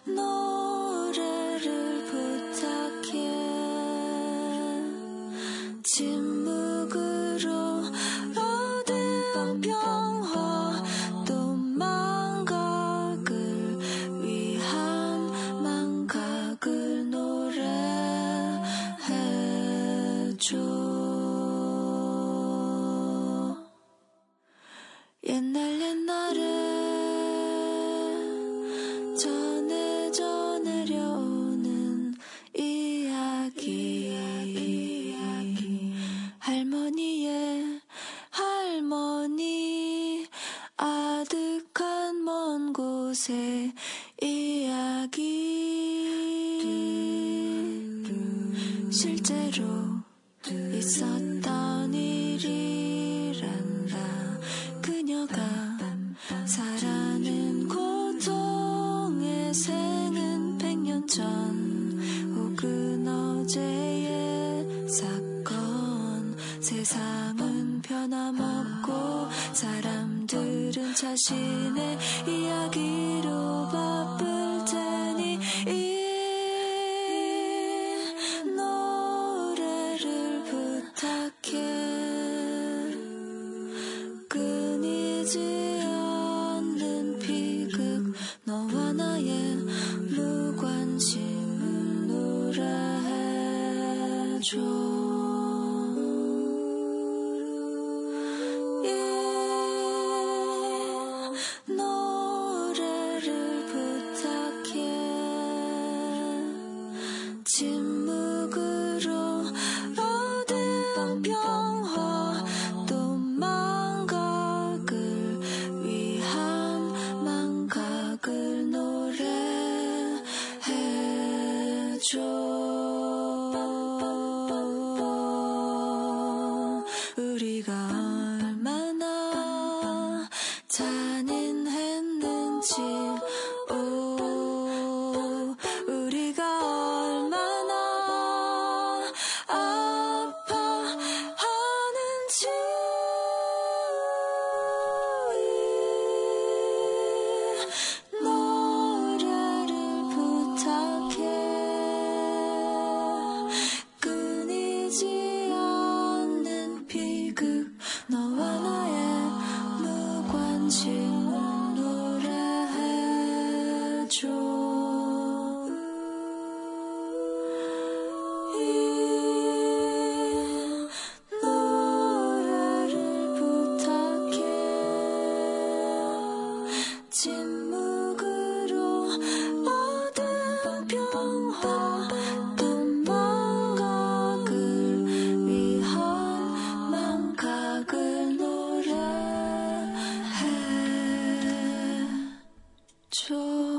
Speaker 10: 이 노래를 부탁해 침묵으로 어두운 평화 또 망각을 위한 망각을 노래해줘 옛날 옛날에 전해 전해려오는 이야기 할머니의 할머니 아득한 먼 곳의 이야기 실제로 있었던 일이란다 그녀가 사라는 고통의 생은 백년 전 혹은 어제의 사건 세상은 변함없고 사람들은 자신의 이야기로 바쁠 테니 이 노래를 부탁해 끊이지 않는 비극 너와 나의 무관심을 노래해줘 이 노래를 부탁해 침묵으로 어두운 평화 또 망각을 위한 망각을 노래해줘 우리가 얼마나 잔인했는지 오 우리가 얼마나 아파하는지 노래를 부탁해 끊이지 않는 비극 너와 나의 무관심을 노래해줘 이 노래를 부탁해 침묵으로 어두운 평화 또 망각을 위한 망각을 노래해줘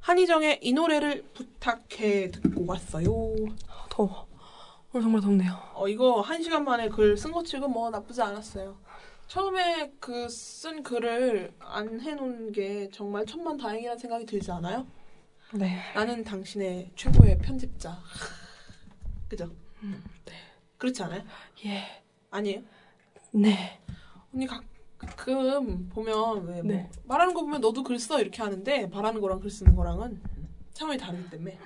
Speaker 6: 한희정의 이 노래를 부탁해 듣고 왔어요.
Speaker 5: 더워. 오늘 정말 덥네요.
Speaker 6: 어, 이거 한 시간 만에 글 쓴 거 치고 뭐 나쁘지 않았어요. 처음에 그 쓴 글을 안 해놓은 게 정말 천만 다행이라는 생각이 들지 않아요?
Speaker 5: 네.
Speaker 6: 나는 당신의 최고의 편집자. 그죠? 그렇지 않아요?
Speaker 5: 예.
Speaker 6: 아니에요?
Speaker 5: 네.
Speaker 6: 언니 가끔 보면 왜 뭐
Speaker 5: 네.
Speaker 6: 말하는 거 보면 너도 글 써 이렇게 하는데 말하는 거랑 글 쓰는 거랑은 차원이 다르기 때문에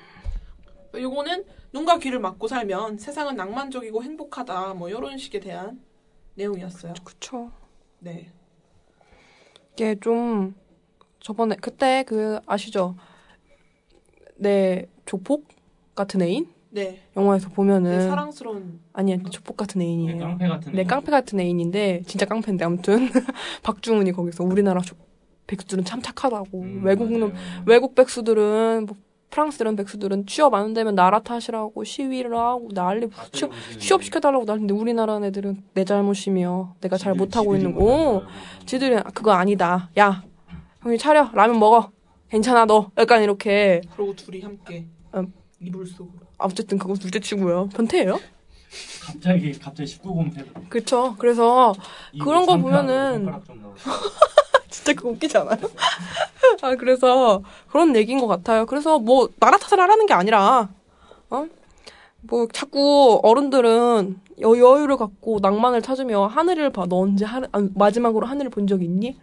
Speaker 6: 요거는 눈과 귀를 막고 살면 세상은 낭만적이고 행복하다 뭐 이런 식에 대한 내용이었어요.
Speaker 5: 그쵸.
Speaker 6: 네.
Speaker 5: 이게 좀 저번에 그때 그 아시죠? 내 조폭 같은 애인
Speaker 6: 네.
Speaker 5: 영화에서 보면은
Speaker 6: 내 사랑스러운
Speaker 5: 아니 아니 조폭 같은
Speaker 9: 내
Speaker 5: 애인이에요.
Speaker 9: 깡패 같은
Speaker 5: 내
Speaker 9: 애인.
Speaker 5: 깡패 같은 애인인데 진짜 깡패인데 아무튼 박중훈이 거기서 우리나라 조- 백수들은 참 착하다고
Speaker 9: 음,
Speaker 5: 외국 놈
Speaker 9: 맞아요.
Speaker 5: 외국 백수들은 뭐 프랑스 이런 백수들은 취업 안 되면 나라 탓이라고 시위를 하고 난리
Speaker 9: 다
Speaker 5: 취업
Speaker 9: 때려부수는
Speaker 5: 취업 시켜달라고 난리인데 우리나라 애들은 내 잘못이며 내가 잘
Speaker 9: 지들-
Speaker 5: 못하고
Speaker 9: 지들이
Speaker 5: 있는 거
Speaker 9: 못하는 줄 알고.
Speaker 5: 지들이 아, 그거 아니다. 야, 형님 차려. 라면 먹어. 괜찮아 너. 약간 이렇게
Speaker 6: 그러고 둘이 함께
Speaker 5: 음.
Speaker 6: 이불 속으로
Speaker 5: 아, 어쨌든 그거 둘째치고요. 변태예요?
Speaker 9: 갑자기 갑자기 19금 패드.
Speaker 5: 그렇죠. 그래서 그런 거 보면은-
Speaker 9: 손가락 좀 넣어.
Speaker 5: 진짜 그거 웃기지 않아요? 아 그래서 그런 얘기인 것 같아요. 그래서 뭐 나라 탓을 하라는 게 아니라 어? 뭐 자꾸 어른들은 여, 여유를 갖고 낭만을 찾으며 하늘을 봐. 너 언제 하, 아, 마지막으로 하늘을 본 적 있니?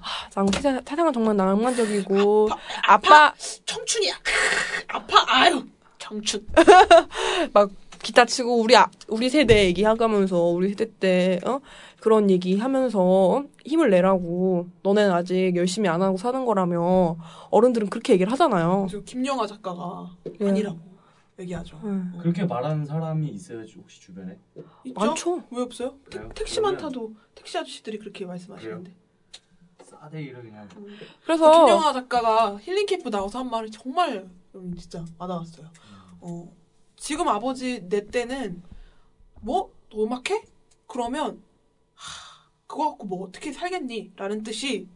Speaker 5: 아, 난 세상, 세상은 정말 낭만적이고 아빠
Speaker 6: 청춘이야. 크, 아파. 아유. 청춘.
Speaker 5: 막 기타 치고 우리 아, 우리 세대 얘기하면서 우리 세대 때 어? 그런 얘기 하면서 어? 힘을 내라고 너네는 아직 열심히 안 하고 사는 거라며 어른들은 그렇게 얘기를 하잖아요.
Speaker 6: 저 김영하 작가가
Speaker 5: 예.
Speaker 6: 아니라고 얘기하죠.
Speaker 5: 예.
Speaker 9: 그렇게 말하는 사람이 있어야지 혹시 주변에.
Speaker 6: 있죠?
Speaker 5: 많죠.
Speaker 6: 왜 없어요? 택-
Speaker 9: 그래요?
Speaker 6: 택시만
Speaker 9: 그러면-
Speaker 6: 타도 택시 아저씨들이 그렇게 말씀하시는데.
Speaker 9: 싸대 이러 그냥.
Speaker 5: 그래서
Speaker 6: 김영하 작가가 힐링 캠프 나와서 한 말이 정말 음, 진짜 와닿았어요. 어, 지금 아버지 내 때는 뭐? 너 음악해? 그러면 하, 그거 갖고 뭐 어떻게 살겠니? 라는 뜻이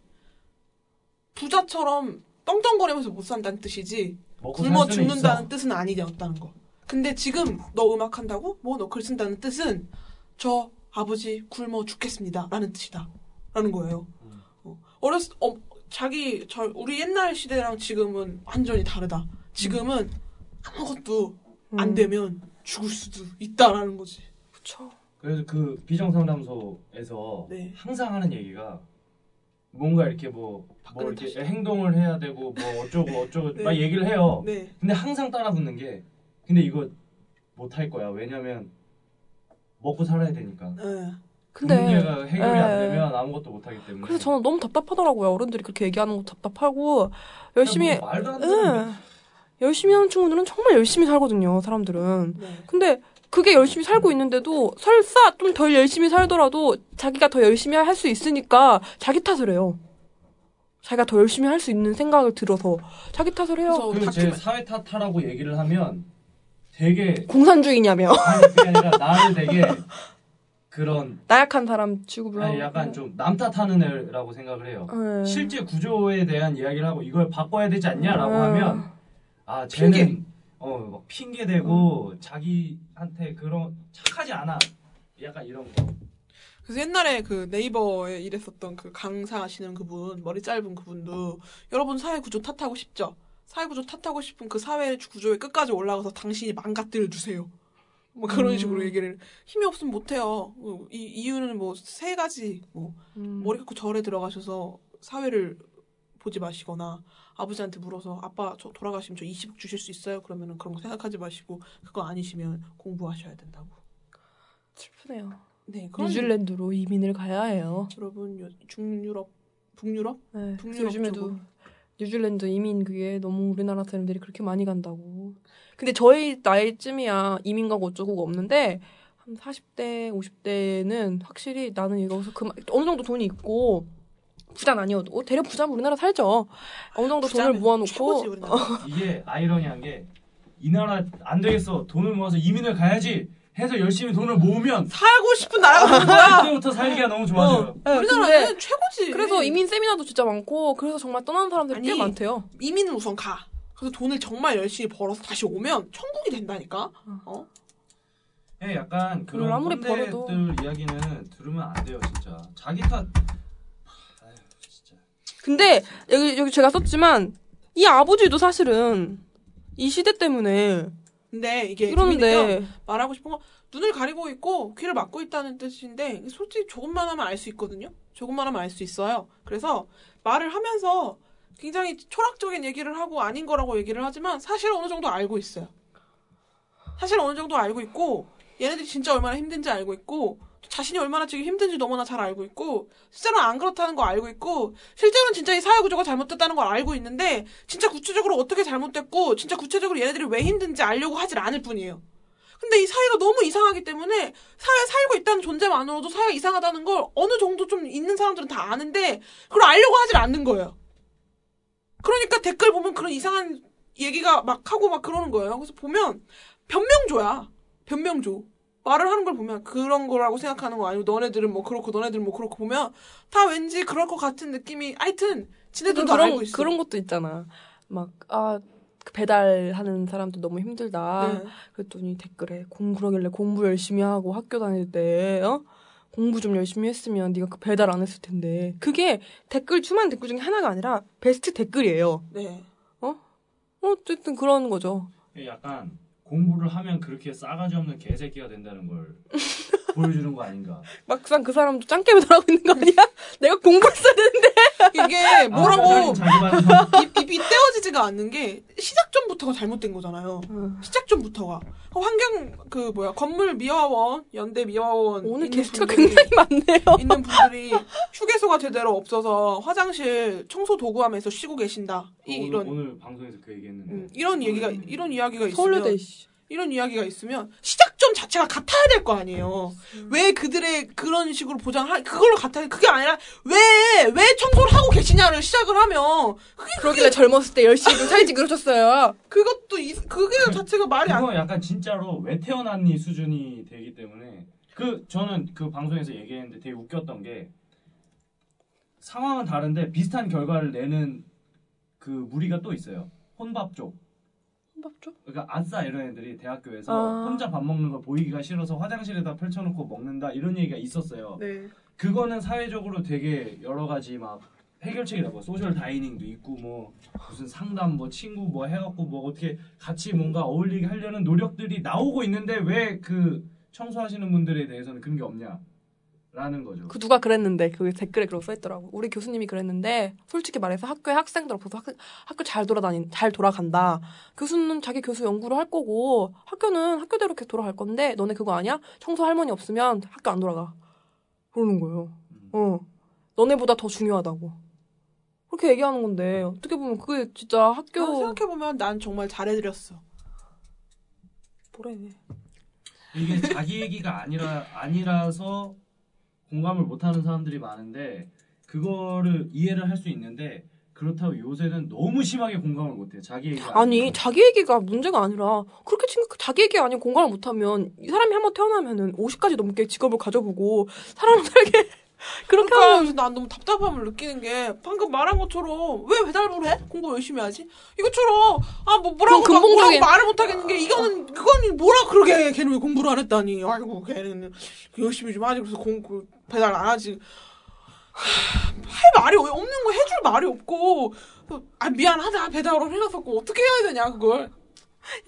Speaker 6: 부자처럼 떵떵거리면서 못 산다는 뜻이지
Speaker 9: 먹고 살
Speaker 6: 굶어
Speaker 9: 수는
Speaker 6: 죽는다는
Speaker 9: 있어.
Speaker 6: 뜻은 아니었다는 거. 근데 지금 너 음악 한다고 뭐 너 글 쓴다는 뜻은 저 아버지 굶어 죽겠습니다라는 뜻이다라는 거예요.
Speaker 9: 음.
Speaker 6: 어, 어렸을 어, 자기 저 우리 옛날 시대랑 지금은 완전히 다르다. 지금은
Speaker 9: 음.
Speaker 6: 아무것도 안
Speaker 5: 음,
Speaker 6: 되면 죽을 수도 있다라는 거지.
Speaker 5: 그쵸.
Speaker 9: 그래서 그 비정 상담소에서
Speaker 6: 네.
Speaker 9: 항상 하는 얘기가 뭔가 이렇게 뭐, 뭐
Speaker 6: 박근혜
Speaker 9: 이렇게 행동을 해야 되고 뭐 어쩌고 어쩌고
Speaker 6: 네.
Speaker 9: 막 얘기를 해요.
Speaker 6: 네.
Speaker 9: 근데 항상 따라붙는 게 근데 이거 못 할 거야. 왜냐면 먹고 살아야 되니까.
Speaker 6: 예.
Speaker 5: 근데
Speaker 9: 문제가 해결이 안
Speaker 5: 예.
Speaker 9: 되면 아무것도 못 하기 때문에.
Speaker 5: 그래서 저는 너무 답답하더라고요. 어른들이 그렇게 얘기하는 거 답답하고
Speaker 9: 그냥
Speaker 5: 열심히
Speaker 9: 뭐 말도 안 되는
Speaker 5: 예. 열심히 하는 친구들은 정말 열심히 살거든요. 사람들은.
Speaker 6: 네.
Speaker 5: 근데 그게 열심히 살고 있는데도 설사 좀 덜 열심히 살더라도 자기가 더 열심히 할 수 있으니까 자기 탓을 해요.
Speaker 6: 자기가 더 열심히 할 수 있는 생각을 들어서 자기 탓을 해요.
Speaker 5: 그래서
Speaker 9: 그리고 제 사회 탓하라고 얘기를 하면 되게
Speaker 6: 공산주의냐며
Speaker 9: 아니 그게 아니라 나를 되게 그런
Speaker 6: 나약한 사람 취급을
Speaker 9: 아니,
Speaker 6: 하고.
Speaker 9: 약간 좀 남 탓하는 애라고 생각을 해요.
Speaker 6: 네.
Speaker 9: 실제 구조에 대한 이야기를 하고 이걸 바꿔야 되지 않냐라고
Speaker 6: 음.
Speaker 9: 하면 아 쟤는 어막 핑계 대고
Speaker 6: 음.
Speaker 9: 자기한테 그런 착하지 않아 약간 이런 거.
Speaker 5: 그래서 옛날에 그 네이버에 일했었던 그 강사하시는 그분 머리 짧은 그분도 여러분 사회 구조 탓하고 싶죠? 사회 구조 탓하고 싶은 그 사회 구조의 끝까지 올라가서 당신이 망가뜨려 주세요. 뭐 그런
Speaker 6: 음.
Speaker 5: 식으로 얘기를 힘이 없으면 못해요. 어, 이 이유는 뭐 세 가지 뭐
Speaker 6: 음.
Speaker 5: 머리 깎고 절에 들어가셔서 사회를 보지 마시거나 아버지한테 물어서 아빠 저 돌아가시면 저 20억 주실 수 있어요? 그러면은 그런 거 생각하지 마시고 그거 아니시면 공부하셔야 된다고.
Speaker 6: 슬프네요.
Speaker 5: 네, 그런
Speaker 6: 뉴질랜드로 이민을 가야 해요.
Speaker 5: 여러분 요- 중유럽 북유럽
Speaker 6: 네, 그래서
Speaker 5: 북유럽
Speaker 6: 요즘에도
Speaker 5: 쪽으로.
Speaker 6: 뉴질랜드 이민 그게 너무 우리나라 사람들이 그렇게 많이 간다고. 근데 저희 나이쯤이야 이민 가고 어쩌고 없는데 한 40대, 50대는 확실히 나는 여기서 그만 어느 정도 돈이 있고 부자는 아니어도 대략 부자면 우리나라 살죠. 어느 정도 돈을
Speaker 5: 부자면 최고지,
Speaker 6: 모아놓고 어.
Speaker 5: 우리나라.
Speaker 9: 이게 아이러니한 게 이 나라 안 되겠어 돈을 모아서 이민을 가야지 해서 열심히 돈을 모으면
Speaker 5: 살고 싶은 나라가
Speaker 6: 아!
Speaker 9: 그때부터 살기가 너무 좋아져요.
Speaker 6: 어. 네,
Speaker 5: 우리나라는
Speaker 6: 근데
Speaker 5: 최고지.
Speaker 6: 그래서 이민 세미나도 진짜 많고 그래서 정말 떠나는 사람들이 꽤
Speaker 5: 네. 아니,
Speaker 6: 많대요.
Speaker 5: 이민을 우선 가. 그래서 돈을 정말 열심히 벌어서 다시 오면 천국이 된다니까. 어?
Speaker 9: 예, 약간 그런
Speaker 6: 돈을 아무리
Speaker 9: 꼰대들
Speaker 6: 벌어도.
Speaker 9: 이야기는 들으면 안 돼요 진짜. 자기 탓. 아유, 진짜.
Speaker 6: 근데 여기 여기 제가 썼지만 이 아버지도 사실은 이 시대 때문에
Speaker 5: 근데 이게 재밌는 게
Speaker 6: 이러는데
Speaker 5: 말하고 싶은 건 눈을 가리고 있고 귀를 막고 있다는 뜻인데 솔직히 조금만 하면 알 수 있거든요. 조금만 하면 알 수 있어요. 그래서 말을 하면서 굉장히 초락적인 얘기를 하고 아닌 거라고 얘기를 하지만 사실 어느 정도 알고 있어요. 사실 어느 정도 알고 있고 얘네들이 진짜 얼마나 힘든지 알고 있고 자신이 얼마나 지금 힘든지 너무나 잘 알고 있고 실제로 안 그렇다는 거 알고 있고 실제로는 진짜 이 사회 구조가 잘못됐다는 걸 알고 있는데 진짜 구체적으로 어떻게 잘못됐고 진짜 구체적으로 얘네들이 왜 힘든지 알려고 하질 않을 뿐이에요. 근데 이 사회가 너무 이상하기 때문에 사회 살고 있다는 존재만으로도 사회가 이상하다는 걸 어느 정도 좀 있는 사람들은 다 아는데 그걸 알려고 하질 않는 거예요. 그러니까 댓글 보면 그런 이상한 얘기가 막 하고 막 그러는 거예요. 그래서 보면 변명조야. 변명조. 말을 하는 걸 보면 그런 거라고 생각하는 거 아니고 너네들은 뭐 그렇고 너네들은 뭐 그렇고 보면 다 왠지 그럴 것 같은 느낌이 하여튼 지네들도 알고
Speaker 6: 그런
Speaker 5: 있어.
Speaker 6: 그런 것도 있잖아. 막 아 배달하는 사람도 너무 힘들다.
Speaker 5: 네.
Speaker 6: 그랬더니 댓글에 공 그러길래 공부 열심히 하고 학교 다닐 때 어? 공부 좀 열심히 했으면 네가 그 배달 안 했을 텐데 그게 댓글 수많은 댓글 중에 하나가 아니라 베스트 댓글이에요.
Speaker 5: 네.
Speaker 6: 어쨌든 그런 거죠.
Speaker 9: 이게 약간 공부를 하면 그렇게 싸가지 없는 개새끼가 된다는 걸 보여주는 거 아닌가.
Speaker 6: 막상 그 사람도 짱깨 배달하고 있는 거 아니야? 내가 공부했어야 되는데
Speaker 5: 이게 뭐라고
Speaker 9: 아, 자기 반성.
Speaker 5: 이- 입이 떼어지지가 않는 게 시작 전부터가 잘못된 거잖아요. 시작 전부터가 그 환경 그 뭐야 건물 미화원 연대 미화원
Speaker 6: 오늘
Speaker 5: 있는
Speaker 6: 게스트가
Speaker 5: 분들이-
Speaker 6: 굉장히 많네요.
Speaker 5: 있는 분들이 휴게소가 제대로 없어서 화장실 청소 도구함에서 쉬고 계신다 이-
Speaker 9: 오늘,
Speaker 5: 이런
Speaker 9: 오늘 방송에서 그 얘기했는데.
Speaker 5: 음, 이런 얘기가 이런 이야기가 있으면
Speaker 6: 서울대 씨.
Speaker 5: 이런 이야기가 있으면 시작점 자체가 같아야 될 거 아니에요.
Speaker 6: 음.
Speaker 5: 왜 그들의 그런 식으로 보장을 하, 그걸로 같아야 그게 아니라 왜 왜 청소를 하고 계시냐를 시작을 하면 그게
Speaker 6: 그러길래 젊었을 때 열심히 좀 살지 그러셨어요.
Speaker 5: 그것도 이, 그게
Speaker 6: 음.
Speaker 5: 자체가 말이 안
Speaker 9: 그거 약간 진짜로 왜 태어났니 수준이 되기 때문에 그 저는 그 방송에서 얘기했는데 되게 웃겼던 게 상황은 다른데 비슷한 결과를 내는 그 무리가 또 있어요. 혼밥 쪽.
Speaker 6: 밥 줘.
Speaker 9: 그러니까 아싸 이런 애들이 대학교에서
Speaker 6: 아.
Speaker 9: 혼자 밥 먹는 걸 보이기가 싫어서 화장실에다 펼쳐놓고 먹는다 이런 얘기가 있었어요.
Speaker 5: 네.
Speaker 9: 그거는 사회적으로 되게 여러 가지 막 해결책이라고 소셜 다이닝도 있고 뭐 무슨 상담 뭐 친구 뭐 해갖고 뭐 어떻게 같이 뭔가 어울리게 하려는 노력들이 나오고 있는데 왜 그 청소하시는 분들에 대해서는 그런 게 없냐라는 거죠.
Speaker 6: 그 누가 그랬는데 그 댓글에 그러고 써있더라고. 우리 교수님이 그랬는데 솔직히 말해서 학교에 학생들 없어서 학, 학교 잘 돌아다닌 잘 돌아간다. 교수는 자기 교수 연구를 할 거고 학교는 학교대로 계속 돌아갈 건데 너네 그거 아니야? 청소 할머니 없으면 학교 안 돌아가. 그러는 거예요.
Speaker 9: 음.
Speaker 6: 어. 너네보다 더 중요하다고. 그렇게 얘기하는 건데 어떻게 보면 그게 진짜 학교
Speaker 5: 생각해 보면 난 정말 잘해드렸어.
Speaker 6: 뭐래.
Speaker 9: 이게 자기 얘기가 아니라 아니라서 공감을 못하는 사람들이 많은데 그거를 이해를 할 수 있는데 그렇다고 요새는 너무 심하게 공감을 못해요. 자기 얘기가
Speaker 6: 아니
Speaker 9: 아니라.
Speaker 6: 자기 얘기가 문제가 아니라 그렇게 친, 자기 얘기 아닌 공감을 못하면 이 사람이 한번 태어나면은 50까지 넘게 직업을 가져보고 사람 살게 그렇게
Speaker 5: 그러니까
Speaker 6: 하면
Speaker 5: 요즘 난 너무 답답함을 느끼는 게 방금 말한 것처럼 왜 배달부를 해? 공부 열심히 하지? 이것처럼 아 뭐 뭐라고
Speaker 6: 그건
Speaker 5: 막
Speaker 6: 근본적인-
Speaker 5: 뭐라고 말을 못 하겠는 게 이거는 그건 뭐라 그러게 해. 걔는 왜 공부를 안 했다니 아이고 걔는 열심히 좀 하지 그래서 공 그, 배달 안 하지 하, 할 말이 없는 거 해줄 말이 없고 아 미안하다 배달을 해놨었고 어떻게 해야 되냐 그걸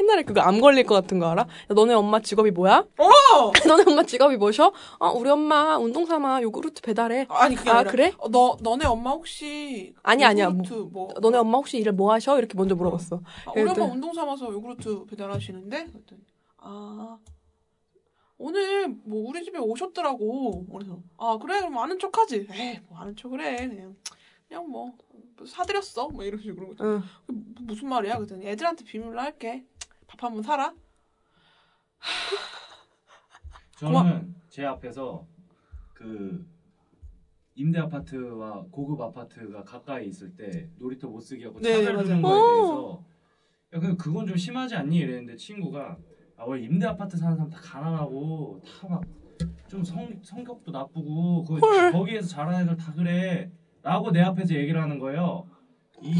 Speaker 6: 옛날에 그거 암 걸릴 것 같은 거 알아? 야, 너네 엄마 직업이 뭐야?
Speaker 5: 어
Speaker 6: 너네 엄마 직업이 뭐셔? 어, 우리 엄마 운동 삼아 요구르트 배달해.
Speaker 5: 아니 그게
Speaker 6: 아,
Speaker 5: 아니라
Speaker 6: 그래?
Speaker 5: 어, 너 너네 엄마 혹시
Speaker 6: 아니, 아니야.
Speaker 5: 요구르트 뭐
Speaker 6: 너네 엄마 혹시 일을 뭐 하셔? 이렇게 먼저 물어봤어.
Speaker 5: 아, 우리 엄마
Speaker 6: 그랬더니-
Speaker 5: 운동 삼아서 요구르트 배달하시는데 그랬더니 아 오늘 뭐 우리 집에 오셨더라고 그래서 아 그래 그럼 아는 척하지 에이 뭐 아는 척을 해 그냥 그냥 뭐 사드렸어 뭐 이런 식으로
Speaker 6: 응.
Speaker 5: 무슨 말이야 그랬더니 애들한테 비밀로 할게 밥 한 번 사라
Speaker 9: 저는 제 앞에서 그 임대 아파트와 고급 아파트가 가까이 있을 때 놀이터 못 쓰게 하고
Speaker 5: 네,
Speaker 9: 차별
Speaker 5: 맞아요.
Speaker 9: 주는 거에 대해서 야, 근데 그건 좀 심하지 않니? 이랬는데 친구가 아, 원래 임대 아파트 사는 사람 다 가난하고 다 막 좀 성격도 나쁘고 그
Speaker 6: 헐.
Speaker 9: 거기에서 자란 애들 다 그래 라고 내 앞에서 얘기를 하는 거예요 이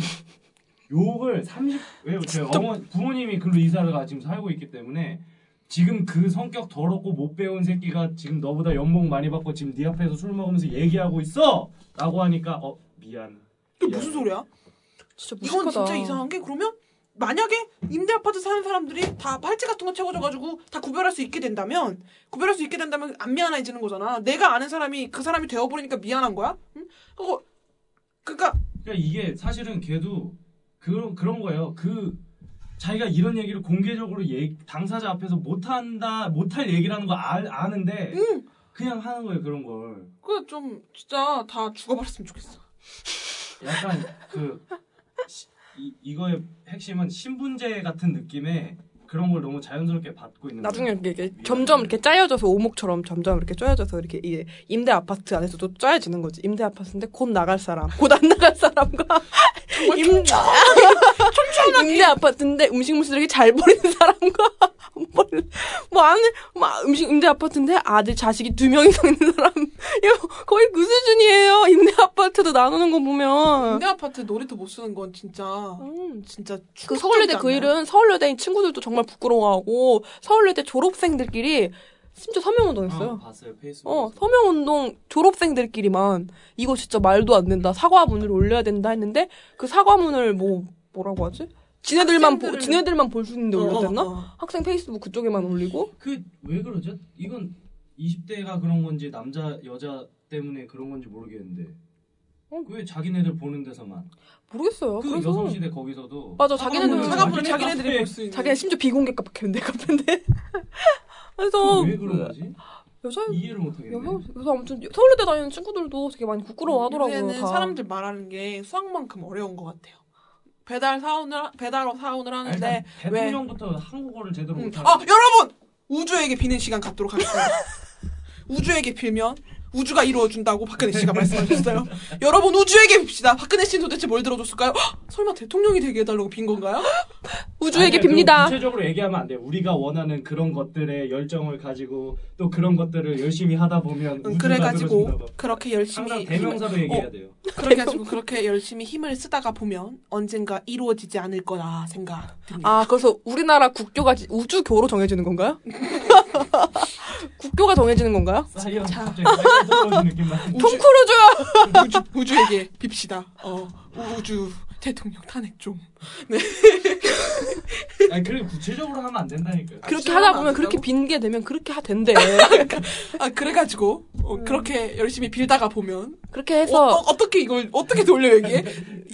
Speaker 9: 욕을 30 왜요? 제 어머 부모님이 글로 이사를 가 지금 살고 있기 때문에 지금 그 성격 더럽고 못 배운 새끼가 지금 너보다 연봉 많이 받고 지금 네 앞에서 술 먹으면서 얘기하고 있어 라고 하니까 어 미안
Speaker 5: 이게
Speaker 9: 미안.
Speaker 5: 무슨 소리야
Speaker 6: 진짜 무식하다.
Speaker 5: 이건 진짜 이상한 게 그러면 만약에 임대 아파트 사는 사람들이 다 팔찌 같은 거 채워줘가지고 다 구별할 수 있게 된다면 구별할 수 있게 된다면 안 미안해지는 거잖아. 내가 아는 사람이 그 사람이 되어버리니까 미안한 거야. 응? 그거 그러니까
Speaker 9: 그러니까 이게 사실은 걔도 그런 그런 거예요. 그 자기가 이런 얘기를 공개적으로 얘- 당사자 앞에서 못 한다 못할 얘기라는 거 알- 아는데
Speaker 5: 응.
Speaker 9: 그냥 하는 거예요 그런 걸.
Speaker 5: 그 좀 진짜 다 죽어버렸으면 좋겠어.
Speaker 9: 약간 그 시- 이, 이거의 핵심은 신분제 같은 느낌의 그런 걸 너무 자연스럽게 받고 있는
Speaker 6: 나중에
Speaker 9: 거예요.
Speaker 6: 이렇게, 이렇게 점점 이렇게 짜여져서 오목처럼 점점 이렇게 쪼여져서 이렇게 이제 임대 아파트 안에서도 짜여지는 거지. 임대 아파트인데 곧 나갈 사람, 곧 안 나갈 사람과 임, 임대 아파트인데 음식물 쓰레기 잘 버리는 사람과 안 버리는- 뭐 아는 뭐 음식 임대 아파트인데 아들 자식이 두 명 이상 있는 사람 이거 거의 그 수준이에요. 임대 아파트도 나누는 거 보면.
Speaker 5: 임대 아파트 놀이터 못 쓰는 건 진짜
Speaker 6: 음,
Speaker 5: 진짜
Speaker 6: 그 서울여대 그 일은 서울여대인 친구들도 정말 부끄러워하고 서울여대 졸업생들끼리 심지어
Speaker 9: 어,
Speaker 6: 서명운동했어요.
Speaker 9: 봤어요 페이스북.
Speaker 6: 어, 서명운동 졸업생들끼리만 이거 진짜 말도 안 된다. 사과문을 올려야 된다 했는데 그 사과문을 뭐 뭐라고 하지? 지네들만 보,
Speaker 5: 학생들을-
Speaker 6: 지네들만 볼 수 있는데 올렸댔나?
Speaker 5: 어, 어, 어.
Speaker 6: 학생 페이스북 그쪽에만 올리고
Speaker 9: 그 왜 그러죠? 이건 20대가 그런 건지 남자 여자 때문에 그런 건지 모르겠는데
Speaker 6: 어?
Speaker 9: 왜 자기네들 보는 데서만
Speaker 6: 모르겠어요.
Speaker 9: 그
Speaker 6: 그래서
Speaker 9: 여성시대 거기서도
Speaker 6: 맞아
Speaker 5: 음,
Speaker 6: 자기네들
Speaker 9: 사과문을
Speaker 5: 차가운 자기네들이
Speaker 9: 자기네
Speaker 5: 볼 수 있는.
Speaker 6: 자기네 심지어 비공개 카페인데 카페인데
Speaker 9: 그거
Speaker 6: 그래서
Speaker 9: 왜 그런 거지?
Speaker 6: 여자
Speaker 9: 이해를 못 하겠네.
Speaker 6: 어. 여성 그래서 아무튼 서울대 다니는 친구들도 되게 많이 부끄러워하더라고요.
Speaker 5: 음, 요새는
Speaker 6: 다.
Speaker 5: 사람들 말하는 게 수학만큼 어려운 것 같아요. 배달 사원을 배달 업 사원을
Speaker 9: 아, 일단
Speaker 5: 하는데
Speaker 6: 네.
Speaker 5: 왜
Speaker 9: 대통령부터 한국어를 제대로
Speaker 5: 음.
Speaker 9: 못 하고
Speaker 5: 아 여러분 우주에게 비는 시간 갖도록 하겠습니다. 우주에게 빌면 우주가 이루어준다고 박근혜 씨가 말씀하셨어요. 여러분 우주에게 빕시다. 박근혜 씨는 도대체 뭘 들어줬을까요? 헉, 설마 대통령이 되게 해달라고 빈 건가요?
Speaker 6: 우주에게
Speaker 9: 아니야,
Speaker 6: 빕니다.
Speaker 9: 그거 구체적으로 얘기하면 안 돼. 우리가 원하는 그런 것들에 열정을 가지고 또 그런 것들을 열심히 하다 보면 우주가
Speaker 5: 응, 음, 그래가지고
Speaker 9: 들어준다고.
Speaker 5: 그렇게
Speaker 9: 항상
Speaker 5: 열심히 힘을- 어,
Speaker 9: 대명사로 얘기해야 돼요.
Speaker 5: 그렇게 가지고 그렇게 열심히 힘을 쓰다가 보면 언젠가 이루어지지 않을 거라 생각됩니다.
Speaker 6: 아, 그래서 우리나라 국교가 지- 우주교로 정해지는 건가요? 국교가 정해지는 건가요?
Speaker 9: 사이언 갑자기 빨개져버리는 느낌만.
Speaker 5: 우주,
Speaker 6: 크루즈!
Speaker 5: 우주 우주에게 빕시다. 어 우- 우주 대통령 탄핵 좀.
Speaker 9: 아니 그래 구체적으로 하면 안 된다니까요.
Speaker 6: 그렇게
Speaker 5: 진짜
Speaker 6: 하다 보면
Speaker 5: 안
Speaker 6: 그렇게
Speaker 5: 된다고?
Speaker 6: 빈 게 되면 그렇게 하 된대.
Speaker 5: 아 그래가지고 어, 그렇게 열심히 빌다가 보면
Speaker 6: 그렇게
Speaker 5: 어,
Speaker 6: 해서,
Speaker 5: 어, 떻게 이걸 어떻게 돌려 여기에?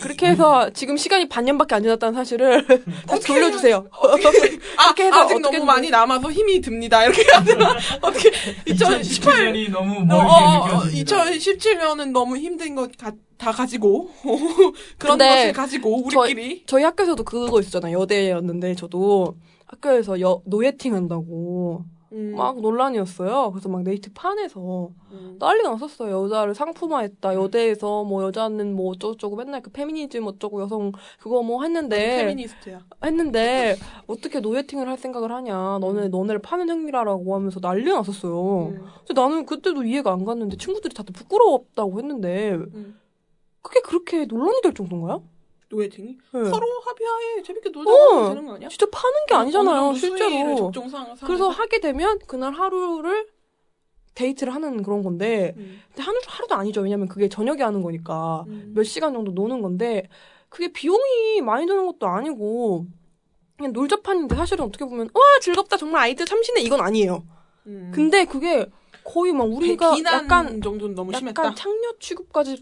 Speaker 6: 그렇게 해서 지금 시간이 반년밖에 안 지났다는 사실을 다시 돌려주세요.
Speaker 5: 아,
Speaker 6: 그렇게 해서
Speaker 5: 아직
Speaker 6: 어떻게
Speaker 5: 너무 많이 남아서 힘이 듭니다. 이렇게 해야 되나? 어떻게 2018
Speaker 9: 2017년이 너무
Speaker 5: 어,
Speaker 9: 멀게
Speaker 5: 어,
Speaker 9: 느껴집니다.
Speaker 5: 2017년은 너무 힘든 것 다 가지고 그런
Speaker 6: 근데
Speaker 5: 것을 가지고 우리끼리
Speaker 6: 저희 학교에서도 그거 있었잖아요. 여대였는데 저도 학교에서 여, 노예팅 한다고.
Speaker 5: 음.
Speaker 6: 막 논란이었어요. 그래서 막 네이트 판에서
Speaker 5: 음.
Speaker 6: 난리가 났었어요. 여자를 상품화했다. 여대에서 뭐 여자는 뭐 어쩌고저쩌고 맨날 그 페미니즘 어쩌고 여성 그거 뭐 했는데
Speaker 5: 네. 아, 페미니스트야.
Speaker 6: 했는데 어떻게 노예팅을 할 생각을 하냐. 너네 너네를 파는 행위라라고 하면서 난리가 났었어요.
Speaker 5: 음.
Speaker 6: 근데 나는 그때도 이해가 안 갔는데 친구들이 다들 부끄러웠다고 했는데
Speaker 5: 음.
Speaker 6: 그게 그렇게 논란이 될 정도인가요?
Speaker 5: 노예팅이
Speaker 6: 네.
Speaker 5: 서로 합의하에 재밌게 놀자
Speaker 6: 어.
Speaker 5: 하면 되는 거 아니야?
Speaker 6: 진짜 파는 게 아니잖아요,
Speaker 5: 어느 정도 수위를
Speaker 6: 실제로.
Speaker 5: 적정 상
Speaker 6: 그래서 하게 되면 그날 하루를 데이트를 하는 그런 건데
Speaker 5: 음.
Speaker 6: 근데 하루, 하루도 아니죠. 왜냐면 그게 저녁에 하는 거니까
Speaker 5: 음.
Speaker 6: 몇 시간 정도 노는 건데 그게 비용이 많이 드는 것도 아니고 그냥 놀자판인데 사실은 어떻게 보면 와 즐겁다 정말 아이들 참신해 이건 아니에요.
Speaker 5: 음.
Speaker 6: 근데 그게 거의 막 우리가
Speaker 5: 비난
Speaker 6: 약간
Speaker 5: 정도는 너무 심했다.
Speaker 6: 약간 창녀 취급까지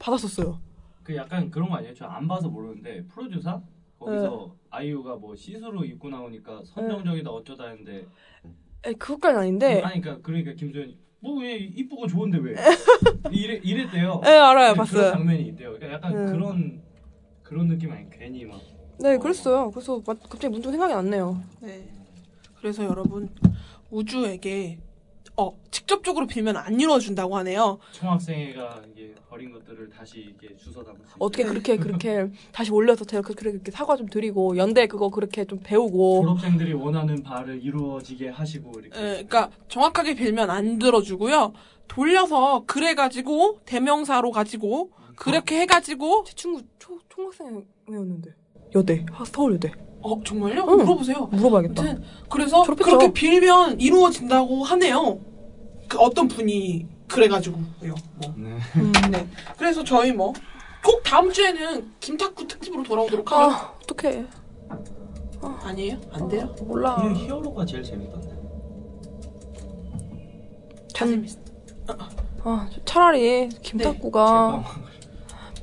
Speaker 6: 받았었어요.
Speaker 9: 그 약간 그런 거 아니에요? 저 안 봐서 모르는데 프로듀사 거기서 아이유가 뭐 시스루 입고 나오니까 선정적이다 어쩌다 했는데
Speaker 6: 에 그것까지는 아닌데
Speaker 5: 음.
Speaker 9: 아니 그러니까 그러니까 김소연이 뭐 그냥 이쁘고 좋은데 왜 이래 이랬대요.
Speaker 6: 예
Speaker 5: 음,
Speaker 6: 알아요
Speaker 9: 네, 그런
Speaker 6: 봤어요.
Speaker 5: 그렇죠.
Speaker 9: 장면이 있대요. 그러니까 약간
Speaker 6: 네.
Speaker 9: 그런 그런 느낌 아니 괜히 막
Speaker 6: 네 그랬어요. 그래서 막 갑자기 문득 생각이 안 나네요.
Speaker 5: 네. 그래서 여러분 우주에게 어 직접적으로 빌면 안 이루어준다고 하네요.
Speaker 9: 총학생회가 이게 버린 것들을 다시 이렇게 주워 담을 수
Speaker 6: 어떻게
Speaker 9: 있어요.
Speaker 6: 그렇게 그렇게 다시 올려서 제가 그- 그렇게 이렇게 사과 좀 드리고 연대 그거 그렇게 좀 배우고
Speaker 9: 졸업생들이 원하는 바를 이루어지게 하시고 이렇게
Speaker 6: 네,
Speaker 5: 예, 그러니까 정확하게 빌면 안 들어주고요. 돌려서 그래 가지고 대명사로 가지고 그렇게 해가지고
Speaker 6: 제 친구 초, 총학생이었는데 여대 하- 서울여대
Speaker 5: 어 정말요?
Speaker 6: 응.
Speaker 5: 물어보세요.
Speaker 6: 물어봐야겠다.
Speaker 5: 아무튼 그래서
Speaker 6: 졸업했죠.
Speaker 5: 그렇게 빌면 이루어진다고 하네요. 그 어떤 분이 그래가지고요. 뭐.
Speaker 9: 네.
Speaker 6: 음.
Speaker 5: 네. 그래서 저희 뭐 꼭 다음 주에는 김탁구 특집으로 돌아오도록 하죠.
Speaker 6: 아 어떡해
Speaker 5: 아. 니에요안 돼요?
Speaker 6: 몰라
Speaker 9: 그냥 히어로가 제일 재밌던데.
Speaker 6: 전,
Speaker 5: 재밌어.
Speaker 6: 음. 아 차라리 김탁구가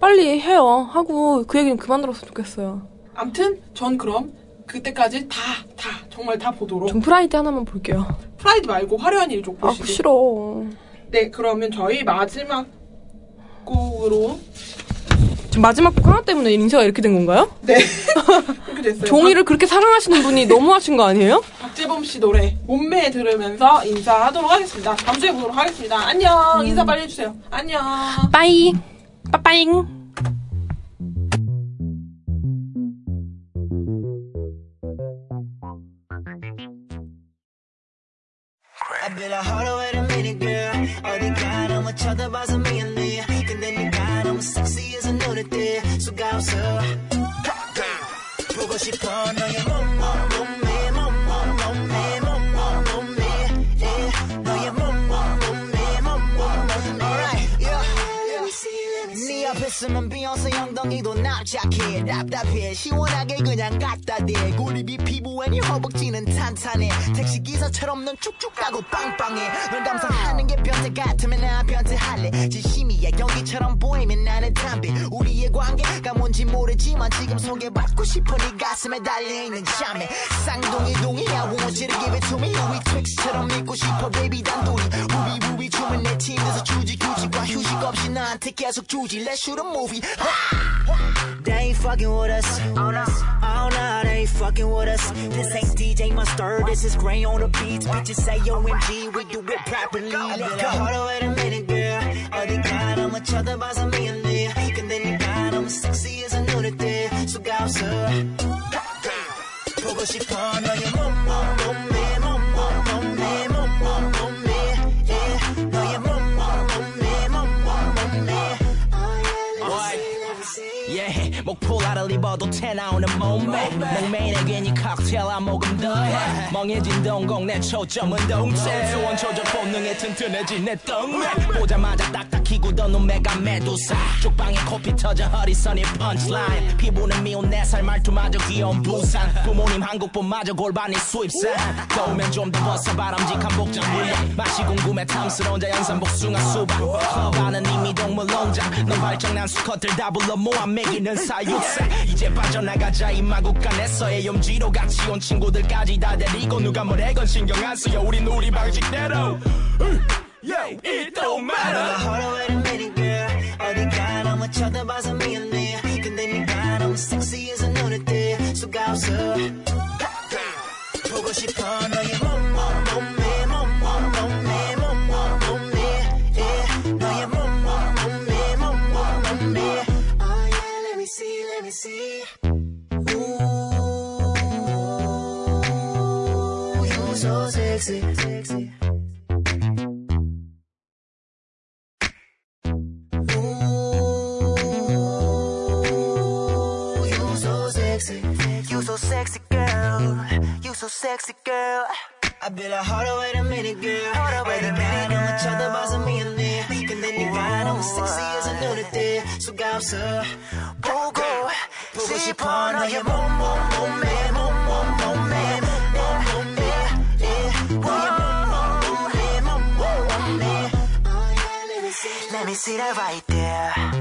Speaker 6: 빨리 해요 하고 그 얘기는 그만 들었으면 좋겠어요.
Speaker 5: 암튼 전 그럼 그때까지 다 다 정말 다 보도록
Speaker 6: 전 프라이드 하나만 볼게요.
Speaker 5: 프라이드 말고 화려한 일 좀
Speaker 6: 아
Speaker 5: 보시고.
Speaker 6: 싫어.
Speaker 5: 네 그러면 저희 마지막 곡으로
Speaker 6: 전 마지막 곡 하나 때문에 인쇄가 이렇게 된 건가요?
Speaker 5: 네 이렇게 됐어요.
Speaker 6: 종이를 그렇게 사랑하시는 분이 너무하신 거 아니에요?
Speaker 5: 박재범 씨 노래 몸매 들으면서 인사하도록 하겠습니다. 다음 주에 보도록 하겠습니다. 안녕. 인사
Speaker 6: 음.
Speaker 5: 빨리 해주세요. 안녕.
Speaker 6: 빠이 빠빠잉.
Speaker 11: I've been like, hold on, wait a minute, girl. 어딘가 너무 쳐다봐서 미안해. 근데 네가 너무 섹시해서 노래돼. 수가 없어. 보고 싶어, 너의 몸, 몸매, 몸, 몸매, 몸, 몸매. 예. 너의 몸, 몸매, 몸, 몸매. Alright, yeah. 네 앞에 쓰면 비욘세 엉덩이도 납작해 답답해 시원하게 그냥 갖다 대 고리비 피부엔 이 허벅지는 탄탄해 택시기사처럼 눈 쭉쭉 가고 빵빵해 널 감상하는 게 변태 같으면 나 변태할래 진심이야 여기처럼 보이면 나는 담배 우리의 관계가 뭔지 모르지만 지금 소개받고 싶어 네 가슴에 달려있는 자매 쌍둥이 동이야 won't you give it to me 우리 트윅스처럼 믿고 싶어 baby 단둘이 우비 우비 춤은 내 침대에서 주지 규칙과 휴식 없이 나한테 계속 주지 let's shoot a movie They ain't fucking with us. Oh no, oh no, they ain't fucking with us. This ain't DJ Mustard, this is Gray on the beats. Bitches say OMG, we do it properly. Let's go. Hold on, wait a minute, girl. 어딘가 너무 쳐다봐서 미안해. 근데 네가 너무 섹시해서 노래돼. 수가 없어. 보고 싶어 너의 몸, 몸매, 몸, 몸매, 몸, 몸매. 예, 너의 몸, 몸매, 몸, 몸매. Yeah, 목폴라를 입어도 태나오는 몸매 목매인에 괜히 칵테일 한 모금 더해 멍해진 동공 내 초점은 동체 수원 초적 본능에 튼튼해진 내 동맥 보자마자 딱딱히고 더 눈매가 메두사 쪽방에 코피 터져 허리선이 펀치라인 피부는 미운 내살 말투마저 귀여운 부산 부모님 한국분마저 골반이 수입산 더우면 좀 더 벗어 바람직한 복장 물론 맛이 궁금해 탐스러운 자연산 복숭아 수박 나는 이미 동물 농장 넌 발정난 수컷들 다 불러 모아 먹이는 사육사 이제 빠져나가자 이 마구간에서의 염지로 같이 온 친구들까지 다 데리고 누가 뭘 해건 신경 안 쓰여 우린 우리 방식대로 Yeah, it don't matter Hold on, wait a minute, girl 어딘가 너무 쳐다봐서 미안해 근데 네가 너무 섹시해서 눈에 띄 수가 없어 보고 싶어 너의 몸, 몸매, Oh, Ooh, you so sexy, sexy. Ooh, you so sexy, you so sexy girl, you so sexy girl. I be like, hold on, wait a minute, girl. Hold on, wait a minute, I'ma 쳐다봐서 미안해. 근데 네가 너무 섹시해서 노래돼. 수가 없어. 보고, 보고 싶어 너의 몸, 몸, 몸매, 몸, 몸, 몸매, 몸, 몸매. 예. 너의 몸, 몸, 몸매, 몸, 몸, 몸매. Let me see that right there.